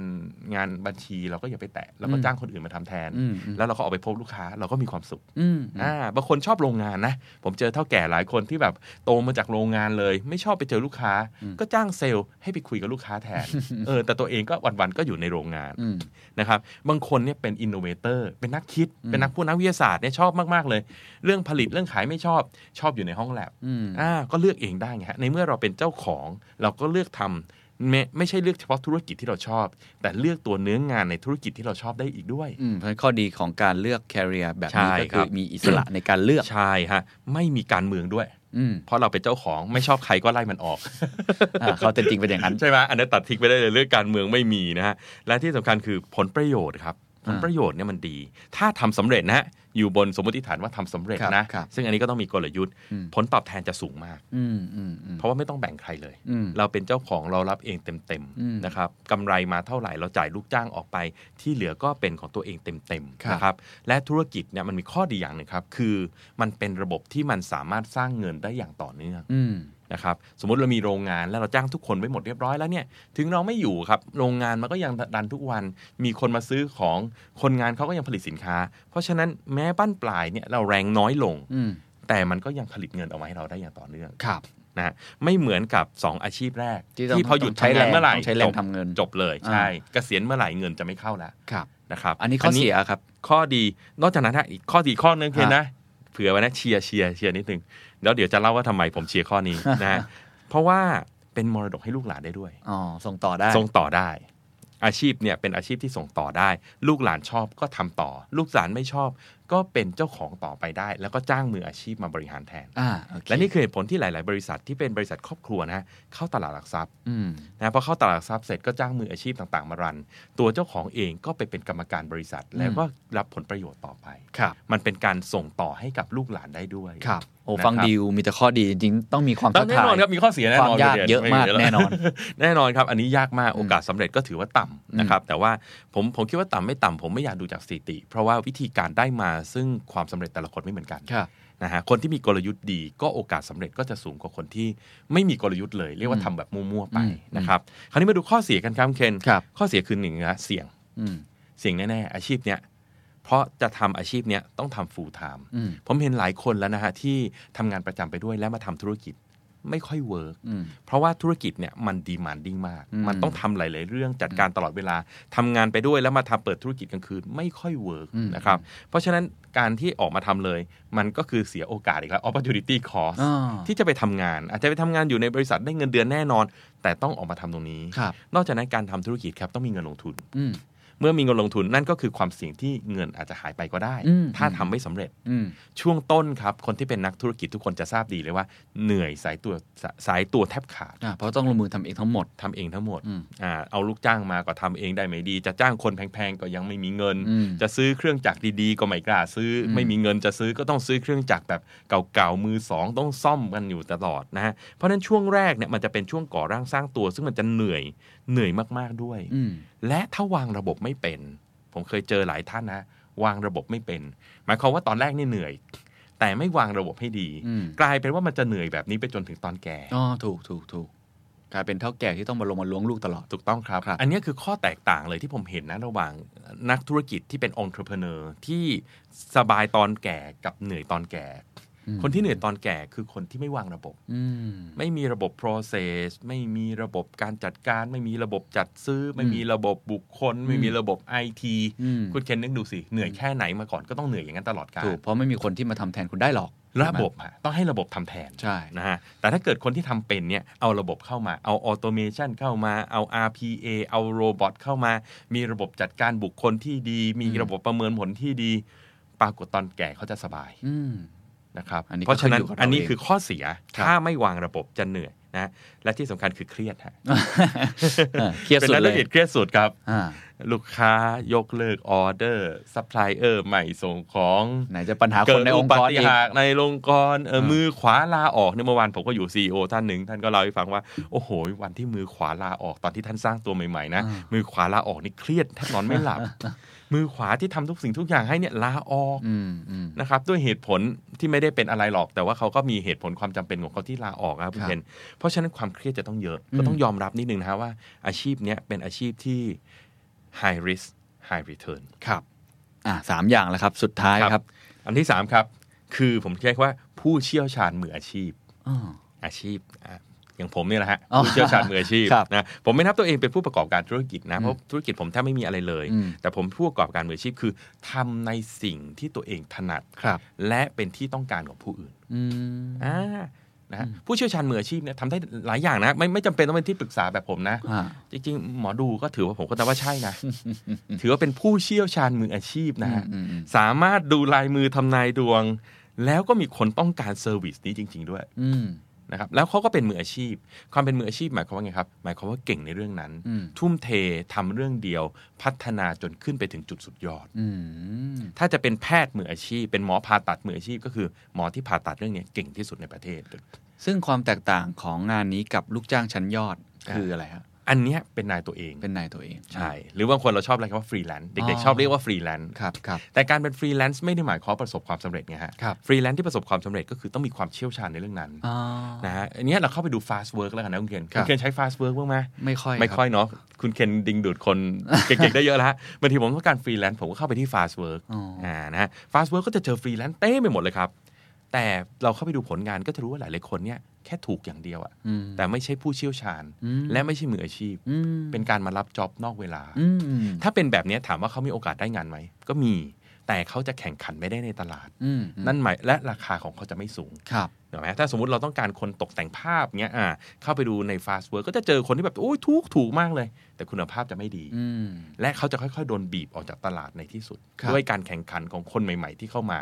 [SPEAKER 4] งานบัญชีเราก็อย่าไปแตะเราก็
[SPEAKER 3] อืม
[SPEAKER 4] จ้างคนอื่นมาทำแทน
[SPEAKER 3] อืมอืม
[SPEAKER 4] แล้วเราก็ออกไปพบลูกค้าเราก็มีความสุข
[SPEAKER 3] อืม
[SPEAKER 4] อ่าบางคนชอบโรงงานนะ ผมเจอเท่าแก่หลายคนที่แบบโตมาจากโรงงานเลย ไม่ชอบไปเจอลูกค้า
[SPEAKER 3] อืม
[SPEAKER 4] ก็จ้างเซลล์ให้ไปคุยกับลูกค้าแทน เออแต่ตัวเองก็วันๆก็อยู่ในโรงงาน
[SPEAKER 3] อืม
[SPEAKER 4] นะครับบางคนเนี่ยเป็นอินโนเวเตอร์เป็นนักคิด
[SPEAKER 3] อืม
[SPEAKER 4] เป็นนักพูดนักวิทยาศาสตร์เนี่ยชอบมากๆเลย เรื่องผลิตเรื่องขายไม่ชอบชอบอยู่ในห้องแลบ
[SPEAKER 3] อืม
[SPEAKER 4] อ่าก็เลือกเองได้ไงฮะในเมื่อเราเป็นเจ้าของ เราก็เลือกทำไม่ไม่ใช่เลือกเฉพาะธุรกิจที่เราชอบ แต่เลือกตัวเนื้องานในธุรกิจที่เราชอบได้อีกด้วย
[SPEAKER 3] อืมเพราะฉะนั้นข้อดีของการเลือก career แบบนี้
[SPEAKER 4] ใช่
[SPEAKER 3] ก็
[SPEAKER 4] ค
[SPEAKER 3] คื
[SPEAKER 4] รั
[SPEAKER 3] อบ มีอิสระในการเลือก
[SPEAKER 4] ใช่ฮะไม่มีการเมืองด้วย
[SPEAKER 3] อืม
[SPEAKER 4] เพราะเราเป็นเจ้าของไม่ชอบใครก็ไล่มันออก
[SPEAKER 3] อ่าเขาแต่จริงเป็นอย่างนั้น
[SPEAKER 4] ใช่ไหมอันนี้นตัดทิ้งไปได้เลยเรื่องการเมืองไม่มีนะฮะและที่สำคัญคือผลประโยชน์ครับ ผลประโยชน์เนี่ยมันดี ถ้าทำสำเร็จนะฮะ อยู่บนสมมติฐานว่าทำสำเร็จ
[SPEAKER 3] ครับ
[SPEAKER 4] นะ
[SPEAKER 3] ครับ
[SPEAKER 4] ซึ่งอันนี้ก็ต้องมีกลยุทธ์
[SPEAKER 3] อืม
[SPEAKER 4] ผลตอบแทนจะสูงมาก
[SPEAKER 3] อืมอืมอืม
[SPEAKER 4] เพราะว่าไม่ต้องแบ่งใครเลย
[SPEAKER 3] อืม
[SPEAKER 4] เราเป็นเจ้าของเรารับเองเต็ม
[SPEAKER 3] อืม
[SPEAKER 4] ๆนะครับกำไรมาเท่าไหร่เราจ่ายลูกจ้างออกไป ที่เหลือก็เป็นของตัวเองเต็ม
[SPEAKER 3] ครับ
[SPEAKER 4] ๆนะครับและธุรกิจเนี่ยมันมีข้อดีอย่างหนึ่งครับ คือมันเป็นระบบที่มันสามารถสร้างเงินได้อย่างต่อเนื่อง
[SPEAKER 3] อืม
[SPEAKER 4] นะครับสมมติเรามีโรงงานแล้วเราจ้างทุกคนไว้หมดเรียบร้อยแล้วเนี่ยถึงเราไม่อยู่ครับโรงงานมันก็ยังดันทุกวัน มีคนมาซื้อของคนงานเขาก็ยังผลิตสินค้า เพราะฉะนั้นแม้บ้านปลายเนี่ยเราแรงน้อยลง
[SPEAKER 3] อืม
[SPEAKER 4] แต่มันก็ยังผลิตเงินออกมาให้เราได้อย่างต่อเนื่อง
[SPEAKER 3] ครับ
[SPEAKER 4] นะฮะไม่เหมือนกับ 2 อาชีพแรก
[SPEAKER 3] ที่ต้อง
[SPEAKER 4] พอหยุดทำงานเมื่อไหร่
[SPEAKER 3] ต้องใช้แรง
[SPEAKER 4] จบ
[SPEAKER 3] ทำเงิน
[SPEAKER 4] จบเลย ใช่
[SPEAKER 3] อ่
[SPEAKER 4] เกษียณเมื่อไหร่เงินจะไม่เข้าแล้ว
[SPEAKER 3] ครับ
[SPEAKER 4] นะครับ
[SPEAKER 3] อันนี้ข้อเสียครับ
[SPEAKER 4] ข้อดีนอกจากนั้นฮะอีกข้อดีข้อนึงคือนะเผื่อไว้นะเชียร์เชียร์เชียร์นิดนึงแล้วเดี๋ยวจะเล่าว่าทำไมผมเชียร์ข้อ นี้นะฮะ เพราะว่าเป็นมรดกให้ลูกหลานได้ด้วย
[SPEAKER 3] อ๋อ ส่งต่อได้
[SPEAKER 4] ส่งต่อได้ อาชีพเนี่ยเป็นอาชีพที่ส่งต่อได้ ลูกหลานชอบก็ทำต่อ ลูกหลานไม่ชอบ ก็เป็นเจ้าของต่อไปได้ แล้วก็จ้างมืออาชีพมาบริหารแทน
[SPEAKER 3] อ่าโอเค
[SPEAKER 4] และนี่คือเหตุผลที่หลาย ๆ บริษัทที่เป็นบริษัทครอบครัวนะฮะเข้าตลาดหลักทรัพย์
[SPEAKER 3] อืม
[SPEAKER 4] นะพอเข้าตลาดหลักทรัพย์เสร็จก็จ้างมืออาชีพต่าง ๆ มารัน ตัวเจ้าของเองก็ไปเป็นกรรมการบริษัท แล้วก็รับผลประโยชน์ต่อไป
[SPEAKER 3] ครับ
[SPEAKER 4] มันเป็นการส่งต่อให้กับลูกหลานได้ด้วย
[SPEAKER 3] ครับ โอ้
[SPEAKER 4] นะครับ
[SPEAKER 3] ฟังดีลมีแต่ข้อดีจริงๆ ต้องมีความ
[SPEAKER 4] ต้
[SPEAKER 3] ท้า
[SPEAKER 4] อ
[SPEAKER 3] ง
[SPEAKER 4] แน่
[SPEAKER 3] ทาย
[SPEAKER 4] นอนครับมีข้อเสียแน่นอ
[SPEAKER 3] ค
[SPEAKER 4] น
[SPEAKER 3] วามยากเยอะมากแน่ นอน
[SPEAKER 4] แน่นอนครับอันนี้ยากมากโอกาสสำเร็จก็ถือว่าต่ำนะครับแต่ว่าผมผมคิดว่าต่ำไม่ต่ำผมไม่อยากดูจากสถิติ เพราะว่าวิธีการได้มาซึ่งความสำเร็จแต่ละคนไม่เหมือนกัน
[SPEAKER 3] ครับ
[SPEAKER 4] นะฮะคนที่มีกลยุทธ์ดีก็โอกาสสำเร็จก็จะสูงกว่าคนที่ไม่มีกลยุทธ์เลย เรียกว่าทำแบบมั่วๆไป
[SPEAKER 3] อืม
[SPEAKER 4] นะครับคราวนี้มาดูข้อเสียกันครับเคน
[SPEAKER 3] ครับ
[SPEAKER 4] ข้อเสียคือหนึ่งนะเสี่ยง
[SPEAKER 3] อืม
[SPEAKER 4] เสี่ยงแน่ๆอาชีพเนี้ยเพราะจะทำอาชีพเนี้ยต้องทำ full time
[SPEAKER 3] อืม
[SPEAKER 4] ผมเห็นหลายคนแล้วนะฮะที่ทำงานประจำไปด้วยแล้วมาทำธุรกิจไม่ค่อยเวิร์ก
[SPEAKER 3] อืม
[SPEAKER 4] เพราะว่าธุรกิจเนี่ยมันดีมานดิ้งมาก
[SPEAKER 3] อืม
[SPEAKER 4] มันต้องทำหลาย ๆ เรื่องจัดการตลอดเวลาทำงานไปด้วยแล้วมาทำเปิดธุรกิจกลางคืนไม่ค่อยเวิร์กนะครับเพราะฉะนั้นการที่ออกมาทำเลย มันก็คือเสียโอกาสอีกแล้ว opportunity cost
[SPEAKER 3] อ่า
[SPEAKER 4] ที่จะไปทำงาน อาจจะไปทำงานอยู่ในบริษัทได้เงินเดือนแน่นอน แต่ต้องออกมาทำตรงนี้
[SPEAKER 3] ครับ
[SPEAKER 4] นอกจากนั้นการทำธุรกิจครับต้องมีเงินลงทุน
[SPEAKER 3] อืม
[SPEAKER 4] เมื่อมีเงินลงทุนนั่นก็คือความเสี่ยงที่เงินอาจจะหายไปก็ได้
[SPEAKER 3] อืม
[SPEAKER 4] ถ้าทำไม่สำเร็จ
[SPEAKER 3] อืม
[SPEAKER 4] ช่วงต้นครับ คนที่เป็นนักธุรกิจทุกคนจะทราบดีเลยว่า เหนื่อยสายตัวสาสายตัวแทบขาด
[SPEAKER 3] อ่า เพราะต้องลงมือทำเองทั้งหมด
[SPEAKER 4] ทำเองทั้งหมด
[SPEAKER 3] อืม
[SPEAKER 4] อ่าเอาลูกจ้างมาก็ทำเองได้ไม่ดี จะจ้างคนแพงๆก็ยังไม่มีเงิน
[SPEAKER 3] อืม
[SPEAKER 4] จะซื้อเครื่องจักรดีๆ ก็ไม่กล้าซื้ออ
[SPEAKER 3] ม
[SPEAKER 4] ไม่มีเงินจะซื้อก็ต้องซื้อเครื่องจักรแบบเก่าๆมือสองต้องซ่อมกันอยู่ตลอดนะฮะเพราะฉะนั้นช่วงแรกเนี่ยมันจะเป็นช่วงก่อร่างสร้างตัว ซึ่งมันจะเหนื่อยเหนื่อยมากๆด้วย
[SPEAKER 3] อืม
[SPEAKER 4] และถ้าวางระบบไม่เป็น ผมเคยเจอหลายท่านนะ วางระบบไม่เป็น หมายความว่าตอนแรกนี่เหนื่อย แต่ไม่วางระบบให้ดี
[SPEAKER 3] อืม
[SPEAKER 4] กลายเป็นว่ามันจะเหนื่อยแบบนี้ไปจนถึงตอนแก่
[SPEAKER 3] อ๋อ ถูกถูกถูกกลายเป็นเท่าแก่ที่ต้องมาลงมาล้วงลูกตลอด
[SPEAKER 4] ถูกต้องครับ
[SPEAKER 3] ครับ
[SPEAKER 4] อันนี้คือข้อแตกต่างเลยที่ผมเห็นนะระหว่างนักธุรกิจที่เป็นองค์ประกอบที่สบายตอนแก่กับเหนื่อยตอนแก่
[SPEAKER 3] อืม
[SPEAKER 4] คนที่เหนื่อยตอนแก่คือคนที่ไม่วางระบบ
[SPEAKER 3] อืม
[SPEAKER 4] ไม่มีระบบ process ไม่มีระบบการจัดการ ไม่มีระบบจัดซื้อ ไม่มีระบบบุคคล ไม่มีระบบ IT
[SPEAKER 3] อืม
[SPEAKER 4] คุณเคนนึกดูสิ เหนื่อยแค่ไหนมาก่อนก็ต้องเหนื่อยอย่างนั้นตลอดกาล
[SPEAKER 3] ถูก เพราะไม่มีคนที่มาทำแทนคุณได้หรอก
[SPEAKER 4] ระบบอะต้องให้ระบบทำแทน
[SPEAKER 3] ใช่
[SPEAKER 4] นะฮะแต่ถ้าเกิดคนที่ทำเป็นเนี่ยเอาระบบเข้ามาเอาออโตเมชันเข้ามาเอา RPA เอาโรบอทเข้ามา มีระบบจัดการบุคคลที่ดี มีระบบประเมินผลที่ดี ปรากฏตอนแก่เขาจะสบาย
[SPEAKER 3] อืม
[SPEAKER 4] นะครับ
[SPEAKER 3] อันนี้
[SPEAKER 4] เพราะฉะนั้น
[SPEAKER 3] ก็ขึ้นอยู่กับเรา
[SPEAKER 4] อันนี้คือข้อเสีย
[SPEAKER 3] ครับ
[SPEAKER 4] ถ้าไม่วางระบบจะเหนื่อยนะและที่สำคัญคือเครียดฮะ
[SPEAKER 3] เออเครียด
[SPEAKER 4] เป็น
[SPEAKER 3] สุด
[SPEAKER 4] ราย
[SPEAKER 3] เล
[SPEAKER 4] ละ
[SPEAKER 3] ย
[SPEAKER 4] เอียดเครียดสุดครับ
[SPEAKER 3] อ่า
[SPEAKER 4] ลูกค้ายกเลิกออเดอร์ซัพพลายเออร์ใหม่ส่งของ
[SPEAKER 3] ไหนจะปัญหาคนในองค์กร
[SPEAKER 4] เกิดอุบัติ
[SPEAKER 3] อีก
[SPEAKER 4] หตุในองค์กรเออ
[SPEAKER 3] เออ
[SPEAKER 4] มือขวาลาออกเนี่ยเมื่อวานผมก็อยู่ซีอท่านหนึ่งท่านก็เล่าให้ฟังว่า โอ้โห วันที่มือขวาลาออกตอนที่ท่านสร้างตัวใหม่ๆนะ
[SPEAKER 3] เออ
[SPEAKER 4] มือขวาลาออกนี่เครียดแทบนอนไม่ หลับ มือขวาที่ทำทุกสิ่งทุกอย่างให้เนี่ยลาออก
[SPEAKER 3] อืมอืม
[SPEAKER 4] นะครับด้วยเหตุผลที่ไม่ได้เป็นอะไรหรอก แต่ว่าเขาก็มีเหตุผลความจำเป็นของเขาที่ลาออกครับคุณ
[SPEAKER 3] ครับ
[SPEAKER 4] เพนเพราะฉะนั้นความเครียดจะต้องเยอะ
[SPEAKER 3] อืม
[SPEAKER 4] ก็ต้องยอมรับนิดนึงนะฮะว่าอาชีพเนี้ยเป็นอาชีพที่ high risk high return
[SPEAKER 3] ครับ อ่าสามอย่างแล้วครับ สุดท้ายครับ
[SPEAKER 4] อันที่ 3 ครับ คือผมใช้คำว่าผู้เชี่ยวชาญมืออาชีพ
[SPEAKER 3] อ้อ
[SPEAKER 4] อาชีพอ่ะอย่างผมเนี่ยแหละฮะ
[SPEAKER 3] อ๋อ
[SPEAKER 4] ผู้เชี่ยวชาญมืออาชีพ
[SPEAKER 3] ครับ
[SPEAKER 4] นะผมไม่นับตัวเองเป็นผู้ประกอบการธุรกิจนะเพราะธุรกิจผมแทบไม่มีอะไรเลย
[SPEAKER 3] อืม
[SPEAKER 4] แต่ผมผู้ประกอบการมืออาชีพคือทำในสิ่งที่ตัวเองถนัด
[SPEAKER 3] ครับ
[SPEAKER 4] และเป็นที่ต้องการของผู้อื่น
[SPEAKER 3] อืม
[SPEAKER 4] อ่านะฮะผู้เชี่ยวชาญมืออาชีพเนี่ยทำได้หลายอย่างนะไม่ไม่จำเป็นต้องเป็นที่ปรึกษาแบบผมนะ
[SPEAKER 3] อ่า
[SPEAKER 4] จริงๆ หมอดูก็ถือว่าผมก็นับว่าใช่ นะ ถือว่าเป็นผู้เชี่ยวชาญมืออาชีพนะฮะ
[SPEAKER 3] อืมอืม
[SPEAKER 4] สามารถดูลายมือทำนายดวง แล้วก็มีคนต้องการเซอร์วิสนี้จริง ๆ ด้วย
[SPEAKER 3] อืม
[SPEAKER 4] นะครับแล้วเขาก็เป็นมืออาชีพ ความเป็นมืออาชีพหมายความว่าไงครับ หมายความว่าเก่งในเรื่องนั้น
[SPEAKER 3] อืม
[SPEAKER 4] ทุ่มเททำเรื่องเดียว พัฒนาจนขึ้นไปถึงจุดสุดยอด
[SPEAKER 3] อืม
[SPEAKER 4] ถ้าจะเป็นแพทย์มืออาชีพ เป็นหมอผ่าตัดมืออาชีพ ก็คือหมอที่ผ่าตัดเรื่องเนี้ยเก่งที่สุดในประเทศ
[SPEAKER 3] ซึ่งความแตกต่างของงานนี้กับลูกจ้างชั้นยอด
[SPEAKER 4] อ่า
[SPEAKER 3] คืออะไรฮะ
[SPEAKER 4] อันเนี้ยเป็นนายตัวเอง
[SPEAKER 3] เป็นนายตัวเอง
[SPEAKER 4] ใช่หรือบางคนเราชอบเรียกว่าฟรีแลนซ์
[SPEAKER 3] อ๋
[SPEAKER 4] เด็ก
[SPEAKER 3] อ
[SPEAKER 4] ๆชอบเรียกว่าฟรีแลนซ์
[SPEAKER 3] ครับครับ
[SPEAKER 4] แต่การเป็นฟรีแลนซ์ไม่ได้หมายความว่าประสบความสำเร็จไงฮะ
[SPEAKER 3] ครับ
[SPEAKER 4] ฟรีแลนซ์ที่ประสบความสำเร็จก็คือต้องมีความเชี่ยวชาญในเรื่องนั้น
[SPEAKER 3] อ๋อ
[SPEAKER 4] นะฮะอันเนี้ยเราเข้าไปดู fast work แล้วกันนะคุณเคน
[SPEAKER 3] ครั
[SPEAKER 4] คุ
[SPEAKER 3] บ
[SPEAKER 4] ณเคนใช้ fast work บ้างไหม
[SPEAKER 3] ไม่ค่อย
[SPEAKER 4] ไม่
[SPEAKER 3] รับ
[SPEAKER 4] ค่อยเนาะคุณเคนดึงดูด คนเก่งๆ ได้เยอะแล้วฮะบางทีผมต้องการฟรีแลนซ์ผมก็เข้าไปที่ fast work
[SPEAKER 3] อ๋ออ่
[SPEAKER 4] านะฮะ fast work ก็จะเจอฟรีแลนซ์เต้ไปหมดเลยครับ แต่เราเข้าไปดูผลงานก็จะรู้ว่าหลายๆคนเนี่ยแค่ถูกอย่างเดียวอะ
[SPEAKER 3] อืม
[SPEAKER 4] แต่ไม่ใช่ผู้เชี่ยวชาญ
[SPEAKER 3] อืม
[SPEAKER 4] และไม่ใช่มืออาชีพ
[SPEAKER 3] อืม
[SPEAKER 4] เป็นการมารับจ็อบนอกเวลา
[SPEAKER 3] อืมอืม
[SPEAKER 4] ถ้าเป็นแบบเนี้ยถามว่าเขามีโอกาสได้งานไหมก็มี แต่เขาจะแข่งขันไม่ได้ในตลาด
[SPEAKER 3] อืม
[SPEAKER 4] นั่นหมายและราคาของเขาจะไม่สูง
[SPEAKER 3] ครับ
[SPEAKER 4] เห็นไหมถ้าสมมติเราต้องการคนตกแต่งภาพเงี้ยอ่าเข้าไปดูใน fast work ก็จะเจอคนที่แบบโอ้ยถูกถูกมากเลย แต่คุณภาพจะไม่ดี
[SPEAKER 3] อืม
[SPEAKER 4] และเขาจะค่อยๆ โดนบีบออกจากตลาดในที่สุด
[SPEAKER 3] ครับ
[SPEAKER 4] ด้วยการแข่งขันของคนใหม่ ๆ ที่เข้ามา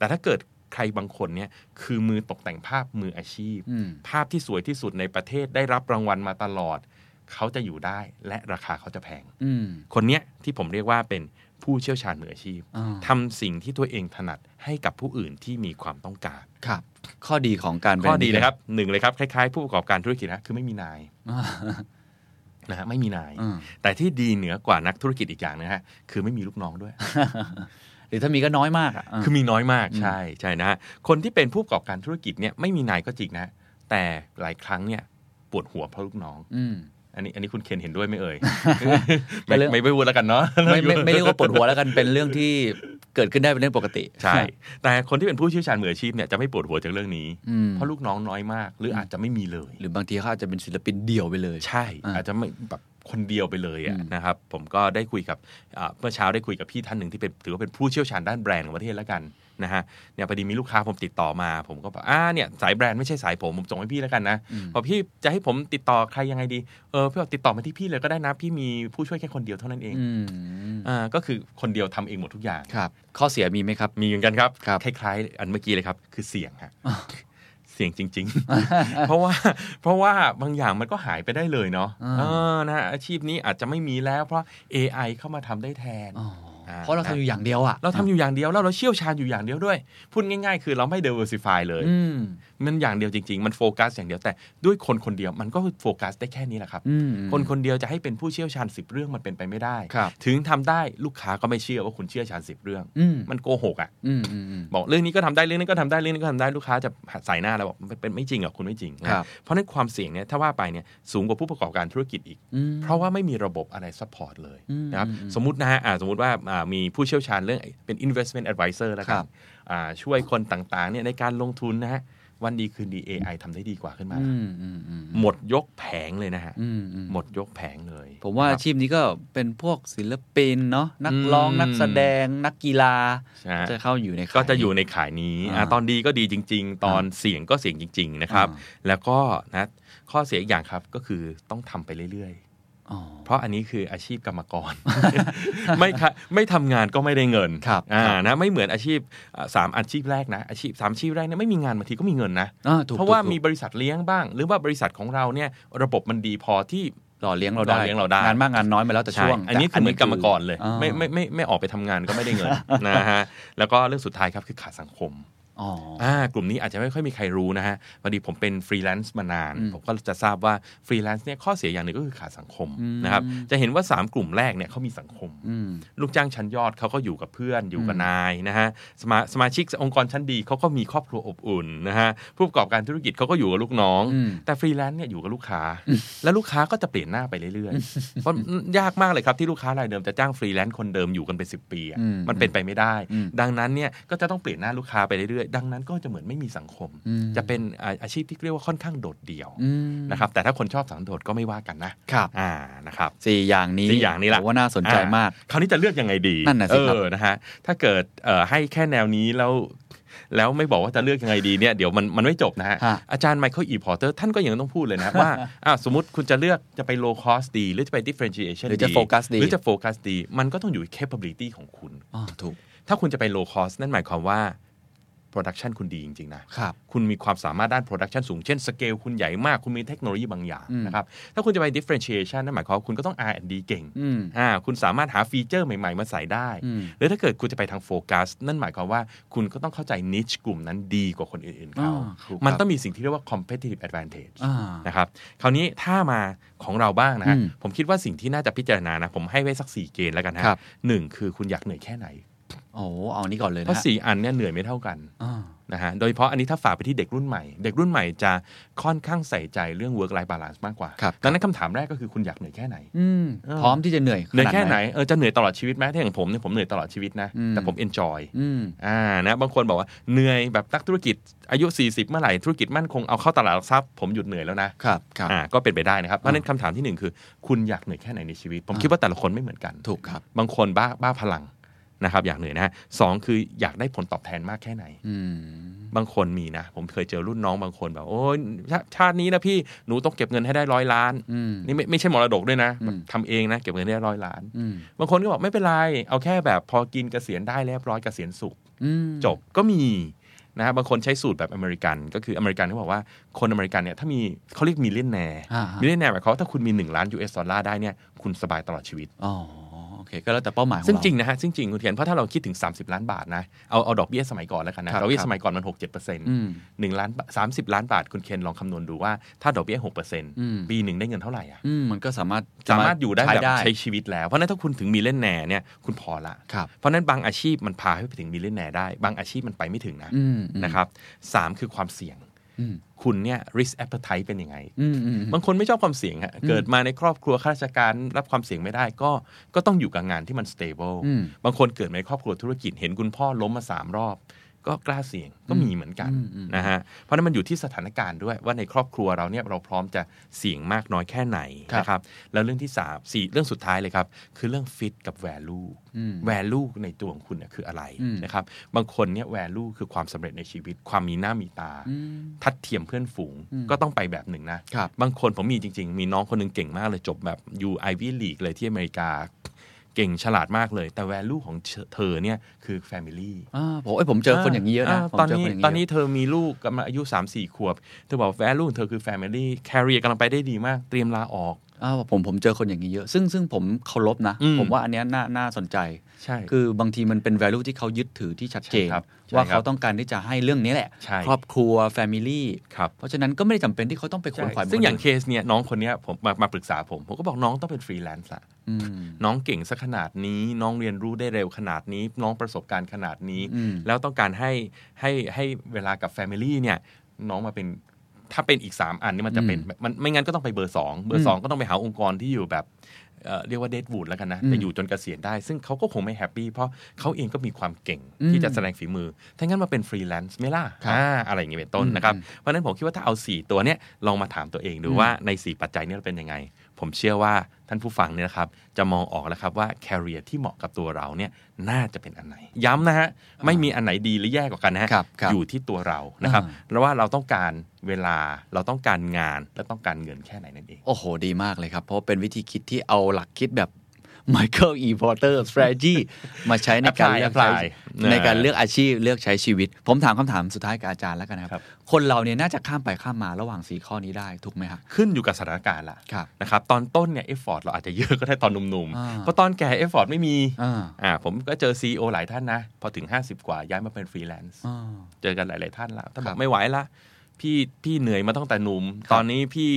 [SPEAKER 4] แต่ถ้าเกิดใครบางคนเนี่ยคือมือตกแต่งภาพมืออาชีพ
[SPEAKER 3] อืม
[SPEAKER 4] ภาพที่สวยที่สุดในประเทศได้รับรางวัลมาตลอด เขาจะอยู่ได้และราคาเขาจะแพง
[SPEAKER 3] อืม
[SPEAKER 4] คนเนี้ยที่ผมเรียกว่าเป็นผู้เชี่ยวชาญมืออาชีพ
[SPEAKER 3] อ่า
[SPEAKER 4] ทำสิ่งที่ตัวเองถนัดให้กับผู้อื่นที่มีความต้องการ
[SPEAKER 3] ครับ ข้อดีของการเป็
[SPEAKER 4] ข้อดีนะครับหนึ่งเลยครับ คล้ายๆ ผู้ประกอบการธุรกิจนะคือไม่มีนาย
[SPEAKER 3] อ่า
[SPEAKER 4] นะฮะไม่มีนาย
[SPEAKER 3] อืม
[SPEAKER 4] แต่ที่ดีเหนือกว่านักธุรกิจอีกอย่างนะฮะคือไม่มีลูกน้องด้วย
[SPEAKER 3] หรือถ้ามีก็น้อยมากอ่ะา
[SPEAKER 4] คือมีน้อยมาก
[SPEAKER 3] อืม
[SPEAKER 4] ใช่ใช่นะฮะคนที่เป็นผู้ประกอบการธุรกิจเนี่ยไม่มีนายก็จริงนะแต่หลายครั้งเนี่ยปวดหัวเพราะลูกน้อง
[SPEAKER 3] อืม
[SPEAKER 4] อันนี้อันนี้คุณเคนเห็นด้วยไหม่ เอ่ย
[SPEAKER 3] เป็
[SPEAKER 4] ไม่
[SPEAKER 3] นเรื่อง
[SPEAKER 4] ไม่พูดแล้วกันเนาะ
[SPEAKER 3] ไม่ไม่ไม่เรียกว่าปวดหัวแล้วกันเป็นเรื่องที่เกิดขึ้นได้เป็นเรื่องปกติ
[SPEAKER 4] ใช่ แต่คนที่เป็นผู้เชี่ยวชาญมืออาชีพเนี่ยจะไม่ปวดหัวจากเรื่องนี้
[SPEAKER 3] อืม
[SPEAKER 4] เพราะลูกน้องน้อยมาก หรืออาจจะไม่มีเลย
[SPEAKER 3] หรือบางทีเขาอาจจะเป็นศิลปินเดี่ยวไปเลย
[SPEAKER 4] ใช่
[SPEAKER 3] อ่า
[SPEAKER 4] อาจจะไม่แบบคนเดียวไปเลยอะ
[SPEAKER 3] อืม
[SPEAKER 4] นะครับ ผมก็ได้คุยกับอ่าเมื่อเช้าได้คุยกับพี่ท่านหนึ่งที่เป็นถือว่าเป็นผู้เชี่ยวชาญด้านแบรนด์ของประเทศแล้วกันนะฮะเนี่ยพอดีมีลูกค้าผมติดต่อมา ผมก็บอกอ่าเนี่ยสายแบรนด์ไม่ใช่สายผมผมส่งให้พี่แล้วกันนะ
[SPEAKER 3] อืม
[SPEAKER 4] พอพี่จะให้ผมติดต่อใครยังไงดีเออพี่บอกติดต่อมาที่พี่เลยก็ได้นะพี่มีผู้ช่วยแค่คนเดียวเท่านั้นเอง
[SPEAKER 3] อืม
[SPEAKER 4] อ่าก็คือคนเดียวทำเองหมดทุกอย่าง
[SPEAKER 3] ครับ ข้อเสียมีไหมครับ
[SPEAKER 4] มีเหมือนกันครับ
[SPEAKER 3] ครับ
[SPEAKER 4] คล้ายๆ อันเมื่อกี้เลยครับ คือเสียงฮะเสียงจริง ๆ เพราะว่าเพราะว่าบางอย่างมันก็หายไปได้เลยเนาะ
[SPEAKER 3] อ่า
[SPEAKER 4] เออนะฮะอาชีพนี้อาจจะไม่มีแล้วเพราะ AI เข้ามาทำได้แทน
[SPEAKER 3] อ๋ออา เพราะเราทำอยู่อย่างเดียวอ่ะ
[SPEAKER 4] เราทำอยู่อย่างเดียวแล้วเราเชี่ยวชาญอยู่อย่างเดียวด้วย พูดง่าย ๆ คือเราไม่ diversify เลย
[SPEAKER 3] อืม
[SPEAKER 4] มันอย่างเดียวจริง ๆ มันโฟกัสอย่างเดียวแต่ด้วยคนคนเดียวมันก็โฟกัสได้แค่นี้แหละครับ
[SPEAKER 3] อืม
[SPEAKER 4] คนคนเดียวจะให้เป็นผู้เชี่ยวชาญ10เรื่องมันเป็นไปไม่ได้
[SPEAKER 3] ครับ
[SPEAKER 4] ถึงทำได้ลูกค้าก็ไม่เชื่อว่าคุณเชี่ยวชาญ10เรื่อง
[SPEAKER 3] อืม
[SPEAKER 4] มันโกหกอ่ะ
[SPEAKER 3] อืมอืมอืม
[SPEAKER 4] บอกเรื่องนี้ก็ทำได้เรื่องนี้ก็ทำได้เรื่องนี้ก็ทำได้ลูกค้าจะใส่หน้าแล้วบอกเป็นเป็นไม่จริงหรอกคุณไม่จริงนะครับ เพราะฉะนั้นความเสี่ยงเนี่ยถ้าว่าไปเนี่ยสูงกว่าผู้ประกอบการธุรกิจอีก
[SPEAKER 3] อืม
[SPEAKER 4] เพราะว่าไม่มีระบบอะไรซัพพอร์ตเลย
[SPEAKER 3] อืม
[SPEAKER 4] นะครับ
[SPEAKER 3] อืมอืม
[SPEAKER 4] สมมตินะฮะอ่าสมมติว่าอ่ามีผู้เชี่ยวชาญเรื่องเป็น investment advisor แล้ว
[SPEAKER 3] ค
[SPEAKER 4] กั
[SPEAKER 3] รั
[SPEAKER 4] น
[SPEAKER 3] บ
[SPEAKER 4] อ่าช่วยคนต่างๆเนี่ยในการลงทุนนะฮะวันดีคืนดี AI ทำได้ดีกว่าขึ้นมา
[SPEAKER 3] อืมอืมอืม
[SPEAKER 4] หมดยกแผงเลยนะฮะ
[SPEAKER 3] อืมอืม
[SPEAKER 4] หมดยกแผงเลย
[SPEAKER 3] ผมว่า
[SPEAKER 4] ค
[SPEAKER 3] อา
[SPEAKER 4] รับ
[SPEAKER 3] ชีพนี้ก็เป็นพวกศิลปินเนาะนักร้อง
[SPEAKER 4] อืม
[SPEAKER 3] นักแสดงนักกีฬา
[SPEAKER 4] ใช่
[SPEAKER 3] จะเข้าอยู่ในขา
[SPEAKER 4] ก็จะอยู่ในขายนี้
[SPEAKER 3] อ่า
[SPEAKER 4] อ่ะตอนดีก็ดีจริง ๆ ตอนเสียงก็เสียงจริง ๆ นะครับ
[SPEAKER 3] อ่
[SPEAKER 4] แล้วก็นะข้อเสียอีกอย่างครับก็คือต้องทำไปเรื่อย
[SPEAKER 3] อ๋อ
[SPEAKER 4] ๆ เพราะอันนี้คืออาชีพกรรมก ร ไม่ค่ะไม่ทำงานก็ไม่ได้เงิน
[SPEAKER 3] ครับ
[SPEAKER 4] อ่า
[SPEAKER 3] ครับ
[SPEAKER 4] นะไม่เหมือนอาชีพอ่ะสามอาชีพแรกนะอาชีพสามอาชีพแรกเนี่ยไม่มีงานบางทีก็มีเงินนะ
[SPEAKER 3] อ่ถูก
[SPEAKER 4] เพราะว่า
[SPEAKER 3] ถูก
[SPEAKER 4] มีบริษัทเลี้ยงบ้าง หรือว่าบริษัทของเราเนี่ยระบบมันดีพอที่
[SPEAKER 3] หล่อเลี้ยงเราได้
[SPEAKER 4] หล่อเลี้ยงเราได้
[SPEAKER 3] งานมากงานน้อยมาแล้วแต่
[SPEAKER 4] ใช่
[SPEAKER 3] ช่วง
[SPEAKER 4] อันนี้
[SPEAKER 3] แต่
[SPEAKER 4] คือเหมือนกรรมกรเลย
[SPEAKER 3] อ่า
[SPEAKER 4] ไม่ไม่ไม่ไม่ออกไปทำงานก็ไม่ ได้เงิน นะฮะแล้วก็เรื่องสุดท้ายครับคือขาดสังคม
[SPEAKER 3] อ๋อ
[SPEAKER 4] อ่ากลุ่มนี้อาจจะไม่ค่อยมีใครรู้นะฮะพอดีผมเป็นฟรีแลนซ์มานาน
[SPEAKER 3] อืม
[SPEAKER 4] ผมก็จะทราบว่าฟรีแลนซ์เนี่ยข้อเสียอย่างหนึ่งก็คือขาดสังคม
[SPEAKER 3] อืม
[SPEAKER 4] นะครับจะเห็นว่า 3 กลุ่มแรกเนี่ยเขามีสังคม
[SPEAKER 3] อืม
[SPEAKER 4] ลูกจ้างชั้นยอดเขาก็อยู่กับเพื่อนอยู่กับ
[SPEAKER 3] อืม
[SPEAKER 4] นายนะฮะสมาสมาชิกองค์กรชั้นดีเขาก็มีครอบครัวอบอุ่นนะฮะผู้ประกอบการธุรกิจเขาก็อยู่กับลูกน้อง
[SPEAKER 3] อืม
[SPEAKER 4] แต่ฟรีแลนซ์เนี่ยอยู่กับลูกค้า แล้วลูกค้าก็จะเปลี่ยนหน้าไปเรื่อยๆ เพราะยากมากเลยครับที่ลูกค้ารายเดิมจะจ้างฟรีแลนซ์คนเดิมอยู่กันเป็นสิปีอะ
[SPEAKER 3] อืม
[SPEAKER 4] มันเป็นไปไม่ได้
[SPEAKER 3] อืม
[SPEAKER 4] ดังนั้นเนี่ยก็จะต้องเปลี่ยนหน้าลูกค้าไปเรื่อยๆ ดังนั้นก็จะเหมือนไม่มีสังคม
[SPEAKER 3] อืม
[SPEAKER 4] จะเป็นอ่าอาชีพที่เรียกว่าค่อนข้างโดดเดี่ยว
[SPEAKER 3] อืม
[SPEAKER 4] นะครับแต่ถ้าคนชอบสังโดดก็ไม่ว่ากันนะ
[SPEAKER 3] ครับ
[SPEAKER 4] อ่านะครับ
[SPEAKER 3] สี่อย่างนี้
[SPEAKER 4] สี่อย่างนี้ล่ะ
[SPEAKER 3] ผมว่าน่าสนใจมาก
[SPEAKER 4] อ่คราวนี้จะเลือกยังไงดี
[SPEAKER 3] นั่นน่ะสิค
[SPEAKER 4] เอ
[SPEAKER 3] รับ
[SPEAKER 4] อนะฮะถ้าเกิดเอ่อให้แค่แนวนี้แล้วแล้วไม่บอกว่าจะเลือกยังไงดีเนี่ยเดี๋ยวมันมันไม่จบนะฮะ
[SPEAKER 3] ฮะ
[SPEAKER 4] อาจารย์ไมเคิลอีพอร์เตอร์ท่านก็ยังต้องพูดเลยนะ ว่าอ่ะสมมติคุณจะเลือกจะไปโลคอสดี หรือจะไป differentiation
[SPEAKER 3] หรือจะ focus ดี
[SPEAKER 4] หรือจะโฟกัสดี มันก็ต้องอยู่ที่ capability ของคุณ
[SPEAKER 3] อ๋อถูก
[SPEAKER 4] ถ้าคุณจะไปโลคอสนั่นหมายความว่า production คุณดีจริง ๆ นะ
[SPEAKER 3] ครับ
[SPEAKER 4] คุณมีความสามารถด้าน production สูง เช่นสเกลคุณใหญ่มาก คุณมีเทคโนโลยีบางอย่างนะครับ ถ้าคุณจะไป differentiation นั่นหมายความว่าคุณก็ต้อง R&D เก่ง
[SPEAKER 3] อืม
[SPEAKER 4] อ่าคุณสามารถหาฟีเจอร์ใหม่ ๆ มาใส่ได้
[SPEAKER 3] อืม
[SPEAKER 4] หรือถ้าเกิดคุณจะไปทางโฟกัสนั่นหมายความว่าคุณก็ต้องเข้าใจ niche กลุ่มนั้นดีกว่าคนอื่นๆเขา
[SPEAKER 3] อ่าครับ
[SPEAKER 4] มันต้องมีสิ่งที่เรียกว่า competitive advantage
[SPEAKER 3] อ่า
[SPEAKER 4] นะครับคราวนี้ถ้ามาของเราบ้างนะฮะ
[SPEAKER 3] อืม
[SPEAKER 4] ผมคิดว่าสิ่งที่น่าจะพิจารณานะ ผมให้ไว้สักสี่เกณฑ์แล้วกันนะฮะ
[SPEAKER 3] ครับ
[SPEAKER 4] หนึ่งคือคุณอยากเหนื่อยแค่ไหน
[SPEAKER 3] โอ้โหเอานี้ก่อนเลยนะ
[SPEAKER 4] เพราะสี่อันเนี่ยเหนื่อยไม่เท่ากัน
[SPEAKER 3] อ่า
[SPEAKER 4] นะฮะโดยเฉพาะอันนี้ถ้าฝากไปที่เด็กรุ่นใหม่ เด็กรุ่นใหม่จะค่อนข้างใส่ใจเรื่อง work life balance มากกว่า
[SPEAKER 3] ครับ
[SPEAKER 4] ดังนั้นคำถามแรกก็คือคุณอยากเหนื่อยแค่ไหน
[SPEAKER 3] อืม
[SPEAKER 4] เออ
[SPEAKER 3] พร้อมที่จะเหนื่อย
[SPEAKER 4] เหนื่อย
[SPEAKER 3] ขาด
[SPEAKER 4] แค่ไหนเออจะเหนื่อยตลอดชีวิตไหมถ้าอย่างผมเนี่ยผมเหนื่อยตลอดชีวิตนะแต่ผม enjoy
[SPEAKER 3] อืม
[SPEAKER 4] อ่านะบางคนบอกว่าเหนื่อยแบบนักธุรกิจอายุ 40 เมื่อไหร่ธุรกิจมั่นคงเอาเข้าตลาดหลักทรัพย์ผมหยุดเหนื่อยแล้วนะ
[SPEAKER 3] ครับครับ
[SPEAKER 4] อ่าก็เป็นไปได้นะครับ เพราะฉะนั้นคำถามที่หนึ่งคือ คุณอยากเหนื่อยแค่ไหนในชีวิต ผมคิดว่าแต่ละคนไม่เหมือนกัน
[SPEAKER 3] ถูกครับ
[SPEAKER 4] บางคนบ้าบ้าพลังนะครับอยากเหนื่อยนะสองคืออยากได้ผลตอบแทนมากแค่ไหน
[SPEAKER 3] อืม
[SPEAKER 4] บางคนมีนะ ผมเคยเจอรุ่นน้องบางคนแบบโอ้ยชาชาตินี้นะพี่หนูต้องเก็บเงินให้ได้ร้อยล้าน
[SPEAKER 3] อืม
[SPEAKER 4] นี่ไม่ไม่ใช่มรดกด้วยนะ
[SPEAKER 3] อืม
[SPEAKER 4] ทำเองนะเก็บเงินได้ร้อยล้าน
[SPEAKER 3] อืม
[SPEAKER 4] บางคนก็บอกไม่เป็นไรเอาแค่แบบพอกินเกษียณได้เรียบร้อยเกษียณสุข
[SPEAKER 3] อืม
[SPEAKER 4] จบก็มีนะฮะบางคนใช้สูตรแบบอเมริกัน ก็คืออเมริกันเขาบอกว่าคนอเมริกันเนี่ยถ้ามีเขาเรียกมิเลนแนร์
[SPEAKER 3] อ่าฮะ
[SPEAKER 4] มิเลนแนร์หมายความว่าถ้าคุณมี 1 ล้าน US ดอลลาร์ได้เนี่ยคุณสบายตลอดชีวิต
[SPEAKER 3] อ๋อโอเค ก็แล้วแต่เป้าหมายของ
[SPEAKER 4] ซึ่ง
[SPEAKER 3] เา
[SPEAKER 4] จริงนะฮะ ซึ่งจริงคุณเทียนเพราะถ้าเราคิดถึง 30 ล้านบาทนะเอาเอาดอกเบี้ยสมัยก่อนแล้วกันนะครับ ดอกเบี้ย
[SPEAKER 3] ครับ
[SPEAKER 4] สมัยก่อนมัน 6 7เปอร์เซ็นต์
[SPEAKER 3] อืม
[SPEAKER 4] หนึ่งล้านสามสิบล้านบาทคุณเคนลองคำนวณดูว่าถ้าดอกเบี้ยหกเปอร์เซ็นต์
[SPEAKER 3] อืม
[SPEAKER 4] ปีหนึ่งได้เงินเท่าไหร่อะ
[SPEAKER 3] อืมมันก็สามารถ
[SPEAKER 4] สามารถอยู่ได้
[SPEAKER 3] ใช้
[SPEAKER 4] แบบ
[SPEAKER 3] ได้
[SPEAKER 4] ใช้ชีวิตแล้วเพราะฉะนั้นถ้าคุณถึงมิเลนแนร์เนี่ยคุณพอละ
[SPEAKER 3] ครับ
[SPEAKER 4] เพราะฉะนั้นบางอาชีพมันพาให้ไปถึงมิเลนแนร์ได้ บางอาชีพมันไปไม่ถึงนะ
[SPEAKER 3] อืมอืม
[SPEAKER 4] นะครับสามคือความเสี่ยง
[SPEAKER 3] อืม
[SPEAKER 4] คุณเนี่ย risk appetite เป็นยังไง
[SPEAKER 3] อืมอืม
[SPEAKER 4] บางคนไม่ชอบความเสี่ยงฮะเกิดมาในครอบครัวข้าราชการรับความเสี่ยงไม่ได้ก็ก็ต้องอยู่กับงานที่มัน stable
[SPEAKER 3] อืม
[SPEAKER 4] บางคนเกิดมาในครอบครัวธุรกิจเห็นคุณพ่อล้มมาสามรอบ ก็กล้าเสี่ยงก็มีเหมือนกัน
[SPEAKER 3] อืมอืม
[SPEAKER 4] นะฮะเพราะฉะนั้นมันอยู่ที่สถานการณ์ด้วยว่าในครอบครัวเราเนี่ยเราพร้อมจะเสี่ยงมากน้อยแค่ไหนนะครับแล้วเรื่องที่สามสี่เรื่องสุดท้ายเลยครับคือเรื่อง fit กับ value
[SPEAKER 3] อืม
[SPEAKER 4] value ในตัวของคุณเนี่ยคืออะไร
[SPEAKER 3] อืม
[SPEAKER 4] นะครับบางคนเนี่ย value คือความสำเร็จในชีวิต ความมีหน้ามีตา
[SPEAKER 3] อืม
[SPEAKER 4] ทัดเทียมเพื่อนฝูง
[SPEAKER 3] อืม
[SPEAKER 4] ก็ต้องไปแบบหนึ่งนะครับงคนผมมีจริง ๆ มีน้องคนหนึ่งเก่งมากเลยจบแบบยูไอว l ลีกเลยที่อเมริกา เก่งฉลาดมากเลย แต่แวลูของเธอเนี่ยคือ Family
[SPEAKER 3] ่าผมเอ้ยผมเจอคนอย่างนี้เยอะนะผม
[SPEAKER 4] ตอน
[SPEAKER 3] เจอ
[SPEAKER 4] นี้
[SPEAKER 3] คย่าง
[SPEAKER 4] ตอนนี้
[SPEAKER 3] เยะ
[SPEAKER 4] เธอมีลูกกำลังอายุ 3 4 ขวบ เธอบอกแวลูของเธอคือ Family แคเรียกำลังไปได้ดีมาก เตรียมลาออก
[SPEAKER 3] อ่าผมผมเจอคนอย่างนี้เยอะ ซึ่งซึ่งผมเคารพนะ
[SPEAKER 4] อืม
[SPEAKER 3] ผมว่าอันเนี้ยน่าน่าสนใจ
[SPEAKER 4] ใช่
[SPEAKER 3] คือบางทีมันเป็น value ที่เขายึดถือที่ชัดเจน
[SPEAKER 4] ใช่ครับ
[SPEAKER 3] ว่า
[SPEAKER 4] ใช่ครับ
[SPEAKER 3] เขาต้องการที่จะให้เรื่องนี้แหละ
[SPEAKER 4] ใช่
[SPEAKER 3] ครอบครัว family
[SPEAKER 4] ครับ
[SPEAKER 3] เพราะฉะนั้นก็ไม่ได้จำเป็นที่เขาต้องไปขวนขวายเหมืน
[SPEAKER 4] ซึ่งอย่าง
[SPEAKER 3] คน
[SPEAKER 4] เคสเนี่ยน้องคนเนี้ยผมมามาปรึกษาผม ผมก็บอกน้องต้องเป็นฟรีแลนซ์ละ
[SPEAKER 3] อืม
[SPEAKER 4] น้องเก่งสักขนาดนี้น้องเรียนรู้ได้เร็วขนาดนี้ น้องประสบการณ์ขนาดนี้
[SPEAKER 3] อืม
[SPEAKER 4] แล้วต้องการให้ให้ให้เวลากับ Family เนี่ยน้องมาเป็นถ้าเป็นอีก 3 อันนี่มันจะเป็นมันไม่งั้นก็ต้องไปเบอร์ 2 เบอร์ 2 ก็ต้องไปหาองค์กรที่อยู่แบบเอ่อเรียกว่าเดดวูดแล้วกันนะ
[SPEAKER 3] อืม
[SPEAKER 4] แต่อยู่จนเกษียณได้ ซึ่งเขาก็คงไม่แฮปปี้เพราะเขาเองก็มีความเก่ง
[SPEAKER 3] อืม
[SPEAKER 4] ที่จะแสดงฝีมือ ถ้างั้นมาเป็นฟรีแลนซ์ไหม่ล่ะ
[SPEAKER 3] ครับ
[SPEAKER 4] อ่าอะไรอย่างเงี้ยเป็นต้นนะครับ
[SPEAKER 3] อืม
[SPEAKER 4] เพราะฉะนั้นผมคิดว่าถ้าเอา 4 ตัวเนี้ยลองมาถามตัวเองดูว่าใน 4 ปัจจัยเนี้เราเป็นยังไง ผมเชื่อว่าท่านผู้ฟังเนี่ยนะครับ จะมองออกแล้วครับว่าแคเรียที่เหมาะกับตัวเราเนี่ยน่าจะเป็นอันไหน ย้ำนะฮะ ไม่มีอันไหนดีหรือแย่กว่ากันนะฮะ
[SPEAKER 3] ครับครับ
[SPEAKER 4] อยู่ที่ตัวเรานะครับ
[SPEAKER 3] อ่
[SPEAKER 4] แล้วว่าเราต้องการเวลาเราต้องการงานและต้องการเงินแค่ไหนนั่นเอง
[SPEAKER 3] โอ้โห ดีมากเลยครับ เพราะเป็นวิธีคิดที่เอาหลักคิดแบบ Michael E. Porter strategy มาใช้ในการ
[SPEAKER 4] Apply
[SPEAKER 3] เลือก
[SPEAKER 4] apply
[SPEAKER 3] ใช้
[SPEAKER 4] นะ
[SPEAKER 3] ในการเลือกอาชีพเลือกใช้ชีวิต ผมถามคำถามสุดท้ายกับอาจารย์แล้วกันนะค
[SPEAKER 4] ครั
[SPEAKER 3] รับ
[SPEAKER 4] บ
[SPEAKER 3] คนเราเนี่ยน่าจะข้ามไปข้ามมาระหว่างสีข้อนี้ได้ ถูกไหมครับ
[SPEAKER 4] ขึ้นอยู่กับสถานการณ์ละ
[SPEAKER 3] ครับ
[SPEAKER 4] นะครับตอนต้นเนี่ยเอฟฟอร์เราอาจจะเยอะก็ได้ตอนหนุ่ม
[SPEAKER 3] อ่า
[SPEAKER 4] ๆเพราะตอนแก่เอฟฟอร์ไม่มี
[SPEAKER 3] อ่า
[SPEAKER 4] อ่าผมก็เจอซีอหลายท่านนะพอถึง 50 กว่าย้ายมาเป็นฟรีแลนซ์
[SPEAKER 3] อ่า
[SPEAKER 4] เจอกันหลาย ๆ ท่านแล้วถ้าบ
[SPEAKER 3] ครั
[SPEAKER 4] อก
[SPEAKER 3] บ
[SPEAKER 4] ไม่ไหวละพี่พี่เหนื่อยมาตั้งแต่หนุ่ม
[SPEAKER 3] ครับ
[SPEAKER 4] ตอนนี้พี่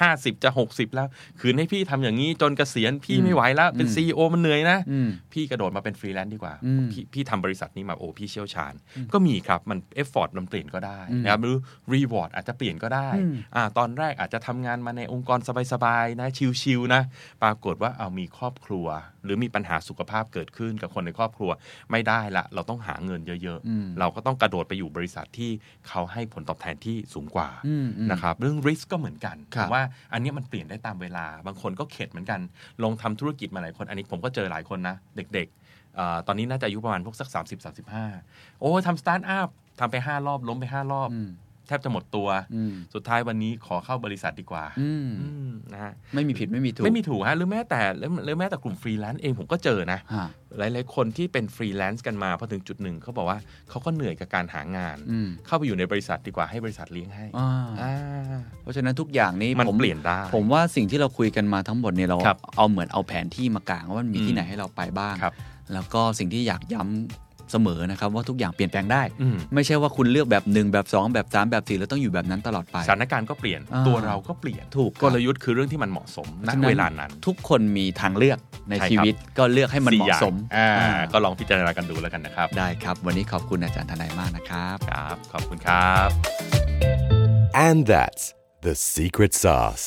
[SPEAKER 4] ห้าสิบจะหกสิบแล้ว คืนให้พี่ทำอย่างนี้จนเกษียณพี่
[SPEAKER 3] อืม
[SPEAKER 4] ไม่ไหวแล้วเป็น
[SPEAKER 3] อืม
[SPEAKER 4] ซีอมันเหนื่อยนะ
[SPEAKER 3] อืม
[SPEAKER 4] พี่กระโดดมาเป็นฟรีแลนซ์ดีกว่า
[SPEAKER 3] อืม
[SPEAKER 4] พี่พี่ทำบริษัทนี้มาโอ้พี่เชี่ยวชาญ ก็มีครับ มันเอฟฟอร์ดมันเปลี่ยนก็ได้
[SPEAKER 3] อืม
[SPEAKER 4] นะครับหรือรีวอร์ดอาจจะเปลี่ยนก็ได้
[SPEAKER 3] อืม
[SPEAKER 4] อ่าตอนแรกอาจจะทำงานมาในองค์กรสบาย ๆ นะ ชิว ๆ นะ ปรากฏว่าเอามีครอบครัว หรือมีปัญหาสุขภาพเกิดขึ้นกับคนในครอบครัวไม่ได้ละ เราต้องหาเงินเยอะ
[SPEAKER 3] อืม
[SPEAKER 4] ๆ เราก็ต้องกระโดดไปอยู่บริษัทที่เขาให้ผลตอบแทนที่สูงกว่า
[SPEAKER 3] อืมอืม
[SPEAKER 4] นะครับเรื่อง risk ก็เหมือนกัน
[SPEAKER 3] ครับ
[SPEAKER 4] ผมว่าอันเนี้ยมันเปลี่ยนได้ตามเวลา บางคนก็เข็ดเหมือนกัน ลงทำธุรกิจมาหลายคน อันนี้ผมก็เจอหลายคนนะ เด็กๆเอ่อตอนนี้น่าจะอายุประมาณพวกสัก 30 35 โอ้ยทำสตาร์ทอัพทำไป 5 รอบ ล้มไป 5 รอบ
[SPEAKER 3] อืม
[SPEAKER 4] แทบจะหมดตัว
[SPEAKER 3] อืม
[SPEAKER 4] สุดท้ายวันนี้ขอเข้าบริษัทดีกว่า
[SPEAKER 3] อืม
[SPEAKER 4] อืมนะฮะ
[SPEAKER 3] ไม่มีผิดไม่มีถูก
[SPEAKER 4] ไม่มีถูกฮะหรือแม้แต่หรือแม้แต่กลุ่มฟรีแลนซ์เองผมก็เจอนะ
[SPEAKER 3] ฮะ
[SPEAKER 4] หลาย ๆ คนที่เป็นฟรีแลนซ์กันมาพอถึงจุดหนึ่งเขาบอกว่าเขาก็เหนื่อยกับการหางาน
[SPEAKER 3] อืม
[SPEAKER 4] เข้าไปอยู่ในบริษัทดีกว่าให้บริษัทเลี้ยงให้
[SPEAKER 3] อ่า
[SPEAKER 4] อ่า
[SPEAKER 3] เพราะฉะนั้นทุกอย่างนี้
[SPEAKER 4] มัน
[SPEAKER 3] ผม
[SPEAKER 4] เปลี่ยนได้
[SPEAKER 3] ผมว่าสิ่งที่เราคุยกันมาทั้งหมดเนี่ยเรา
[SPEAKER 4] ครับ
[SPEAKER 3] เอาเหมือนเอาแผนที่มากางว่ามันมี
[SPEAKER 4] อืม
[SPEAKER 3] ที่ไหนให้เราไปบ้าง
[SPEAKER 4] ครับ
[SPEAKER 3] แล้วก็สิ่งที่อยากย้ำเสมอนะครับว่าทุกอย่างเปลี่ยนแปลงได้
[SPEAKER 4] อืม
[SPEAKER 3] ไม่ใช่ว่าคุณเลือกแบบ 1 แบบ 2 แบบ 3 แบบ4แล้วต้องอยู่แบบนั้นตลอดไป
[SPEAKER 4] สถานการณ์ก็เปลี่ยน
[SPEAKER 3] อ่า
[SPEAKER 4] ตัวเราก็เปลี่ยน
[SPEAKER 3] ถูกครับ
[SPEAKER 4] กลยุทธ์คือเรื่องที่มันเหมาะสมณ
[SPEAKER 3] ฉะ
[SPEAKER 4] เวลานั้น
[SPEAKER 3] ทุกคนมีทางเลือกใน
[SPEAKER 4] ใช่ครับ
[SPEAKER 3] ชีวิตก็เลือกให้มันเหมาะ
[SPEAKER 4] อย่าง
[SPEAKER 3] สม
[SPEAKER 4] อ่า
[SPEAKER 3] อ่า
[SPEAKER 4] ก็ลองพิจารณากันดูแล้วกันนะครับ
[SPEAKER 3] ได้ครับ วันนี้ขอบคุณอาจารย์ทนายมากนะครับ
[SPEAKER 4] ครับ ขอบคุณครับ
[SPEAKER 1] And that's the secret sauce.